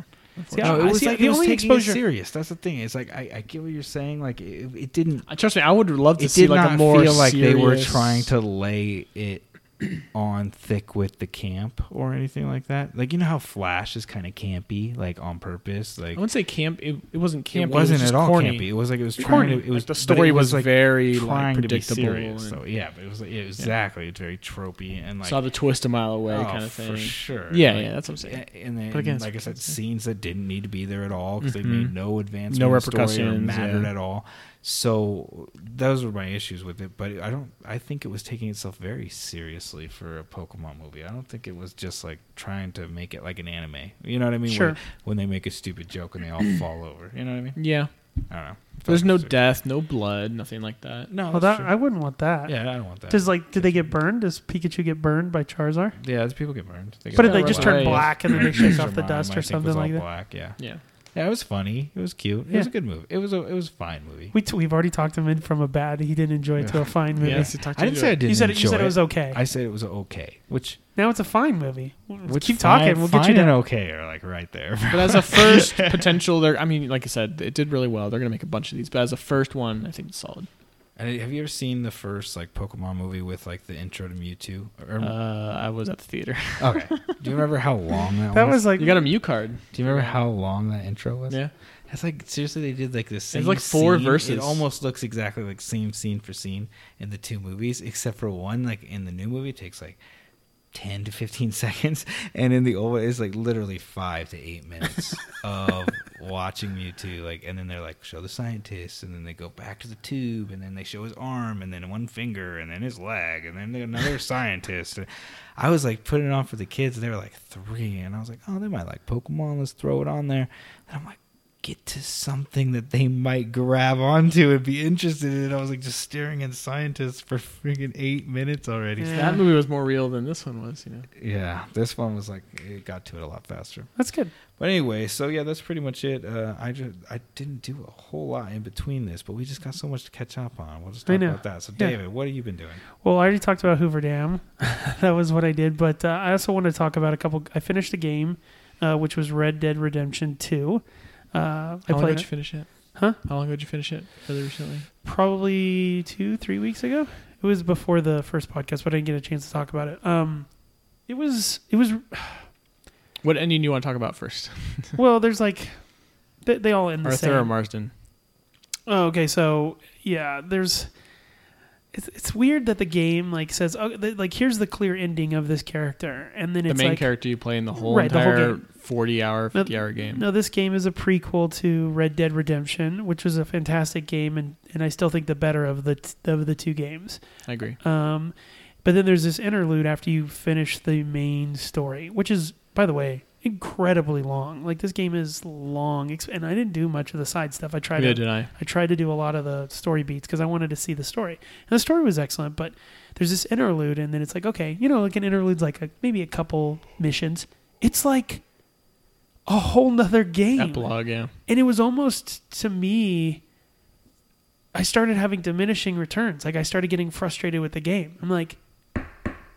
See,
No,
I-
it
I
was
see-
like
the
it was
only
taking it
exposure.
serious. That's the thing. It's like I, I get what you're saying. Like it, it didn't.
I trust me. I would love to
It
see
did
like
not
a more
feel like they were
serious-
trying to lay it on thick with the camp or anything like that. Like you know how Flash is kind of campy, like on purpose. Like
I wouldn't say camp. It, it wasn't campy.
it wasn't
just
at all
corny.
campy. It was like it was trying
Corny.
to. It was
Like, the
but it
story was, very like,
trying
predictable.
to be serious.
and
So yeah, but it was like, yeah, exactly. It's very tropey and like
saw the twist a mile away
oh,
kind of thing.
for sure.
Yeah,
Like,
yeah, that's what I'm saying.
a- And then,
But again, it's Mm-hmm.
like I said,
freaking-
scenes that didn't need to be there at all because they
Mhm.
made no advancement,
No
in the story or
repercussions,
mattered
yeah.
at all. So those were my issues with it. But I don't. I think it was taking itself very seriously for a Pokemon movie. I don't think it was just like trying to make it like an anime. You know what I mean?
Sure.
When, when they make a stupid joke and they all fall over. You know what I mean?
Yeah,
I don't know.
there's no
death.
death, no blood, nothing like that.
No,
Well,
that's
that I wouldn't want that.
true. yeah, I don't want that.
Does like did they get burned? Does Pikachu get burned by Charizard?
yeah, those people get burned.
But
get
did they
burned
just
by-
turn
Right.
black and then they shake off the
Mine,
dust
I
or
think,
something
was all
like that?
Black, yeah.
Yeah,
Yeah, it was funny. It was cute. It was
Yeah.
a good movie. It was a it was a fine movie.
We t- we've already talked him in from a bad. He didn't enjoy it to a fine movie.
Yeah. Yes,
I didn't say I didn't
you said it,
enjoy
you said it was okay.
I said it was okay, which
now it's a fine movie.
which
Keep
fine-
talking. We'll get you
fine and
down.
okay are like right there.
but as a first potential, there. I mean, like I said, it did really well. They're gonna make a bunch of these, but as a first one, I think it's solid.
And have you ever seen the first like Pokemon movie with like the intro to Mewtwo? Or,
Uh, I was at the theater.
okay, do you remember how long that,
That
was?
was like
You got a Mew card.
Do you remember how long that intro was?
Yeah,
It's like seriously, they did like the same.
like four
scene.
verses.
It almost looks exactly like same scene for scene in the two movies, except for one. Like in the new movie, it takes like ten to fifteen seconds, and in the old one, it's like literally five to eight minutes of watching Mewtwo. Like, and then they're like, show the scientist, and then they go back to the tube, and then they show his arm, and then one finger, and then his leg, and then another scientist. And I was like putting it on for the kids, and they were like three, and I was like, oh, they might like Pokemon. Let's throw it on there. And I'm like get to something that they might grab onto and be interested in. I was like just staring at scientists for freaking eight minutes already.
Yeah.
Yeah,
that movie was more real than this one was. You know,
this one was like it got to it a lot faster.
that's good.
But anyway, so yeah, that's pretty much it. Uh, I just I didn't do a whole lot in between this, but we just got so much to catch up on. We'll just
I
talk
know.
about that. So
Yeah.
David, what have you been doing?
Well, I already talked about Hoover Dam. that was what I did. But uh, I also want to talk about a couple. I finished a game, uh, which was Red Dead Redemption Two. Uh, I
how long ago
played
did you
it
finish it?
Huh?
How long ago did you finish it? Fairly recently.
probably two, three weeks ago. It was before the first podcast, but I didn't get a chance to talk about it. Um, it was it was
What ending do you want to talk about first?
well. There's like they, they all end the
Arthur
same.
or Marsden?
Oh, okay, so yeah, there's. It's, it's weird that the game like says oh, th- like here's the clear ending of this character, and then
The
it's
main
like,
character you play in the whole
Right, the whole
entire
game.
forty-hour,
No,
fifty-hour game.
No, this game is a prequel to Red Dead Redemption, which was a fantastic game, and, and I still think the better of the t- of the two games.
I agree.
Um, but then there's this interlude after you finish the main story, which is, by the way, incredibly long. Like this game is long, ex- and I didn't do much of the side stuff. I tried
Neither
to,
did I.
I tried to do a lot of the story beats because I wanted to see the story, and the story was excellent. But there's this interlude, and then it's like, okay, you know, like an interlude's like a, maybe a couple missions. It's like a whole nother game
Epilogue, yeah.
and it was almost to me i started having diminishing returns like i started getting frustrated with the game i'm like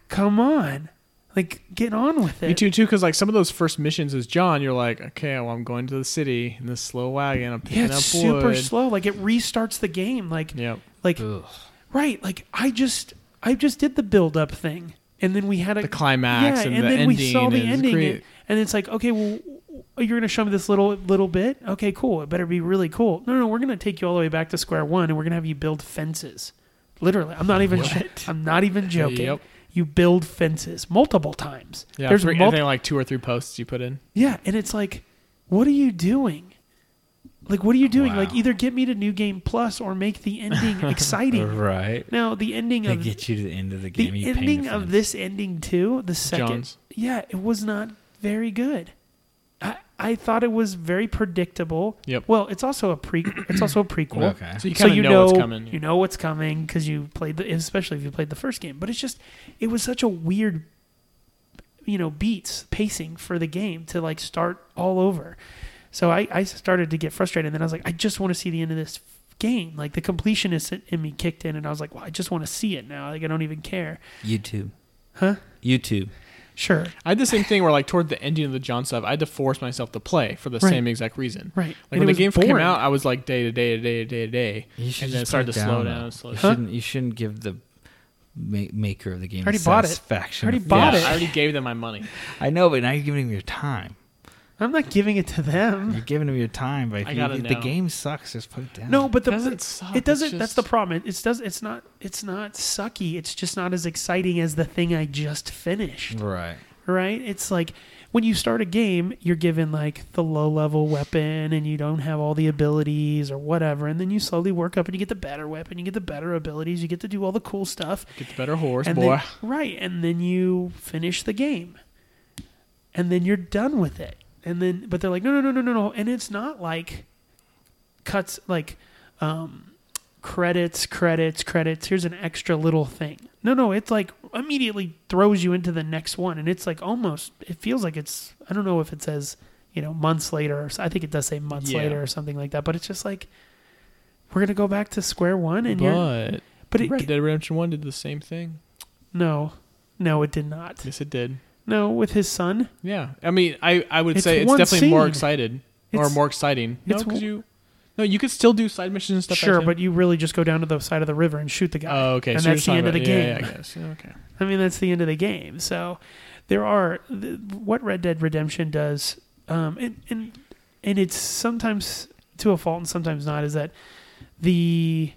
come on like get on with it
Me too, too, because like some of those first missions as John, you're like, okay, well, I'm going to the city in this slow wagon. I'm
yeah
picking
it's
up
super
wood.
slow like it restarts the game like
Yep.
like
Ugh.
right like i just i just did the build up thing and then we had a
The climax and, the
then
ending.
we saw the
is
ending,
great.
and, and it's like, okay, well, you're going to show me this little little bit. Okay, cool. It better be really cool. No, no, we're going to take you all the way back to square one, and we're going to have you build fences. Literally, I'm not even. I'm not even joking.
Yep.
You build fences multiple times.
Yeah,
There's
three, I
multi-
think like two or three posts you put in.
yeah, and it's like, what are you doing? Like, what are you doing? Like,
Wow.
either get me to New Game Plus or make the ending exciting.
Right.
Now, the ending
They
of
get you to the end of the game.
the
you paint
ending
a
of
fence.
this ending too, the second,
John's.
yeah, it was not very good. I I thought it was very predictable.
Yep.
Well, it's also a pre. It's also a prequel.
Okay.
So you
So
kind of
you
know,
know,
what's coming.
you know what's coming because you played the, especially if you played the first game. But it's just, it was such a weird, you know, beats pacing for the game to like start all over. So I, I started to get frustrated, and then I was like, I just want to see the end of this game. Like the completionist in me kicked in, and I was like, well, I just want to see it now. Like I don't even care.
YouTube.
Huh?
YouTube.
Sure.
I had the same thing where like toward the ending of the John stuff, I had to force myself to play for the
Right.
same exact reason.
Right.
Like
And it
when the
was
game came
boring.
out, I was like day to day to day to day to day,
You should
and then it
just put
started
it
to slow
down,
down.
though.
Slow
You
down.
shouldn't. You shouldn't give the ma- maker of the game
I already
the
bought it. I
satisfaction.
already
of-
bought
yeah,
it.
I already gave them my money.
I know, but now you're giving him your time.
I'm not giving it to them.
You're giving him your time. But if
I
you-
gotta
if the
know.
game sucks, just put it down.
No, but the
doesn't suck,
it
it's
doesn't. That's
just-
the problem. It, it's does. It's not. It's not sucky. It's just not as exciting as the thing I just finished.
Mm.
right.
right? It's like when you start a game, you're given like the low level weapon and you don't have all the abilities or whatever. And then you slowly work up and you get the better weapon, you get the better abilities, you get to do all the cool stuff.
Get the better horse,
and
boy.
Then, right. And then you finish the game. And then you're done with it. And then, but they're like, no, no, no, no, no, no. And it's not like cuts, like, um, credits, credits, credits. Here's an extra little thing. No, no, it's like immediately throws you into the next one, and it's like almost. It feels like it's. I don't know if it says you know months later. Or, s- I think it does say months
Yeah.
later or something like that. But it's just like we're gonna go back to square one, and you're.
but
But it
Red Dead Redemption One did the same thing.
no, no, it did not.
Yes, it did.
No, with his son.
Yeah, I mean, I, I would
It's
say it's
one
definitely more
scene.
excited or
It's-
more exciting. No,
it's
'cause
w-
you, no, you could still do side missions and stuff.
Sure,
like that.
but you really just go down to the side of the river and shoot the guy.
oh, okay,
and
so you're
that's
just
the
talking
end of the
about-
game.
Yeah, yeah, I guess. Yeah, okay.
I mean, that's the end of the game. So there are th- what Red Dead Redemption does, um, and and and it's sometimes to a fault and sometimes not. Is that the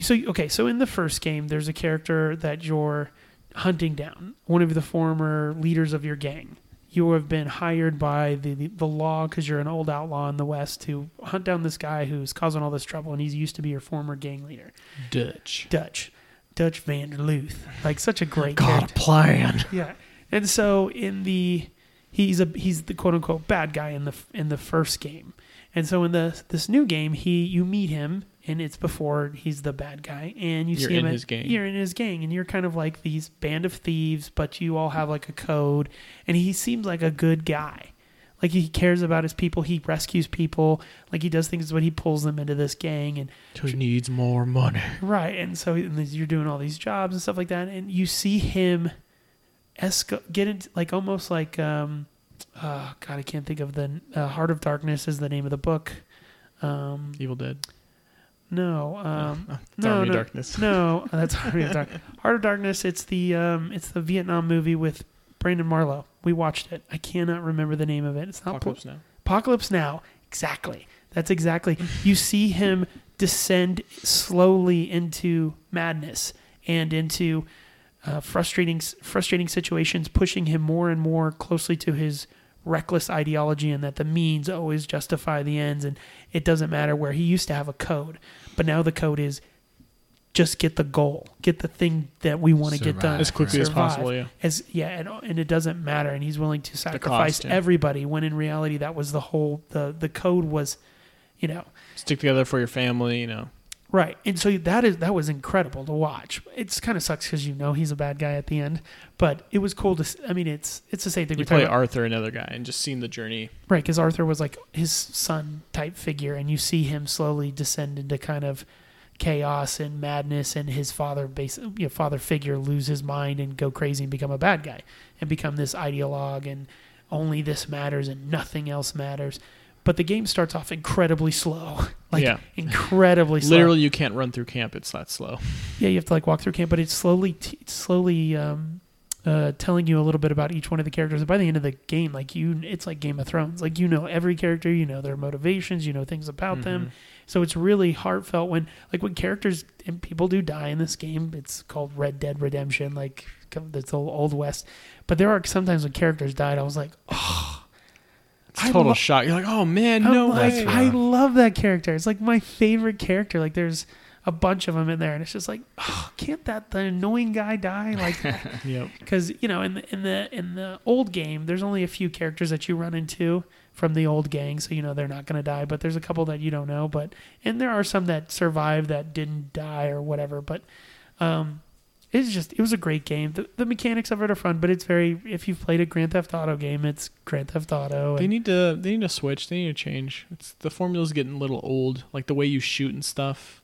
so okay? So in the first game, there's a character that you're hunting down, one of the former leaders of your gang. You have been hired by the the, the law because you're an old outlaw in the West to hunt down this guy who's causing all this trouble, and he's used to be your former gang leader,
Dutch.
Dutch. Dutch Vanderlooth, like such a great character.
Got a plan.
Yeah, and so in the he's a he's the quote unquote bad guy in the in the first game, and so in the this new game he you meet him and it's before he's the bad guy and you
You're
see him
in
at-
his gang.
You're in his gang and you're kind of like these band of thieves, but you all have like a code, and he seems like a good guy. Like he cares about his people, he rescues people, like he does things but he pulls them into this gang and
Who needs more money?
Right, and so and then you're doing all these jobs and stuff like that, and you see him esco- get into like almost like um, oh God, I can't think of the uh, Heart of Darkness is the name of the book. Um,
Evil Dead.
no, um,
Oh,
no,
Army of
no.
Darkness.
no, that's Heart of Darkness. Heart of Darkness. It's the um, it's the Vietnam movie with Brandon Marlowe. We watched it. I cannot remember the name of it. It's not Pl-
Apocalypse Now.
Apocalypse Now. Exactly. That's exactly. You see him descend slowly into madness and into uh, frustrating, frustrating situations, pushing him more and more closely to his reckless ideology, and that the means always justify the ends, and it doesn't matter where he used to have a code, but now the code is just get the goal, get the thing that we want to get done
Survive.
As quickly as
survive.
possible, yeah.
As yeah, and, and it doesn't matter, and he's willing to sacrifice
yeah.
everybody. When in reality, that was the whole the the code was, you know,
Stick together for your family, you know.
right. And so that is that was incredible to watch. It's kind of sucks because you know he's a bad guy at the end, but it was cool to. s- I mean, it's it's the same thing.
You
we talked
play
about-
Arthur, another guy, and just seeing the journey.
Right, because Arthur was like his son type figure, and you see him slowly descend into kind of chaos and madness, and his father, base, you know, father figure, lose his mind and go crazy and become a bad guy, and become this ideologue, and only this matters and nothing else matters. But the game starts off incredibly slow, like
Yeah.
incredibly slow.
Literally, you can't run through camp. It's that slow.
yeah, you have to like walk through camp, but it's slowly, t- it's slowly um, uh, telling you a little bit about each one of the characters. And by the end of the game, like you, it's like Game of Thrones. Like you know every character, you know their motivations, you know things about
Mm-hmm.
them. So it's really heartfelt when, like, when characters and people do die in this game. It's called Red Dead Redemption. Like come- that's old, old west, but there are sometimes when characters died, I was like,
It's
I
total
lo-
shock. You're like, oh man,
I'm
no
like,
way.
I love that character. It's like my favorite character. Like there's a bunch of them in there, and it's just like, oh, can't that the annoying guy die? Like,
Yep.
because you know, in the in the in the old game, there's only a few characters that you run into from the old gang, so you know they're not gonna die. But there's a couple that you don't know, but and there are some that survive that didn't die or whatever. But um, it's just it was a great game. The, the mechanics of it are fun, but it's very if you've played a Grand Theft Auto game, it's Grand Theft Auto.
They
and-
need to. They need to switch. They need to change. It's the formula's getting a little old. Like the way you shoot and stuff.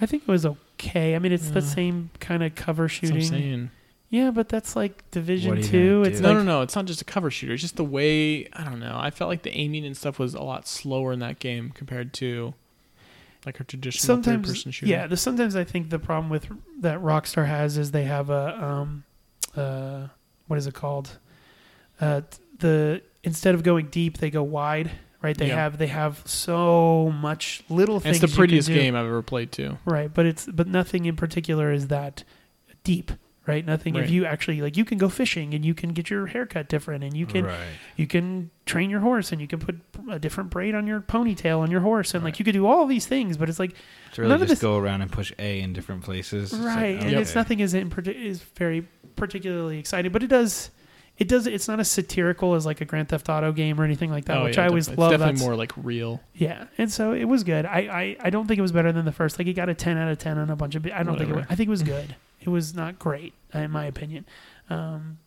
I think it was okay. I mean, it's the
Yeah.
same kind of cover
That's what I'm
shooting.
saying.
Yeah, but that's like Division
What are you
Two.
gonna
It's
do?
No,
like,
no, no. It's not just a cover shooter. It's just the way I don't know. I felt like the aiming and stuff was a lot slower in that game compared to like a traditional
sometimes
third-person shooter.
yeah the, sometimes i think the problem with that rockstar has is they have a um uh what is it called uh t- the instead of going deep they go wide right they
Yeah.
have they have so much little
And
things
it's the
you can
prettiest
do.
game I've ever played too.
right but it's but nothing in particular is that deep right nothing if
Right.
you actually like you can go fishing and you can get your haircut different and you can
right.
you can train your horse and you can put a different braid on your ponytail on your horse and like you could do all these things but it's like
To really
none of
just
this-
go around and push A in different places. It's like,
right and it's
okay.
nothing is in parti- is very particularly exciting but it does it does it's not as satirical as like a grand theft auto game or anything like that
Oh,
which i always
definitely.
love
It's
that's,
definitely more like real.
yeah and so it was good I, I i don't think it was better than the first like it got a 10 out of 10 on a bunch of i don't think it was,
Whatever.
i think it was good it was not great in my opinion um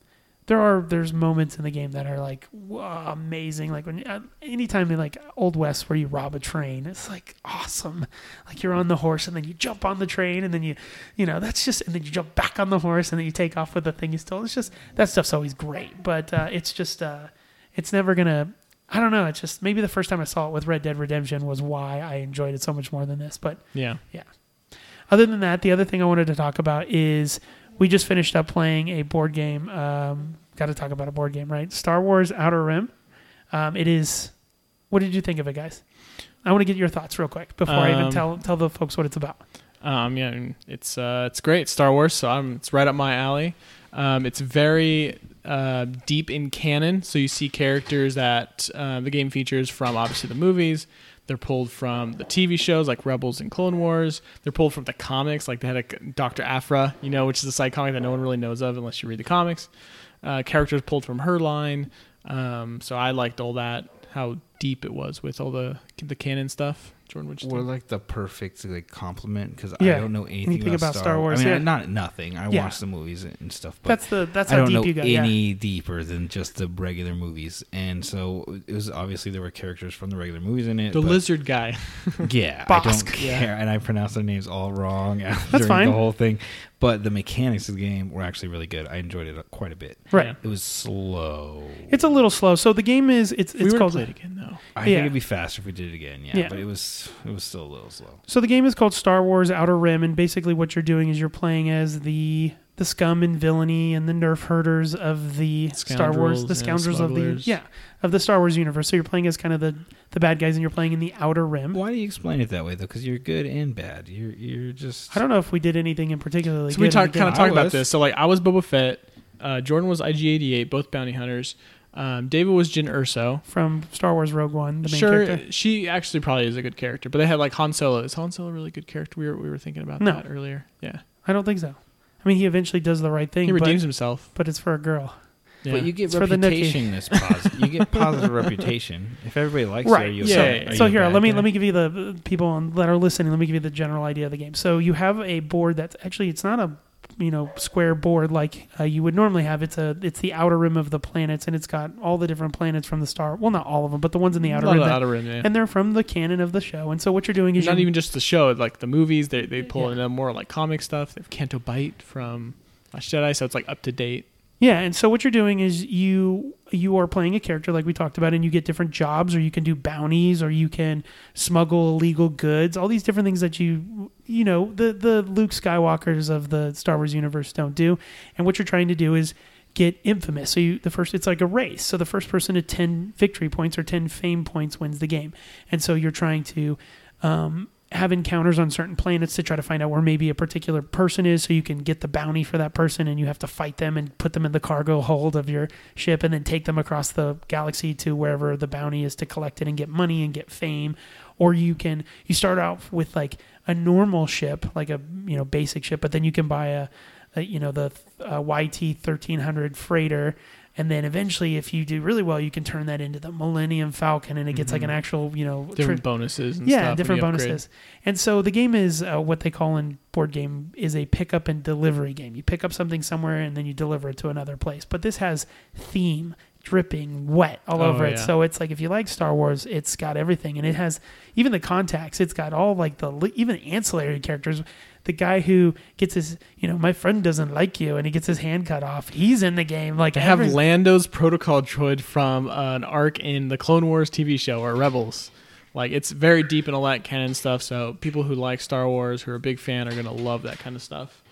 there are there's moments in the game that are like wow, amazing like when uh, anytime in like old west where you rob a train it's like awesome like you're on the horse and then you jump on the train and then you you know that's just and then you jump back on the horse and then you take off with the thing you stole it's just that stuff's always great but uh, it's just uh, it's never gonna i don't know it's just maybe the first time i saw it with red dead redemption was why i enjoyed it so much more than this but
Yeah.
other than that, the other thing I wanted to talk about is we just finished up playing a board game. Um, Got to talk about a board game, right? Star Wars Outer Rim. Um, it is. What did you think of it, guys? I want to get your thoughts real quick before I even
Um,
tell tell the folks what it's about.
Um, yeah, and it's uh, it's great. Star Wars, so I'm, it's right up my alley. Um, it's very uh, deep in canon, so you see characters that uh, the game features from obviously the movies. They're pulled from the TV shows like Rebels and Clone Wars. They're pulled from the comics, like they had a Doctor Afra, you know, which is a side comic that no one really knows of unless you read the comics. Uh, characters pulled from her line. Um, so I liked all that, how deep it was with all the the canon stuff. Jordan, what you
We're
think?
like the perfect like compliment because
Yeah.
I don't know anything
Anything about Star Wars,
I mean,
yeah.
I- not nothing. I
Yeah.
watch the movies and stuff, but
That's the that's
I
how
don't
deep
know
you got. yeah.
any deeper than just the regular movies. And so it was obviously there were characters from the regular movies in it.
The
but-
lizard guy.
Yeah, I don't
Bosk.
care, and I pronounced their names all wrong during
fine.
the whole thing. But the mechanics of the game were actually really good. I enjoyed it uh, quite a bit.
Right.
It was slow.
It's a little slow. So the game is it's
we
it's
were
called
played again though.
I
yeah.
think it'd be faster if we did it again. Yeah,
Yeah.
but it was it was still a little slow.
So the game is called Star Wars Outer Rim, and basically what you're doing is you're playing as the the scum and villainy and the nerf herders of the Star Wars,
Scoundrels
the
and
scoundrels of the
smugglers.
yeah of the Star Wars universe. So you're playing as kind of the the bad guys, and you're playing in the Outer Rim.
Why do you explain it that way though? Because you're good and bad. You're you're just
I don't know if we did anything in particularly.
so we
good
talked
in the
kind
game.
of talked
I
about
was.
this. So like I was Boba Fett, uh, Jordan was IG88, both bounty hunters. Um, David was Jin Urso.
from Star Wars Rogue One, the main
Sure,
character.
she actually probably is a good character, but they had like Han Solo. Is Han Solo a really good character? We were we were thinking about
No.
that earlier. Yeah,
I don't think so. I mean, he eventually does the right thing,
he redeems
but,
himself.
but it's for a girl.
Yeah.
But you get
It's for the
reputation. That's positive. you get positive reputation if everybody likes
Right.
you. Are you
Yeah,
a-
yeah, yeah.
are
so
you a
here,
bad
let me
guy?
let me give you the uh, people on, that are listening. Let me give you the general idea of the game. So you have a board that's actually it's not a you know square board like uh, you would normally have. It's a it's the outer rim of the planets, and it's got all the different planets from the star. Well, not all of them, but the ones in the outer
Not
rim,
the
that-
outer rim, yeah.
and they're from the canon of the show. And so what you're doing is
not
you're,
even just the show, like the movies. They they pull
Yeah.
in more like comic stuff. They have Canto Bite from Last Jedi, so it's like up to date.
Yeah, and so what you're doing is you you are playing a character like we talked about, and you get different jobs, or you can do bounties, or you can smuggle illegal goods, all these different things that you you know the the Luke Skywalkers of the Star Wars universe don't do. And what you're trying to do is get infamous. So you the first it's like a race. So the first person to ten victory points or ten fame points wins the game. And so you're trying to um, have encounters on certain planets to try to find out where maybe a particular person is so you can get the bounty for that person and you have to fight them and put them in the cargo hold of your ship and then take them across the galaxy to wherever the bounty is to collect it and get money and get fame or you can you start out with like a normal ship like a you know basic ship but then you can buy a, a you know the uh, YT 1300 freighter and then eventually if you do really well you can turn that into the Millennium Falcon and it gets like an actual you know
Different
tri-
bonuses. And
yeah,
stuff when
different
you upgrade.
bonuses. And so the game is uh, what they call in board game is a pickup and delivery game. You pick up something somewhere and then you deliver it to another place. But this has theme dripping wet all
Oh,
over it.
yeah.
So it's like if you like Star Wars, it's got everything, and it has even the contacts. It's got all like the li- even ancillary characters. The guy who gets his, you know, my friend doesn't like you, and he gets his hand cut off. He's in the game. Like
I have
every-
Lando's protocol droid from uh, an arc in the Clone Wars TV show or Rebels. Like it's very deep in all that canon stuff, so people who like Star Wars, who are a big fan, are gonna love that kind of stuff.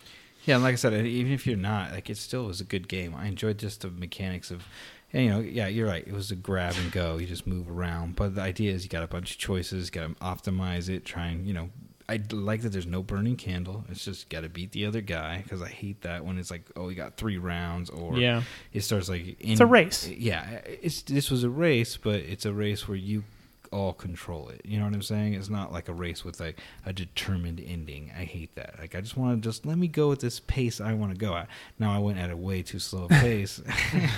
Yeah, and like I said, and even if you're not, like it still was a good game. I enjoyed just the mechanics of, and you know, yeah, you're right. It was a grab and go. You just move around, but the idea is you got a bunch of choices. Got to optimize it. Try and you know, I d- like that there's no burning candle. It's just got to beat the other guy because I hate that when it's like, oh, you got three rounds, or
Yeah.
it starts like in,
It's a race.
Uh, Yeah, it's this was a race, but it's a race where you all control it. You know what I'm saying? It's not like a race with like a determined ending. I hate that. Like I just want to just let me go at this pace I want to go at. Now I went at a way too slow pace,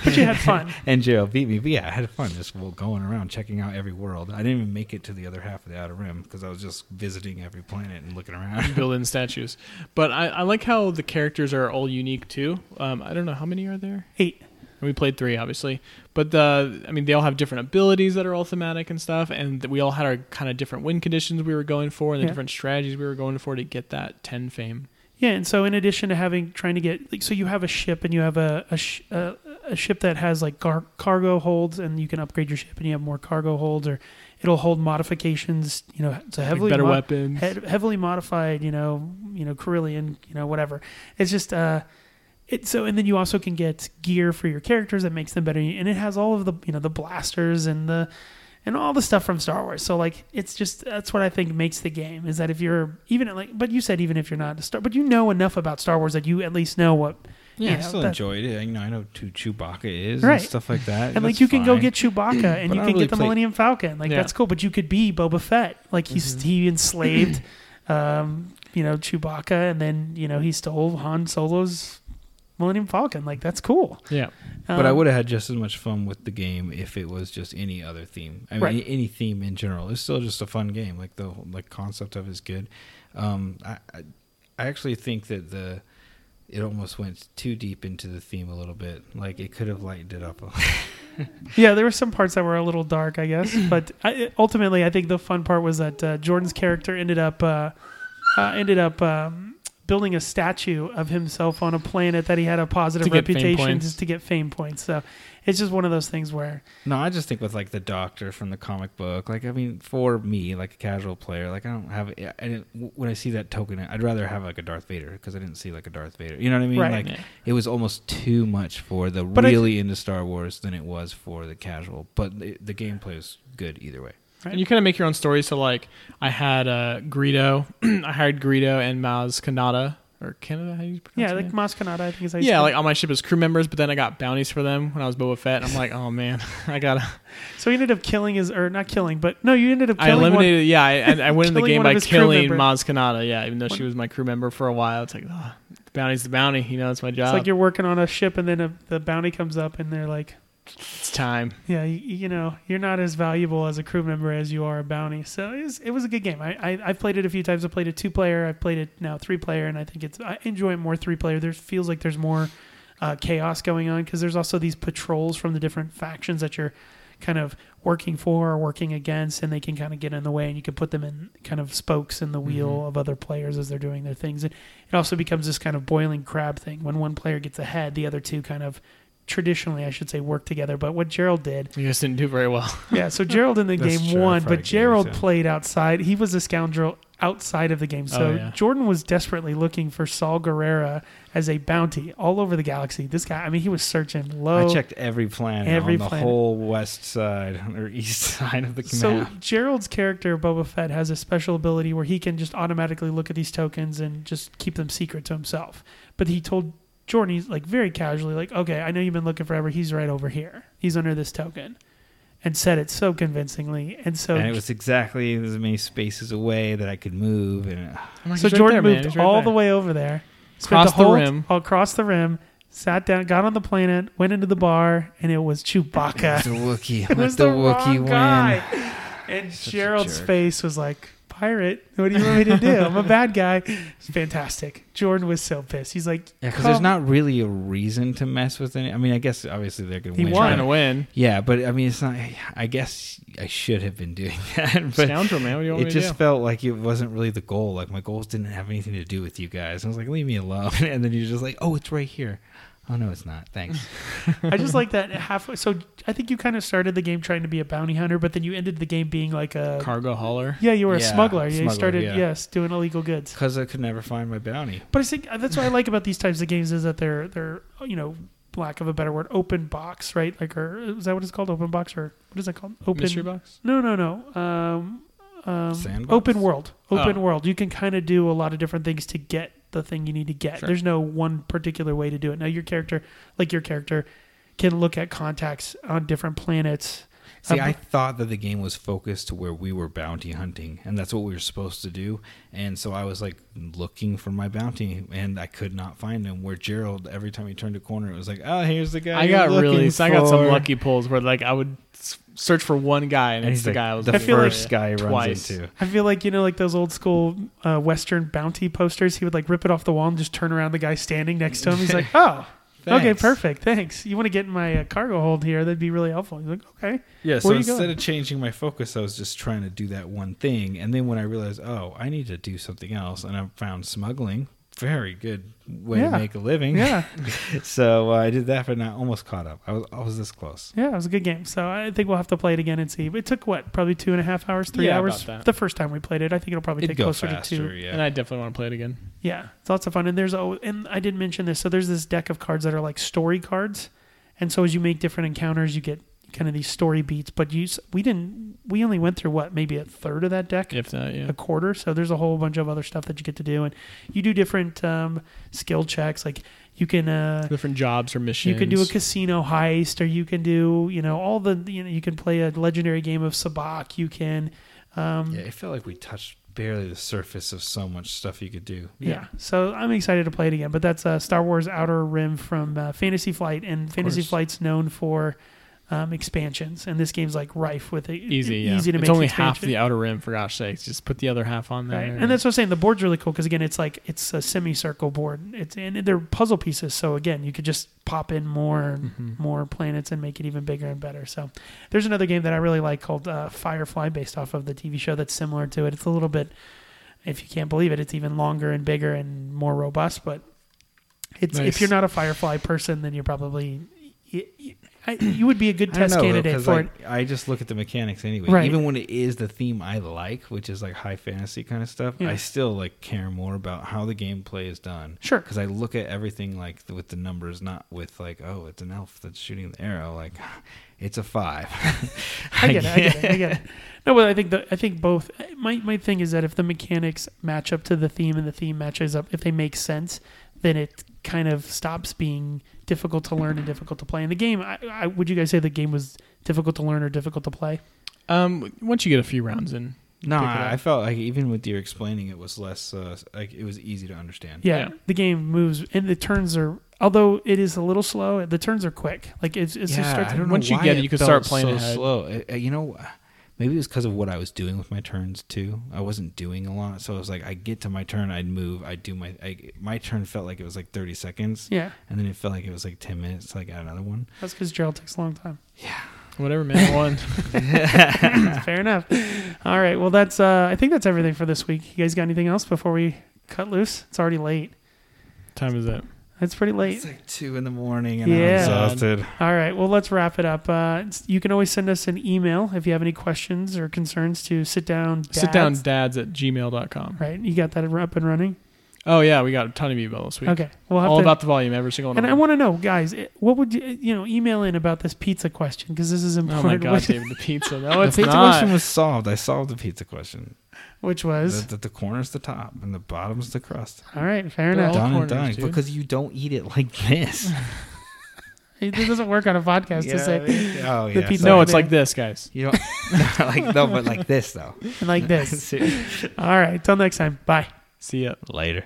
but you had fun.
and Gerald beat me. But yeah, I had fun just well, going around checking out every world. I didn't even make it to the other half of the Outer Rim because I was just visiting every planet and looking around.
Build in statues, but I, I like how the characters are all unique too. Um, I don't know how many are there.
Eight.
We played three, obviously, but the I mean, they all have different abilities that are all thematic and stuff, and we all had our kind of different win conditions we were going for and the
Yeah.
different strategies we were going for to get that ten fame.
Yeah, and so in addition to having trying to get like, so you have a ship and you have a a, sh- a, a ship that has like gar- cargo holds and you can upgrade your ship and you have more cargo holds or it'll hold modifications. You know, so
Like,
heavily
better
mo-
weapons.
head- heavily modified. You know, you know Carillion. You know whatever. It's just uh, it so and then you also can get gear for your characters that makes them better and it has all of the you know the blasters and the and all the stuff from Star Wars. So like it's just that's what I think makes the game is that if you're even like but you said even if you're not a star but you know enough about Star Wars that you at least know what
Yeah,
you
I
know,
still
that-
enjoyed it. I, you know, I know who Chewbacca is
Right.
and stuff like
and
that.
like
That's
you can go
fine.
get Chewbacca and
But
you
I
can
really
get the
play-
Millennium Falcon. Like
Yeah.
that's cool, but you could be Boba Fett. Like he's
Mm-hmm.
he enslaved, um, you know, Chewbacca, and then you know he stole Han Solo's Millennium Falcon. Like that's cool.
yeah,
but I
Um,
would have had just as much fun with the game if it was just any other theme. I mean,
Right.
any theme in general. It's still just a fun game. Like the like concept of it is good. Um, I, I I actually think that the it almost went too deep into the theme a little bit. Like it could have lightened it up. a
Yeah, there were some parts that were a little dark, I guess. But I, ultimately, I think the fun part was that uh, Jordan's character ended up uh, uh, ended up um, building a statue of himself on a planet that he had a positive
To get fame
reputation
points.
just to get fame points. So it's just one of those things where
No, I just think with like the doctor from the comic book. Like, I mean, for me, like a casual player, like I don't have. I didn't, when I see that token, I'd rather have like a Darth Vader because I didn't see like a Darth Vader. You know what I mean?
Right.
Like,
Yeah.
it was almost too much for the
But I-
really into Star Wars than it was for the casual. But the, the gameplay was good either way.
Right.
And you kind of make your own story. So like, I had uh, Greedo. I hired Greedo and Maz Kanata or Canada. How do you pronounce
yeah,
her
like
name?
Mascanada, I think is how you
yeah,
say it.
like on my ship as crew members, but then I got bounties for them when I was Boba Fett. And I'm like, oh man, I gotta.
so he ended up killing his or not killing, but no, you ended up
I
killing one-
eliminated. Yeah, I, and I went in the
Killing
game
one of
by
his crew
killing
member.
Maz Kanata. Yeah, even though she
One-
was my crew member for a while, it's like, oh, the bounty's the bounty. You know, it's my job.
It's
It's,
like you're working on a ship and then a, the bounty comes up and they're like,
time.
yeah, you, you know, you're not as valuable as a crew member as you are a bounty. So it was, it was a good game. I, I I've played it a few times. I played it two player. I've played it now three player, and I think it's I enjoy it more three player. There feels like there's more uh, chaos going on because there's also these patrols from the different factions that you're kind of working for or working against, and they can kind of get in the way, and you can put them in kind of spokes in the wheel of other players as they're doing their things. And it also becomes this kind of boiling crab thing. When one player gets ahead, the other two kind of traditionally, I should say, work together. But what Gerald did
You guys didn't do very well.
yeah, so Gerald in the
That's
game
true, I
won,
forgot
but
to
Gerald
say.
played outside. He was a scoundrel outside of the game. So
Oh, yeah.
Jordan was desperately looking for Saul Guerrera as a bounty all over the galaxy. This guy, I mean, he was searching low.
I checked every planet
Every
on the
planet.
whole west side or east side of the
So
map.
Gerald's character Boba Fett has a special ability where he can just automatically look at these tokens and just keep them secret to himself. But he told Jordan, he's like very casually, like, "Okay, I know you've been looking forever. He's right over here. He's under this token," and said it so convincingly. And so
and it was exactly as many spaces away that I could move, and uh,
I'm like,
So
"He's right
Jordan
there, man.
moved
He's right
all
there."
the way over there,
Crossed the rim.
across the rim, sat down, got on the planet, went into the bar, and it was
it was
Chewbacca.
the Wookiee.
it
Let
was
the,
the,
Wookiee
wrong
win.
guy. And
Such a
Gerald's
jerk.
face was like, pirate. What do you want me to do? I'm a bad guy. It's fantastic. Jordan was so pissed. He's like,
Yeah, because there's
"Come
not really a reason to mess with any. I mean, I guess obviously they're gonna
He
win.
won.
trying to win.
Yeah, but I mean, it's not. I guess I should have been doing that, but
Scoundrel, man. What do you want
it
me to
just
do?
felt like it wasn't really the goal. Like my goals didn't have anything to do with you guys. I was like, leave me alone. And then you're just like, oh, it's right here. Oh no, it's not. Thanks.
I just like that halfway. So I think you kind of started the game trying to be a bounty hunter, but then you ended the game being like a.
Cargo hauler.
yeah, you were a
Yeah,
smuggler. Yeah, you
smuggler,
started
yeah.
yes doing illegal goods.
Because I could never find my bounty.
But I think uh, that's what I like about these types of games is that they're they're you know lack of a better word open box right like or is that what it's called open box or what is that called open
Mystery box.
no no no um, um
Sandbox?
open world open
Oh.
world you can kind of do a lot of different things to get the thing you need to get
Sure.
there's no one particular way to do it now your character like your character can look at contacts on different planets
See,
Uh,
I thought that the game was focused to where we were bounty hunting, and that's what we were supposed to do. And so I was like looking for my bounty, and I could not find him. Where Gerald, every time he turned a corner, it was like, oh, here's the guy.
I got
you're
really.
looking
I got some
for."
lucky pulls where like I would s- search for one guy and,
And
it's
he's
the
like,
guy I was
the
I
looking
feel like-
first guy runs
Twice.
into.
I feel like you know, like those old school uh, Western bounty posters. He would like rip it off the wall and just turn around the guy standing next to him. He's like, "Oh, okay,
Thanks.
perfect, thanks. You want to get in my uh, cargo hold here? That'd be really helpful." He's like, "Okay,
Yeah,
Where
so
you
instead
going?
of changing my focus, I was just trying to do that one thing. And then when I realized, oh, I need to do something else, and I found smuggling. Very good way
Yeah.
to make a living.
yeah,
so uh, I did that, but I almost caught up. I was, I was this close.
yeah." It was a good game, so I think we'll have to play it again and see. It took what, probably two and a half hours, three
Yeah,
hours.
about that.
The first time we played it, I think it'll probably
It'd
take
go
closer to two.
faster, yeah.
And I definitely want to play it again.
Yeah, it's lots of fun. And there's oh, and I didn't mention this. So there's this deck of cards that are like story cards, and so as you make different encounters, you get kind of these story beats. But you, s- we didn't, we only went through what maybe a third of that deck,
If not, yeah.
a quarter. So there's a whole bunch of other stuff that you get to do, and you do different um, skill checks. Like you can. Uh,
Different jobs or missions.
you can do a casino heist, or you can do, you know, all the, you know, you can play a legendary game of Sabak. You can, um,
Yeah, it felt like we touched barely the surface of so much stuff you could do.
Yeah. So I'm excited to play it again. But that's uh, Star Wars Outer Rim from uh, Fantasy Flight, and Fantasy
course.
Flight's known for um, expansions, and this game's like rife with it.
easy. Yeah,
easy to
it's
make
only half
expansion.
the outer rim. For gosh sakes, just put the other half on there.
Right. And that's what I'm saying. The board's really cool because again, it's like it's a semicircle board. It's and they're puzzle pieces. So again, you could just pop in more
Mhm.
more planets and make it even bigger and better. So there's another game that I really like called uh, Firefly, based off of the TV show that's similar to it. It's a little bit, if you can't believe it, it's even longer and bigger and more robust. But it's if
Nice.
you're not a Firefly person, then you're probably you, you, I- you would be a good
I don't
test
know, though,
candidate
'cause,
for it.
like, I just look at the mechanics anyway.
Right.
Even when it is the theme I like, which is like high fantasy kind of stuff,
Yeah.
I still like care more about how the gameplay is done.
Sure.
Because I look at everything like th- with the numbers, not with like, oh, it's an elf that's shooting the arrow. Like, it's a five.
I get it. I get it. I get it. No, but I think the, I think both. My my thing is that if the mechanics match up to the theme and the theme matches up, if they make sense, then it kind of stops being difficult to learn and difficult to play. And the game, I, I, would you guys say the game was difficult to learn or difficult to play?
um, once you get a few rounds in,
No,
Pick it
I,
up.
I felt like even with your explaining, it was less uh, like it was easy to understand.
Yeah,
Yeah.
the game moves and the turns are. Although it is a little slow, the turns are quick. Like it's, it's just start
I
to,
don't know
once you
why
get it, you can
felt
start playing
so
ahead.
slow. Uh, uh, you know, maybe it was because of what I was doing with my turns too. I wasn't doing a lot, so I was like, I get to my turn, I'd move, I'd do my I, my turn felt like it was like thirty seconds,
yeah.
and then it felt like it was like ten minutes. So I got another one.
That's because Gerald takes a long time.
whatever man one.
Fair enough. All right. Well, that's. Uh, I think that's everything for this week. You guys got anything else before we cut loose? It's already late.
time is it?
It's pretty
It's
late.
like two in the morning, and
Yeah.
I'm exhausted.
All right. Well, let's wrap it up. Uh, it's- you can always send us an email if you have any questions or concerns to sit down.
Sit down dads at gmail.com.
Right. You got that up and running.
Oh yeah, we got a ton of email this week.
Okay. We'll have
all
to.
about the volume, every single one.
and
of
I
them.
want to know, guys, it- what would you, you know, email in about this pizza question because this is
Oh my
important.
god,
which,
David, the pizza. No,
the
it's
pizza
not.
question was solved. I solved the pizza question.
which
The,
was
the, the corner's the top, and the bottom's the crust.
all right. Fair
They're
enough.
all
done
corners,
and done
dude.
because you don't eat it like this.
It doesn't work on a podcast
You
to
know
say
what I mean? oh yeah,
the pizza-
sorry.
no, it's
man.
like this, guys.
You don't like no, but like this though.
like this. all right. Till next time. Bye.
See ya.
Later.